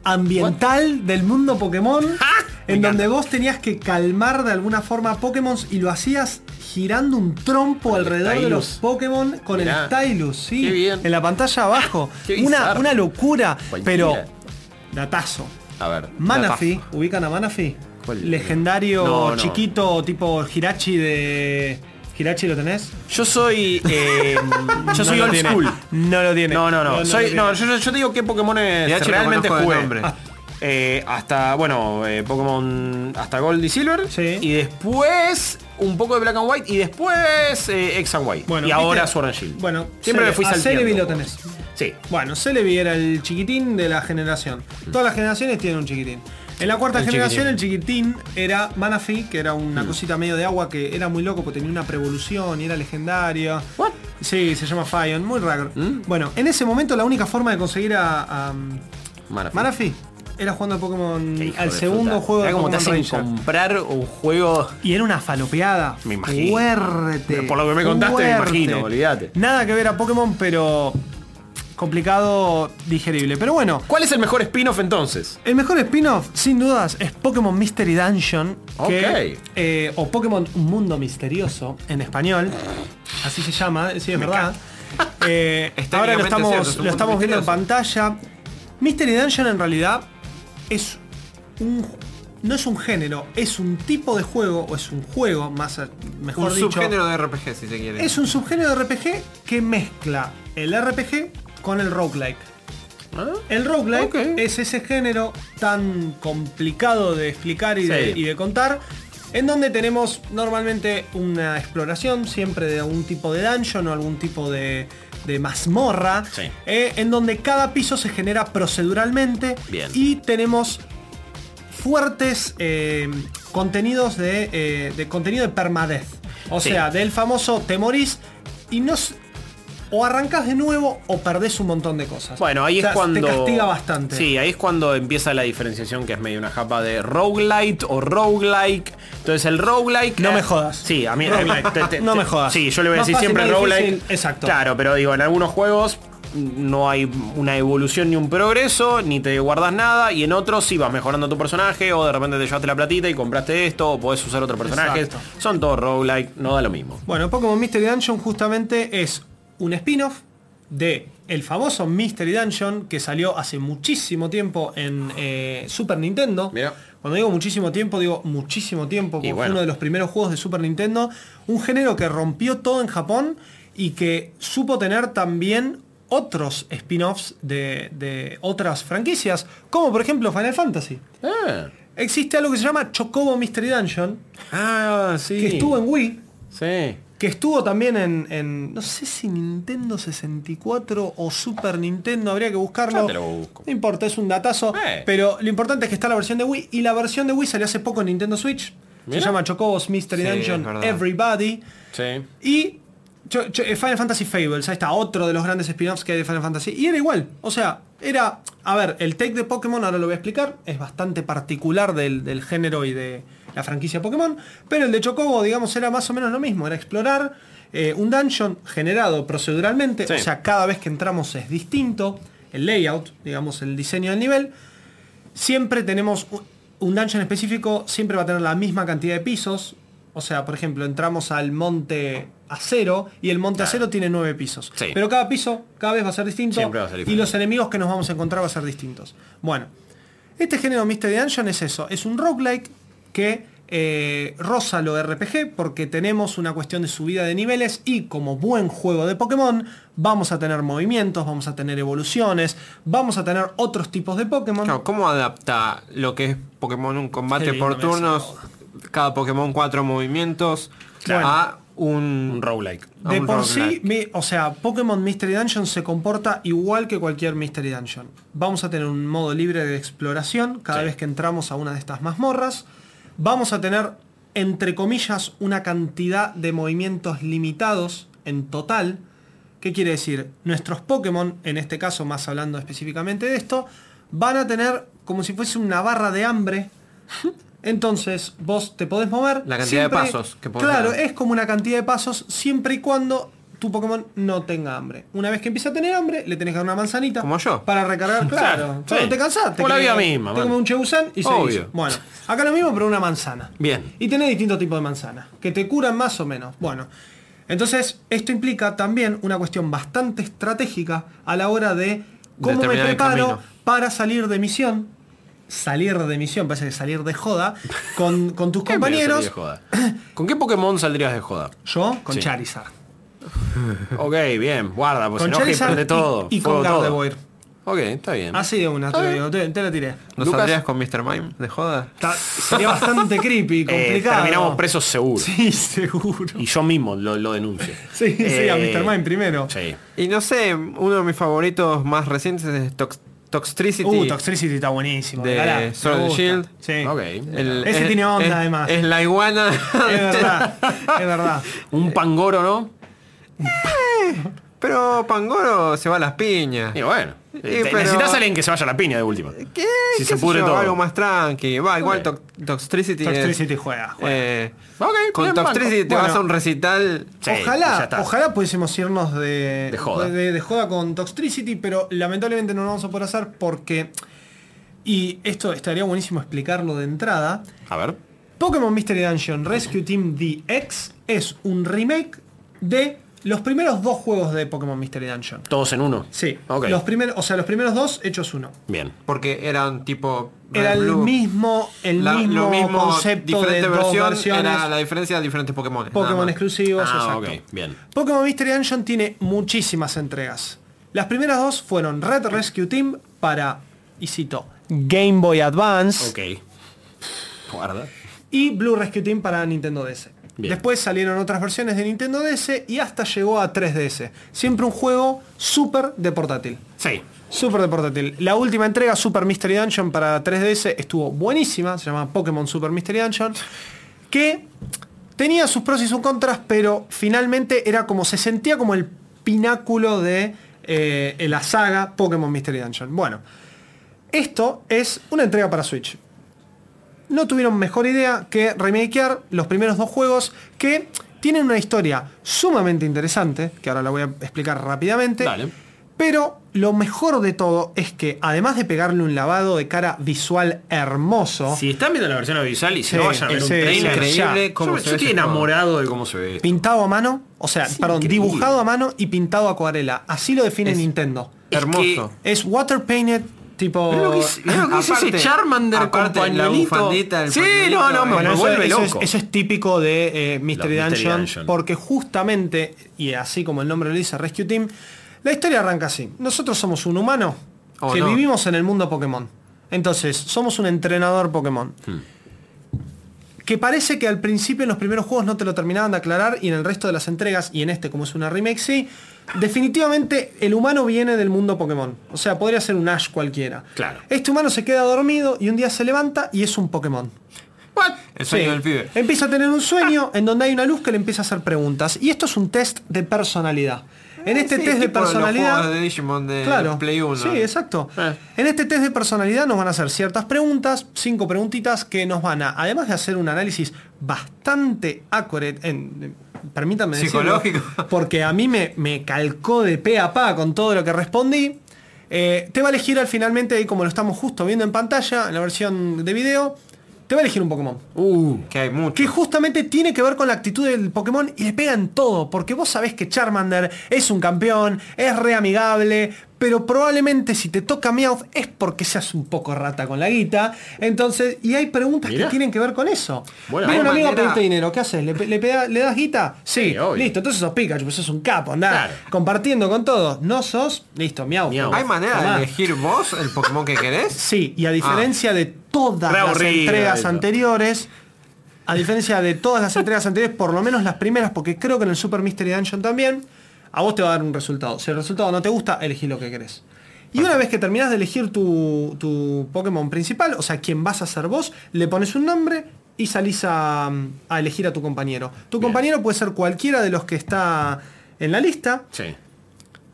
ambiental del mundo <laughs> Pokémon. En Ah, Me donde vos tenías que calmar de alguna forma a Pokémon y lo hacías girando un trompo Con el alrededor de los Stylus. Pokémon con Mirá. el Stylus, sí. Qué bien. En la pantalla abajo. <laughs> Qué una, bizarro. una locura. Cualquiera. Pero. Datazo. A ver. Manafi, ¿ubican a Manafi? ¿Cuál? Legendario No, no. chiquito tipo Hirachi de. ¿Hirachi lo tenés? Yo soy. <laughs> eh, yo soy No lo old tiene. school. No lo tiene. No, no, no. lo soy, tiene. no, yo, yo- yo te digo qué Pokémon De hecho, lo realmente conozco de jugué. nombre. Ah, <laughs> eh, hasta, bueno, eh, Pokémon hasta Gold y Silver. Sí. Y después un poco de Black and White. Y después eh, X and Y. Bueno, y ahora ¿viste? Sword and Shield. Bueno, siempre Cele- me fui a salteando. Celebi lo tenés. Sí. Bueno, Celebi era el chiquitín de la generación. Todas las generaciones tienen un chiquitín. En la cuarta El Mm. generación el chiquitín era Manafi, que era una cosita medio de agua que era muy loco porque tenía una prevolución y era legendaria. What? Sí, se llama Fion, muy raro. ¿Mm? Bueno, en ese momento la única forma de conseguir a, a Manafi. Manafi era jugando a Pokémon Qué hijo al de segundo puta. juego de Mirá cómo te Pokémon hacen Ranger. comprar un juego. Y era una falopeada. Me imagino. Fuerte. Por lo que me contaste, me imagino, olvídate. Nada que ver a Pokémon, pero complicado, digerible. Pero bueno, ¿Cuál es el mejor spin-off entonces? el mejor spin-off, sin dudas, es Pokémon Mystery Dungeon. que, Ok. eh, o Pokémon Un Mundo Misterioso, en español. Así se llama, sí, es verdad. <laughs> Eh, Este Es ahora lo estamos, técnicamente cierto, es un lo estamos mundo viendo en misterioso. pantalla. Mystery Dungeon en realidad es un... No es un género, es un tipo de juego, o es un juego, más a- mejor Un dicho. subgénero de RPG, si se quiere. Es un subgénero de RPG que mezcla el RPG con el roguelike. ¿Ah? El roguelike Ok. es ese género tan complicado de explicar y, de, Sí. y de contar, en donde tenemos normalmente una exploración siempre de algún tipo de dungeon o algún tipo de, de mazmorra, Sí. eh, en donde cada piso se genera proceduralmente Bien. y tenemos fuertes eh, contenidos de, eh, de contenido de permadeath. O Sí. sea, del famoso te morís y no... s- o arrancas de nuevo o perdés un montón de cosas. Bueno, ahí O sea, es cuando. Te castiga bastante. Sí, ahí es cuando empieza la diferenciación, que es medio una japa de roguelite o roguelike. Entonces el roguelike. No eh, me jodas. Sí, a mí. Roguelike. <laughs> No me jodas. Sí, yo le voy a Más decir fácil, siempre más roguelike. difícil, exacto. Claro, pero digo, en algunos juegos no hay una evolución ni un progreso, ni te guardas nada, y en otros sí vas mejorando tu personaje, o de repente te llevaste la platita y compraste esto, o podés usar otro personaje. Exacto. Son todos roguelike, no da lo mismo. Bueno, Pokémon Mystery Dungeon justamente es un spin-off de el famoso Mystery Dungeon que salió hace muchísimo tiempo en eh, Super Nintendo. Mirá. Cuando digo muchísimo tiempo, digo muchísimo tiempo, porque fue bueno. uno de los primeros juegos de Super Nintendo. Un género que rompió todo en Japón y que supo tener también otros spin-offs de, de otras franquicias, como por ejemplo Final Fantasy. Ah, Existe algo que se llama Chocobo Mystery Dungeon, Ah, sí. que estuvo en Wii, Sí. que estuvo también en, en, no sé si Nintendo 64 o Super Nintendo, habría que buscarlo. Ya te lo busco. No importa, es un datazo. Eh. Pero lo importante es que está la versión de Wii y la versión de Wii salió hace poco en Nintendo Switch. Mira. Se llama Chocobos Mystery Sí, es Dungeon verdad. Everybody. Sí. Y cho- cho- eh, Final Fantasy Fables, ahí está, otro de los grandes spin-offs que hay de Final Fantasy. Y era igual, o sea, era, a ver, el take de Pokémon, ahora lo voy a explicar, es bastante particular del, del género y de la franquicia Pokémon, pero el de Chocobo, digamos, era más o menos lo mismo, era explorar eh, un dungeon generado proceduralmente, Sí. o sea, cada vez que entramos es distinto, el layout, digamos, el diseño del nivel, siempre tenemos un- un dungeon específico, siempre va a tener la misma cantidad de pisos. O sea, por ejemplo, entramos al monte acero y el monte acero tiene nueve pisos. Sí. Pero cada piso cada vez va a ser distinto Siempre va a ser y diferente. los enemigos que nos vamos a encontrar van a ser distintos. Bueno, este género Mystery Dungeon es eso, es un roguelike que eh, roza lo RPG porque tenemos una cuestión de subida de niveles y como buen juego de Pokémon vamos a tener movimientos, vamos a tener evoluciones, vamos a tener otros tipos de Pokémon. Claro, ¿Cómo adapta lo que es Pokémon un Qué combate lindo por me hace, turnos, cada Pokémon cuatro movimientos, Claro. a un... Un roguelike. a De un por roguelike? sí, mi- o sea, Pokémon Mystery Dungeon se comporta igual que cualquier Mystery Dungeon. Vamos a tener un modo libre de exploración cada Sí. vez que entramos a una de estas mazmorras. Vamos a tener, entre comillas, una cantidad de movimientos limitados en total. ¿Qué quiere decir? Nuestros Pokémon, en este caso más hablando específicamente de esto, van a tener como si fuese una barra de <laughs> hambre. Entonces vos te podés mover. La cantidad de pasos que podés Claro, dar. es como una cantidad de pasos siempre y cuando tu Pokémon no tenga hambre. Una vez que empieza a tener hambre, le tenés que dar una manzanita. Como yo. Para recargar, claro. Claro, Cuando sí. te cansaste. Como la vida misma, Te man. comes un Cheusan y seguís. Obvio. Bueno, acá lo mismo, pero una manzana. Bien. Y tenés distintos tipos de manzanas, que te curan más o menos. Bueno, entonces esto implica también una cuestión bastante estratégica a la hora de cómo me Determinar el preparo camino. para salir de misión. Salir de misión, parece que salir de joda, con, <laughs> con tus compañeros. <clears throat> ¿Con qué Pokémon saldrías de joda? Yo con Sí. Charizard. Ok, bien, guarda, pues con enoja y Charizard prende y- todo. y, con fuego todo. Gardevoir. Ok, está bien. Así de una, te, Está lo bien. digo, te, te la tiré. ¿No Lucas- saldrías con Mr. Mime de joda? Ta- sería bastante creepy, <laughs> Eh, complicado. terminamos presos seguro. Sí, seguro. Y yo mismo lo, lo denuncio. <laughs> Sí, sí, a Eh, Mr. Mime primero. Sí. Y no sé, uno de mis favoritos más recientes es Tox- Toxtricity. Uh, Toxtricity está buenísimo. De regalá, me Sword and gusta. Shield. Sí. <laughs> Ok. Eh, El- Ese es- tiene onda, es- además. Es la iguana. Es verdad, <laughs> es verdad. Un pangoro, ¿no? Pero Pangoro se va a las piñas. Y bueno. Eh, eh, te- Y pero- Necesitas a alguien que se vaya a la piña de última. ¿Qué? Si ¿Qué se sé pudre yo? todo. Algo más tranqui. Va, igual Ok. Tox- Toxtricity. es- Toxtricity juega. juega. eh, Ok, con bien, Toxtricity banco. te vas Bueno. a un recital. Sí, ya ojalá, está. ojalá pudiésemos irnos de, De joda. de- de joda con Toxtricity, pero lamentablemente no lo vamos a poder hacer porque. Y esto estaría buenísimo explicarlo de entrada. A ver. Pokémon Mystery Dungeon Rescue Team DX es un remake de los primeros dos juegos de Pokémon Mystery Dungeon. Todos en uno. Sí, Ok. los primeros, o sea, los primeros dos hechos uno. Bien. Porque eran tipo. Era Red el Blue. mismo, el La- mismo, lo mismo, concepto de diferente dos versión, versiones. Era la diferencia de diferentes Pokémon. nada Pokémon más. exclusivos, Ah, exacto. ok, bien. Pokémon Mystery Dungeon tiene muchísimas entregas. Las primeras dos fueron Red Rescue Team para, y cito, Game Boy Advance Ok. Guarda. y Blue Rescue Team para Nintendo DS. Bien. Después salieron otras versiones de Nintendo DS y hasta llegó a 3DS. Siempre un juego súper de portátil. Sí. Súper de portátil. La última entrega, Super Mystery Dungeon para 3DS, estuvo buenísima. Se llama Pokémon Super Mystery Dungeon. Que tenía sus pros y sus contras, pero finalmente era como se sentía como el pináculo de eh, la saga Pokémon Mystery Dungeon. Bueno, esto es una entrega para Switch. No tuvieron mejor idea que remakear los primeros dos juegos que tienen una historia sumamente interesante, que ahora la voy a explicar rápidamente. Dale. Pero lo mejor de todo es que además de pegarle un lavado de cara visual hermoso, Si están viendo la versión audiovisual y se Sí, no vayan a ver sí, un trailer, sí, increíble ya. cómo yo, se yo estoy ve ese juego. enamorado de cómo se ve. esto. pintado a mano, o sea, Es perdón, increíble. dibujado a mano y pintado a acuarela. Así lo define Es- Nintendo. Es Hermoso. Es water painted tipo Mirá lo que es- mirá lo que es ese Aparte- Charmander aparte con la pañuelito. bufandita, el Sí, pañuelito, no, no, me- Bueno, me eso, vuelve eso loco. Es, eso es típico de eh, Mystery, Los Mystery Dungeon, Dungeon. porque justamente, y así como el nombre lo dice Rescue Team, la historia arranca así. Nosotros somos un humano O que no. vivimos en el mundo Pokémon. Entonces, somos un entrenador Pokémon. Hmm. Que parece que al principio en los primeros juegos no te lo terminaban de aclarar y en el resto de las entregas, y en este como es una remake, sí, definitivamente el humano viene del mundo Pokémon. O sea, podría ser un Ash cualquiera. Claro. Este humano se queda dormido y un día se levanta y es un Pokémon. El sueño Sí. del pibe. Empieza a tener un sueño en donde hay una luz que le empieza a hacer preguntas. Y esto es un test de personalidad. En este Eh, Sí, test de tipo los personalidad. juegos de Digimon de Claro. Play 1. Sí, exacto. Eh. En este test de personalidad nos van a hacer ciertas preguntas, cinco preguntitas que nos van a, además de hacer un análisis bastante accurate, en, permítanme decirlo, Psicológico. porque a mí me, me calcó de pe a pa con todo lo que respondí, eh, te va a elegir al finalmente, y como lo estamos justo viendo en pantalla, en la versión de video, te va a elegir un Pokémon. Uh, que hay mucho. Que justamente tiene que ver con la actitud del Pokémon y le pegan todo, porque vos sabés que Charmander es un campeón, es reamigable, pero probablemente si te toca Meowth es porque seas un poco rata con la guita. Entonces, y hay preguntas Mirá. que tienen que ver con eso. Bueno, hay Viene un amigo a manera- pedirte dinero, ¿qué haces? ¿Le, pe- le peda- le das guita? Sí, Sí, obvio. listo, entonces sos Pikachu, pues sos un capo, andá Claro. compartiendo con todos. No sos, listo, Meowth. Meowth. ¿Hay manera Tomá. de elegir vos el Pokémon que querés? Sí, y a diferencia de todas Ah. Re las aburrido entregas eso. anteriores, a diferencia de todas las entregas anteriores, por lo menos las primeras, porque creo que en el Super Mystery Dungeon también, a vos te va a dar un resultado. Si el resultado no te gusta, elegí lo que querés. Y una vez que terminás de elegir tu, tu Pokémon principal, o sea, quien vas a ser vos, le pones un nombre y salís a, a elegir a tu compañero. Tu Bien. compañero puede ser cualquiera de los que está en la lista. Sí.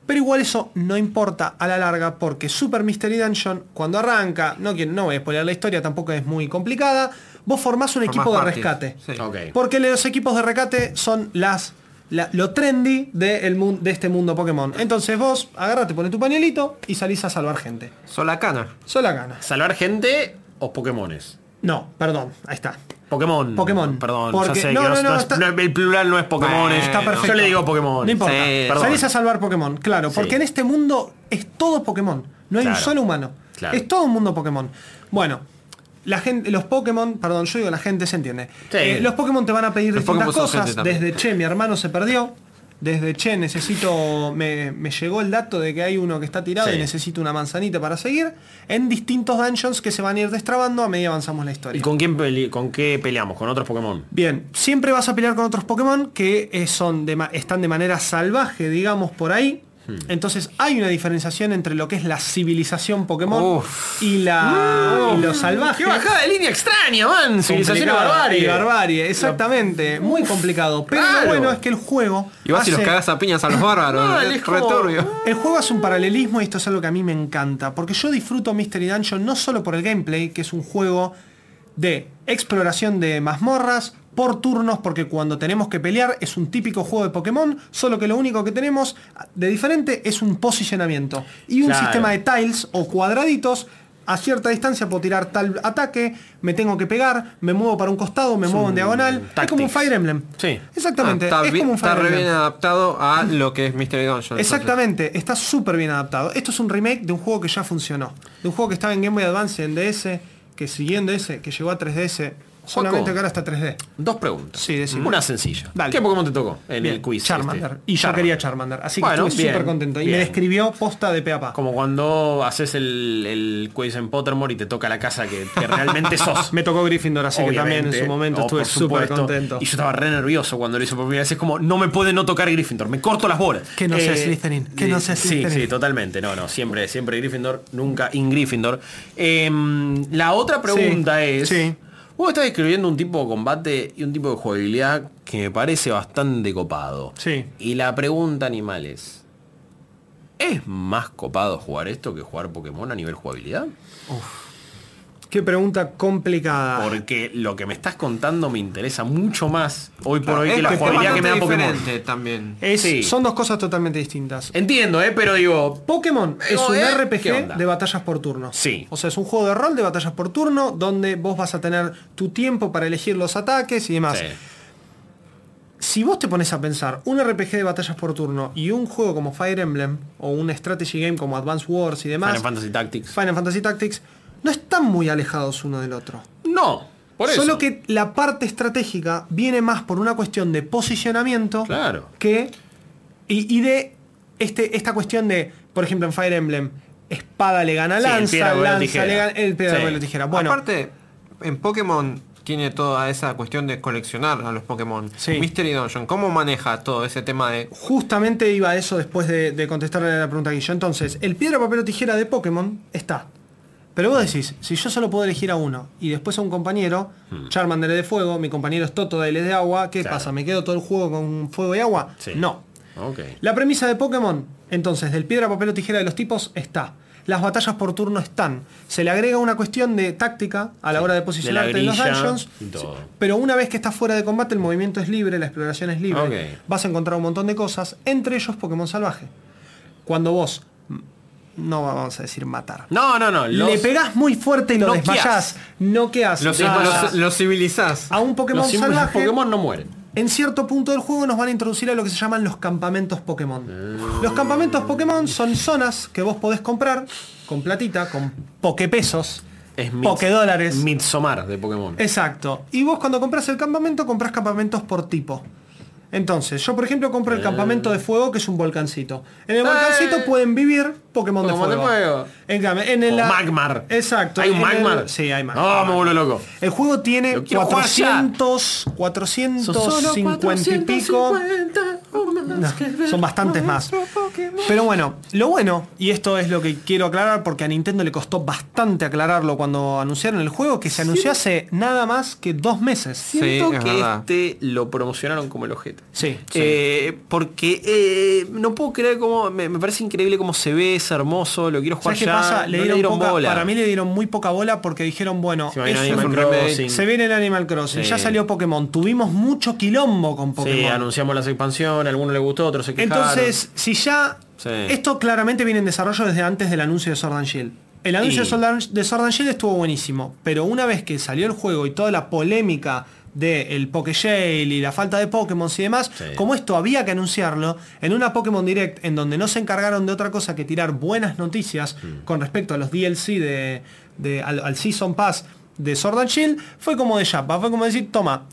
Pero igual eso no importa a la larga porque Super Mystery Dungeon, cuando arranca, no, quiero- no voy a spoiler la historia, tampoco es muy complicada, vos formás un Formás equipo de partes. rescate. Sí. Ok. Porque los equipos de rescate son las la- lo trendy de, el mun- de este mundo Pokémon. Entonces vos agarrate, pones tu pañuelito y salís a salvar gente. Solacana. Sola ganas. ¿Salvar gente o Pokémones? No, perdón, ahí está. Pokémon. Pokémon. Perdón, Porque- ya sé no, que no, no, no, no es- está- no es- el plural Eh, no es Pokémones. Bueno, está perfecto. Yo le digo Pokémon. No importa. Sí, perdón. Salís a salvar Pokémon, claro, Sí. porque en este mundo es todo Pokémon. No hay un Claro. solo humano. Claro. Es todo un mundo Pokémon. Bueno, la gente, los Pokémon, perdón, yo digo la gente, se entiende. Sí. Eh, los Pokémon te van a pedir Los distintas Pokémon son cosas. gente también. Desde Che, mi hermano se perdió. Desde Che, necesito. Me, me llegó el dato de que hay uno que está tirado Sí. y necesito una manzanita para seguir. En distintos dungeons que se van a ir destrabando a medida que avanzamos la historia. ¿Y con quién pele- con qué peleamos? ¿Con otros Pokémon? Bien, siempre vas a pelear con otros Pokémon que eh, son de ma- están de manera salvaje, digamos, por ahí. Entonces hay una diferenciación entre lo que es la civilización Pokémon Uf. y la y lo salvaje. ¡Qué bajada de línea extraña, man! Civilización y Complicado, barbarie. y barbarie, exactamente. Muy complicado. Pero raro. lo bueno es que el juego. Y vas y los hace- cagás a piñas a los <laughs> bárbaros. No, es es como- returbio. el juego hace un paralelismo y esto es algo que a mí me encanta, porque yo disfruto Mystery Dungeon no solo por el gameplay, que es un juego de exploración de mazmorras, por turnos, porque cuando tenemos que pelear es un típico juego de Pokémon, solo que lo único que tenemos de diferente es un posicionamiento y un Claro. sistema de tiles o cuadraditos. A cierta distancia puedo tirar tal ataque, me tengo que pegar, me muevo para un costado, me muevo en diagonal. Es como un tactics. Fire Emblem. Sí. Exactamente. Ah, es está, bi- como un Fire está re Emblem. bien adaptado a lo que es Mystery Dungeon. entonces. Exactamente, está súper bien adaptado. Esto es un remake de un juego que ya funcionó. De un juego que estaba en Game Boy Advance, en DS, que siguió en DS, que llegó a 3DS. Solamente que ahora está 3D. Dos preguntas. Sí, decime. Una sencilla. Dale. ¿Qué Pokémon te tocó en Bien, el quiz? Charmander. este? Y yo Charmander. quería Charmander. Así que Bueno, estuve bien, súper contento. Y bien. me describió posta de pe a pa. Como cuando haces el, el quiz en Pottermore y te toca la casa que, que <laughs> realmente sos. Me tocó Gryffindor, así que también en Obviamente. su momento Oh, estuve por súper supuesto. contento. Y yo estaba re nervioso cuando lo hice por primera vez. Es como, no me puede no tocar Gryffindor, me corto las bolas. Eh, Que no seas Slytherin, que no seas sí, Slytherin. Sí, totalmente. No, no, siempre, siempre Gryffindor, nunca in Gryffindor. Em, la otra pregunta Sí, es... sí. Vos estás describiendo un tipo de combate y un tipo de jugabilidad que me parece bastante copado. Sí. Y la pregunta, animal, es... ¿Es más copado jugar esto que jugar Pokémon a nivel jugabilidad? Qué pregunta complicada. Porque lo que me estás contando me interesa mucho más hoy por hoy Es que la es jugabilidad que me da bastante Pokémon. diferente también. Es- sí. Son dos cosas totalmente distintas. Entiendo, ¿eh? Pero digo, Pokémon es un ¿eh? ¿Qué RPG onda? de batallas por turno. Sí. O sea, es un juego de rol de batallas por turno donde vos vas a tener tu tiempo para elegir los ataques y demás. sí. Si vos te pones a pensar un RPG de batallas por turno y un juego como Fire Emblem o un strategy game como Advance Wars y demás, Final Fantasy Tactics. Final Fantasy Tactics, no están muy alejados uno del otro. No, por eso. Solo que la parte estratégica viene más por una cuestión de posicionamiento Claro. que. Y, y de este, esta cuestión de, por ejemplo, en Fire Emblem, espada le gana Sí, el lanza, piedra, papel o lanza tijera. le gana. El piedra, Sí. papel o tijera. Bueno, Aparte, en Pokémon tiene toda esa cuestión de coleccionar a los Pokémon. Sí. Mystery Dungeon, ¿cómo maneja todo ese tema de... justamente iba a eso después de, de contestarle la pregunta que yo. Entonces, el piedra, papel o tijera de Pokémon está. Pero vos decís, si yo solo puedo elegir a uno y después a un compañero, Charmander es de fuego, mi compañero es Totodile es de agua, ¿qué Hmm. Claro. pasa? ¿Me quedo todo el juego con fuego y agua? Sí. No. Ok. La premisa de Pokémon, entonces, del piedra, papel o tijera de los tipos está. Las batallas por turno están. Se le agrega una cuestión de táctica a la hora de posicionarte en los grilla dungeons. y todo. Sí, Pero una vez que estás fuera de combate, el movimiento es libre, la exploración es libre. Ok. Vas a encontrar un montón de cosas, entre ellos Pokémon salvaje. Cuando vos, m- no vamos a decir matar, No, no, no. Los, le pegás muy fuerte y lo noqueás. desmayás, no qué Los, haces. los- los civilizás. A un Pokémon los símbolos de salvaje. Pokémon no mueren. En cierto punto del juego nos van a introducir a lo que se llaman los campamentos Pokémon. Los campamentos Pokémon son zonas que vos podés comprar con platita, con pokepesos, Es mid- pokedólares. Midsommar de Pokémon. Exacto. Y vos cuando compras el campamento, compras campamentos por tipo. Entonces, yo por ejemplo compro Eh. el campamento de fuego, que es un volcancito. En el volcancito pueden vivir Pokémon de Pokémon de fuego. fuego. En cambio, en el O Magmar. Exacto. ¿Hay un En el- Magmar? Sí, hay No, Magmar. me vuelvo loco. El juego tiene Lo quiero jugar ya. 400, 450 y pico. No, son bastantes más. Pero bueno, lo bueno, y esto es lo que quiero aclarar porque a Nintendo le costó bastante aclararlo cuando anunciaron el juego, que se anunció hace nada más que dos meses. Siento Sí, es que verdad. este lo promocionaron como el ojete. Sí. Eh, porque eh, no puedo creer cómo. Me, me parece increíble cómo se ve, es hermoso, lo quiero jugar ¿Sabes qué ya. pasa? no Le dieron poca- para mí le dieron muy poca bola porque dijeron, bueno, Se va a ir es Animal un- Crossing. se viene el Animal Crossing, Sí. ya salió Pokémon, tuvimos mucho quilombo con Sí, Pokémon. anunciamos las expansiones, a algunos le gustó, otros se quejaron. Entonces, si ya... Sí. Esto claramente viene en desarrollo desde antes del anuncio de Sword and Shield. El anuncio Y- de Sword and- de Sword and Shield estuvo buenísimo, pero una vez que salió el juego y toda la polémica del Poké Shale y la falta de Pokémon y demás, Sí. como esto había que anunciarlo, en una Pokémon Direct en donde no se encargaron de otra cosa que tirar buenas noticias Mm. con respecto a los DLC de, de- al, al Season Pass de Sword and Shield, fue como de chapa, fue como decir, toma,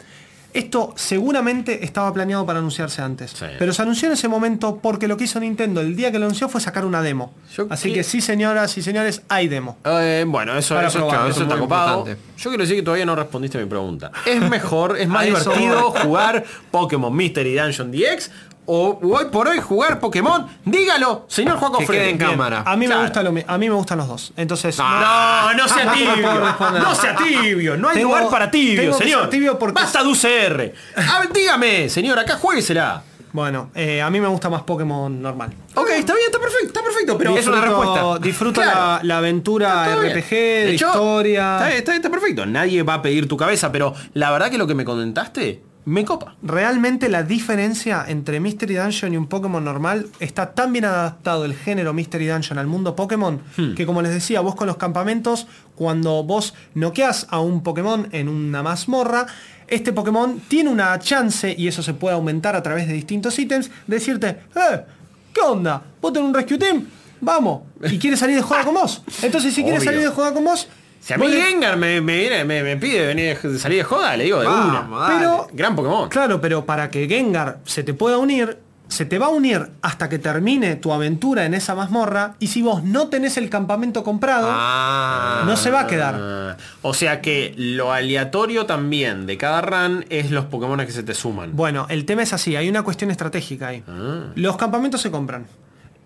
esto seguramente estaba planeado para anunciarse antes, Sí. pero se anunció en ese momento porque lo que hizo Nintendo el día que lo anunció fue sacar una demo. Yo Así que- que... sí, señoras y señores, hay demo. Eh, bueno, eso, Para eso, probar, claro, eso eso es está muy copado. importante. Yo quiero decir que todavía no respondiste a mi pregunta. <laughs> ¿Es mejor, es más A eso divertido jugar Pokémon Mystery Dungeon DX o hoy por hoy jugar Pokémon? Dígalo, señor Juan Que Cofre. quede en cámara. A mí Claro. me gusta lo mi- a mí me gustan los dos. Entonces, No, no sea <laughs> Ah, no puedo tibio. responder. No sea tibio. No hay Tengo- lugar para tibio, tengo que señor. ser tibio porque- Basta de <laughs> UCR. A ver, dígame, señor, acá jueguesela. bueno, eh, a mí me gusta más Pokémon normal. Ok, está bien, está perfecto, está perfecto, pero Es una respuesta. Disfruto Claro. la, la aventura Está bien. RPG, De de hecho, historia. Está, bien, está bien, está perfecto. Nadie va a pedir tu cabeza, pero la verdad que lo que me comentaste me copa. Realmente la diferencia entre Mystery Dungeon y un Pokémon normal está tan bien adaptado el género Mystery Dungeon al mundo Pokémon Hmm. que como les decía, vos con los campamentos, cuando vos noqueás a un Pokémon en una mazmorra, este Pokémon tiene una chance, y eso se puede aumentar a través de distintos ítems, de decirte, eh, ¿qué onda? ¿Vos tenés un Rescue Team? Vamos. ¿Y quieres salir de joda con vos? Entonces si quieres Obvio. salir de joda con vos... Si a mí vos le- Gengar me, me viene- me- me pide venir de salir de joda, le digo de Vamos, una. dale. Pero- Gran Pokémon. Claro, pero para que Gengar se te pueda unir, se te va a unir hasta que termine tu aventura en esa mazmorra y si vos no tenés el campamento comprado, Ah. no se va a quedar. Ah, O sea que lo aleatorio también de cada run es los Pokémon que se te suman. Bueno, el tema es así, hay una cuestión estratégica ahí. Ah. Los campamentos se compran.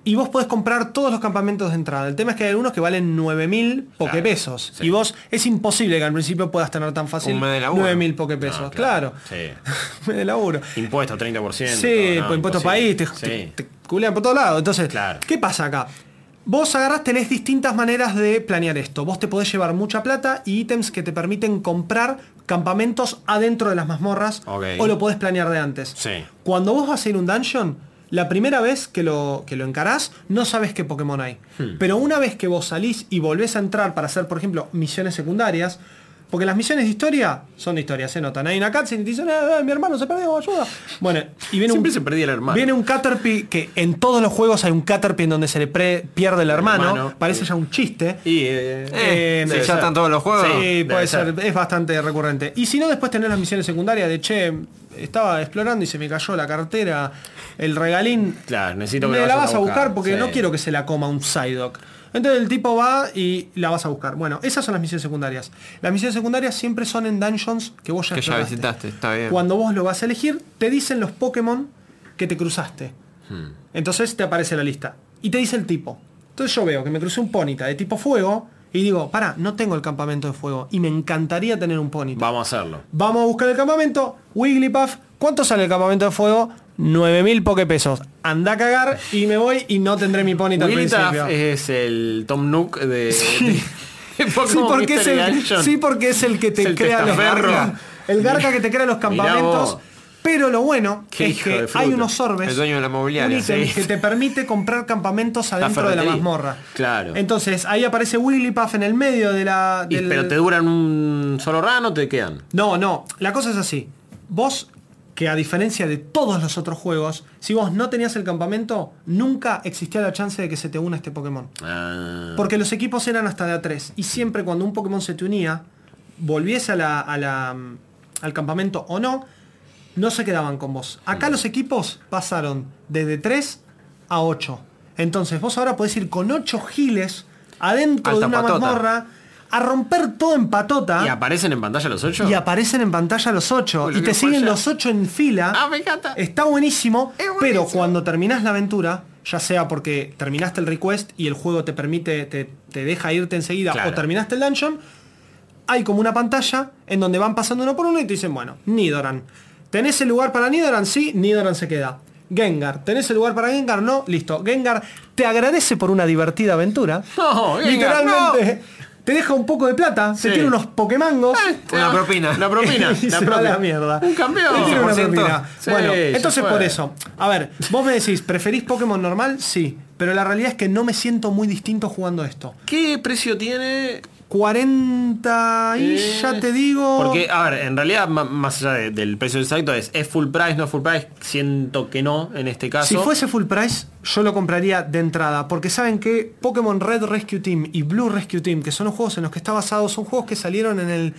Y vos podés comprar todos los campamentos de entrada. El tema es que hay algunos que valen 9.000 pokepesos. sí. Y vos, es imposible que al principio puedas tener tan fácil Un mes de laburo. 9.000 pokepesos. No, claro. Ah, <laughs> Sí. Me de laburo. Impuestos, 30%. Sí, todo, no, por impuesto imposible. país, te, Sí. te- te culean por todos lados. Entonces, Claro. ¿qué pasa acá? Vos agarrás, tenés distintas maneras de planear esto. Vos te podés llevar mucha plata y ítems que te permiten comprar campamentos adentro de las mazmorras Ok. o lo podés planear de antes. Sí. Cuando vos vas a ir a un dungeon, la primera vez que lo, que lo encarás, no sabes qué Pokémon hay. Hmm. Pero una vez que vos salís y volvés a entrar para hacer, por ejemplo, misiones secundarias, porque las misiones de historia son de historia, se notan. Hay una cutscene y te dicen, "Ah, ah, mi hermano se perdió, ayuda. Bueno, y viene Siempre un, se perdía el hermano. Viene un Caterpie, que en todos los juegos hay un Caterpie en donde se le pre- pierde el hermano. hermano. Parece ya un chiste. Y, eh, Eh, debe ya ser. están todos los juegos. Sí, Sí, debe puede ser. es bastante recurrente. Y si no, después tener las misiones secundarias de che, estaba explorando y se me cayó la cartera, el regalín. Claro, necesito que Me lo la vayas vas a buscar porque sí. no quiero que se la coma un Psyduck. Entonces el tipo va y la vas a buscar. Bueno, esas son las misiones secundarias. Las misiones secundarias siempre son en dungeons que vos ya Que ya exploraste. visitaste, está bien. Cuando vos lo vas a elegir, te dicen los Pokémon que te cruzaste. Hmm. Entonces te aparece la lista. Y te dice el tipo. Entonces yo veo que me crucé un Ponita de tipo fuego y digo, para, no tengo el campamento de fuego y me encantaría tener un Ponita. Vamos a hacerlo. Vamos a buscar el campamento, Wigglypuff, ¿cuánto sale el campamento de fuego? 9000 pokepesos. Anda a cagar y me voy y no tendré mi Ponita al principio. Wigglytuff es el Tom Nook de, de Pokémon <laughs> Sí porque, es Mystery el, Dungeon. sí, porque es el que te Es el crea los testaferro. garca. El garca que te crea los campamentos. vos. Pero lo bueno Qué es hijo de que fruta. hay unos orbes. El dueño de la mobiliaria, un ítem sí. que te permite comprar campamentos adentro de la ferretería. mazmorra. Claro. Entonces, ahí aparece Wigglypuff en el medio de la. Y- del- pero te duran un solo rano o te quedan. No, no. La cosa es así. Vos, que a diferencia de todos los otros juegos, si vos no tenías el campamento, nunca existía la chance de que se te una este Pokémon. Ah, Porque los equipos eran hasta de A3. Y siempre cuando un Pokémon se te unía, volviese a la, a la, mm, al campamento o no, no se quedaban con vos. Acá los equipos pasaron desde 3 a 8. Entonces vos ahora podés ir con 8 giles adentro Alta de una patota. mazmorra a romper todo en patota. ¿Y aparecen en pantalla los ocho? Ah. Y aparecen en pantalla los ocho. Uy, lo y te quiero siguen jugar ya. los ocho en fila. Ah, me encanta. Está buenísimo, Es buenísimo. Pero cuando terminás la aventura, ya sea porque terminaste el request y el juego te permite, te, te deja irte enseguida, Claro. o terminaste el dungeon, hay como una pantalla en donde van pasando uno por uno y te dicen, bueno, Nidoran. ¿Tenés el lugar para Nidoran? Sí, Nidoran se queda. Gengar, ¿tenés el lugar para Gengar? No, listo. Gengar te agradece por una divertida aventura. No, Gengar, Literalmente. Te deja un poco de plata, se Sí. tiene unos Pokémongos. Ah, Una propina. La <laughs> propina. Y la se va a propia. la mierda. Un campeón. Él tiene una 100%. propina. Sí, bueno, se entonces fue. por eso. A ver, vos me decís, ¿preferís Pokémon normal? Sí. Pero la realidad es que no me siento muy distinto jugando esto. ¿Qué precio tiene? 40 y Eh, ya te digo. Porque, a ver, en realidad, ma- más allá de- del precio exacto, es, es full price, no es full price. Siento que no en este caso. si fuese full price, yo lo compraría de entrada. Porque saben que Pokémon Red Rescue Team y Blue Rescue Team, que son los juegos en los que está basado, son juegos que salieron en el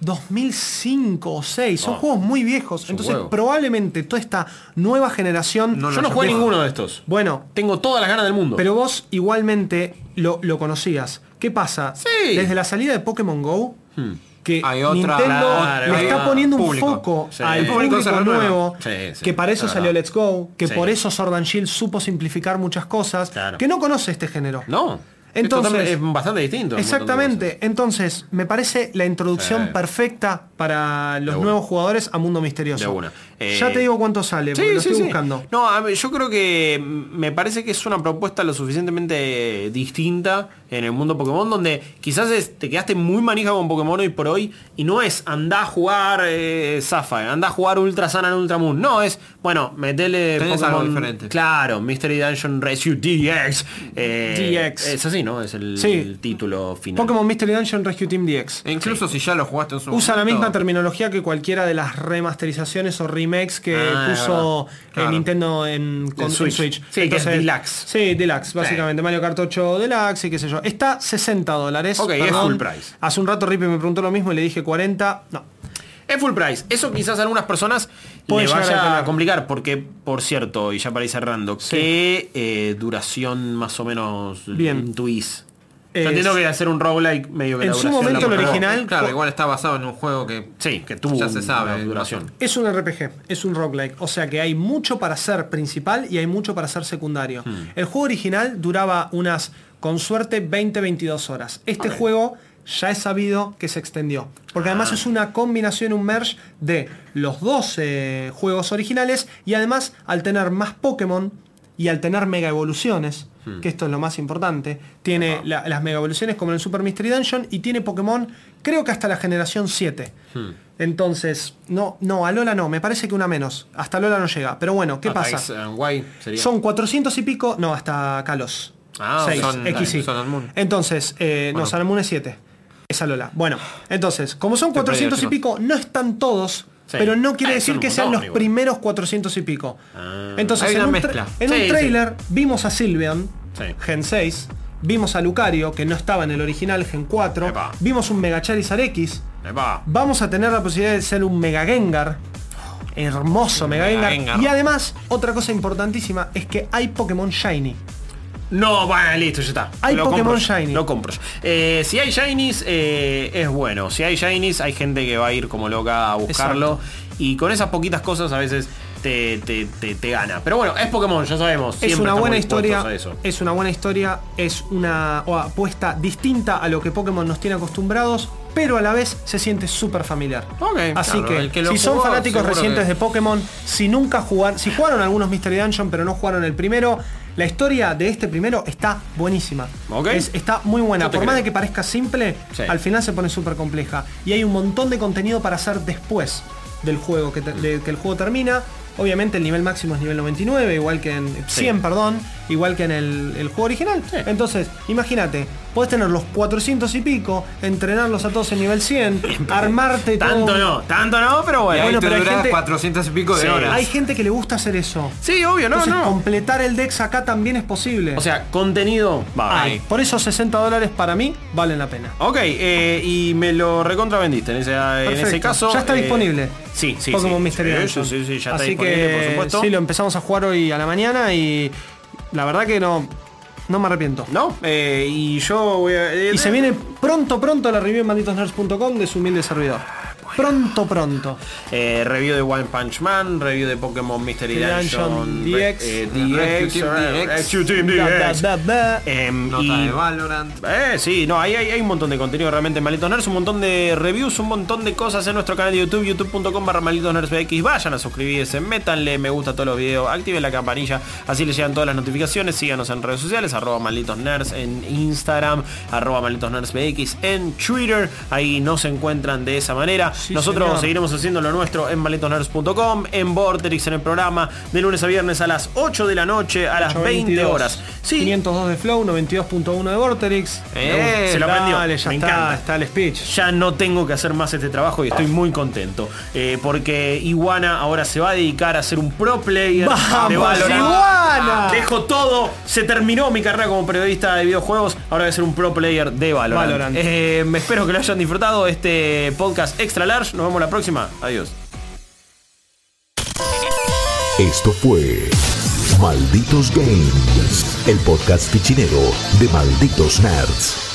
2005 o 6. Son Ah. juegos muy viejos. Entonces juegos. probablemente toda esta nueva generación... Yo no jugué Bueno, ninguno de estos. Bueno, Tengo todas las ganas del mundo. Pero vos igualmente lo, lo conocías. ¿Qué pasa? Sí. Hmm. Desde la salida de Pokémon Go, que Hay otra- Nintendo Claro, le hay está otra- poniendo un público. foco Sí. al El público público se renueva. nuevo, Sí, sí, que para eso es salió verdad. Let's Go, que Sí. por eso Sword and Shield supo simplificar muchas cosas, Claro. que no conoce este género. no. Es Entonces- totalmente- es bastante distinto. un montón de Exactamente. Entonces, me parece la introducción Sí. perfecta para los De una. nuevos jugadores a Mundo Misterioso. De una. Eh, ya te digo cuánto sale, Sí, porque lo sí, estoy sí. buscando. No, a mí- yo creo que mm, me parece que es una propuesta lo suficientemente distinta en el mundo Pokémon, donde quizás es- te quedaste muy manija con Pokémon hoy por hoy y no es andá a jugar eh, Sapphire, andá a jugar Ultra Sun and Ultra Moon. No, es, bueno, metele Tenés Pokémon. algo diferente. Claro, Mystery Dungeon Rescue DX. eh, DX. Es así, ¿no? Es el, Sí. el título final. Pokémon Mystery Dungeon Rescue Team DX. E incluso si ya lo jugaste en su Usa la momento, misma terminología que cualquiera de las remasterizaciones o remakes que Ah, es puso verdad. eh, Claro. Nintendo en, con- en Switch. Switch. Sí, que es deluxe. Sí, deluxe, básicamente. Mario Kart 8 deluxe y qué sé yo. Está 60 dólares. Ok, es perdón. full price. Hace un rato Rippy me preguntó lo mismo y le dije 40. No. Es full price. Eso quizás a algunas personas Puede le llegar a vaya a, detener. complicar, porque, por cierto, y ya para ir cerrando, ¿qué eh, duración más o menos Bien. intuís? Es- Yo entiendo que hacer un roguelike medio que En la su duración la momento el marcó. original- Claro, co- igual está basado en un juego que Sí, que tuvo Ya se una sabe, duración. Es un RPG, es un roguelike, o sea que hay mucho para ser principal y hay mucho para ser secundario. El juego original duraba unas, con suerte, 20-22 horas. Este juego ya es sabido que se extendió, porque además es una combinación, un merge de los dos eh, juegos originales y además al tener más Pokémon, y al tener mega evoluciones, que esto es lo más importante, tiene la- las mega evoluciones como en el Super Mystery Dungeon y tiene Pokémon creo que hasta la generación 7. Entonces, no, no, a Lola no, me parece que una menos. Hasta Lola no llega. Pero bueno, ¿qué Ah, pasa? Ice and White sería. Son 400 y pico, no, hasta Kalos. Ah, Seis, son- XY. son al Moon. Entonces, eh, no, Sun and Moon es 7. Es Alola. Bueno, entonces, como son 400 y perdí, pico, no están todos, Sí. pero no Eh, quiere decir son que un sean montón, los igual. primeros 400 y pico. Ah. entonces, Hay en, una un, tra- mezcla. en Sí, un sí. trailer vimos a Sylveon, Sí. Gen 6, vimos a Lucario, que no estaba en el original, Gen 4, Epa. vimos un Mega Charizard X, Epa. vamos a tener la posibilidad de ser un Mega Gengar. Hermoso Mega, Mega Gengar. Gengar. Y además, otra cosa importantísima es que hay Pokémon Shiny. No, va, listo, ya está. Hay Pokémon compro yo, Shiny. Lo compro. yo. Eh, si hay Shinies, eh, es bueno. Si hay Shinies, hay gente que va a ir como loca a buscarlo. Y con esas poquitas cosas a veces te, te- te- te gana. Pero bueno, es Pokémon, ya sabemos. es Siempre una estamos buena dispuestos historia. a eso. Es una buena historia. Es una o, apuesta distinta a lo que Pokémon nos tiene acostumbrados, pero a la vez se siente súper familiar. Ok, Así claro, que, el que lo si son jugó, fanáticos seguro recientes que- de Pokémon, si nunca jugaron, si jugaron algunos Mystery Dungeon pero no jugaron el primero, la historia de este primero está buenísima. Ok. Es- está muy buena. Yo te Por más de creo. que parezca simple, Sí. al final se pone súper compleja. Y hay un montón de contenido para hacer después del juego, que, te- Mm. de- que el juego termina. Obviamente el nivel máximo es nivel 99, igual que en 100, perdón, igual que en el, el juego original. Entonces, imagínate, podés tener los 400 y pico, entrenarlos a todos en nivel <laughs> 100, armarte Tanto todo. no, tanto no, pero Y bueno. ahí bueno, te pero hay durás gente- 400 y pico de Sí. horas. Hay gente que le gusta hacer eso. Sí, obvio, no, Entonces, no. completar el dex acá también es posible. O sea, contenido va. Ay, por eso 60 dólares para mí valen la pena. Ok, eh, y me lo recontravendiste en ese, en Perfecto. ese caso. Ya está eh, disponible. Sí, sí. Pokémon sí. Mystery Sí, Dungeon. Sí, sí, ya está Así disponible, que, por supuesto. Sí, lo empezamos a jugar hoy a la mañana y la verdad que no, no me arrepiento. ¿No? Eh, y yo voy a. eh, Y se viene pronto, pronto la review en banditosnerds.com de su humilde servidor. Pronto, pronto. Eh, review de One Punch Man, review de Pokémon Mystery Dungeon, Dungeon re- DX, eh, Rescue Team DX, DX, Rescue Team Bla, bla, DX. bla, bla. Em, Nota y- de Valorant. eh, sí, no, hay, hay, hay un montón de contenido realmente en Malditos Nerds, un montón de reviews, un montón de cosas en nuestro canal de YouTube, youtube.com barra Malditos Nerds BX. Vayan a suscribirse, métanle me gusta a todos los videos, activen la campanilla, así les llegan todas las notificaciones. Síganos en redes sociales, arroba Malditos Nerds en Instagram, arroba Malditos Nerds BX en Twitter. Ahí nos encuentran de esa manera. Nosotros señor. seguiremos haciendo lo nuestro en maletoners.com, en Vorterix, en el programa, de lunes a viernes a las 8 de la noche, a las 20 horas. Sí, Sí. 502 de Flow, 92.1 de Vorterix. Eh, se lo aprendió. Dale, ya Me está, encanta. está el speech. ya no tengo que hacer más este trabajo y estoy muy contento. Eh, porque Iguana ahora se va a dedicar a ser un pro player de ¡Vamos, Valorant. Iguana! Dejo todo, se terminó mi carrera como periodista de videojuegos, ahora voy a ser un pro player de Valorant. Valorant. Eh, espero que lo hayan disfrutado este podcast extra large. Nos vemos la próxima. Adiós. Esto fue Malditos Games, el podcast fichinero de Malditos Nerds.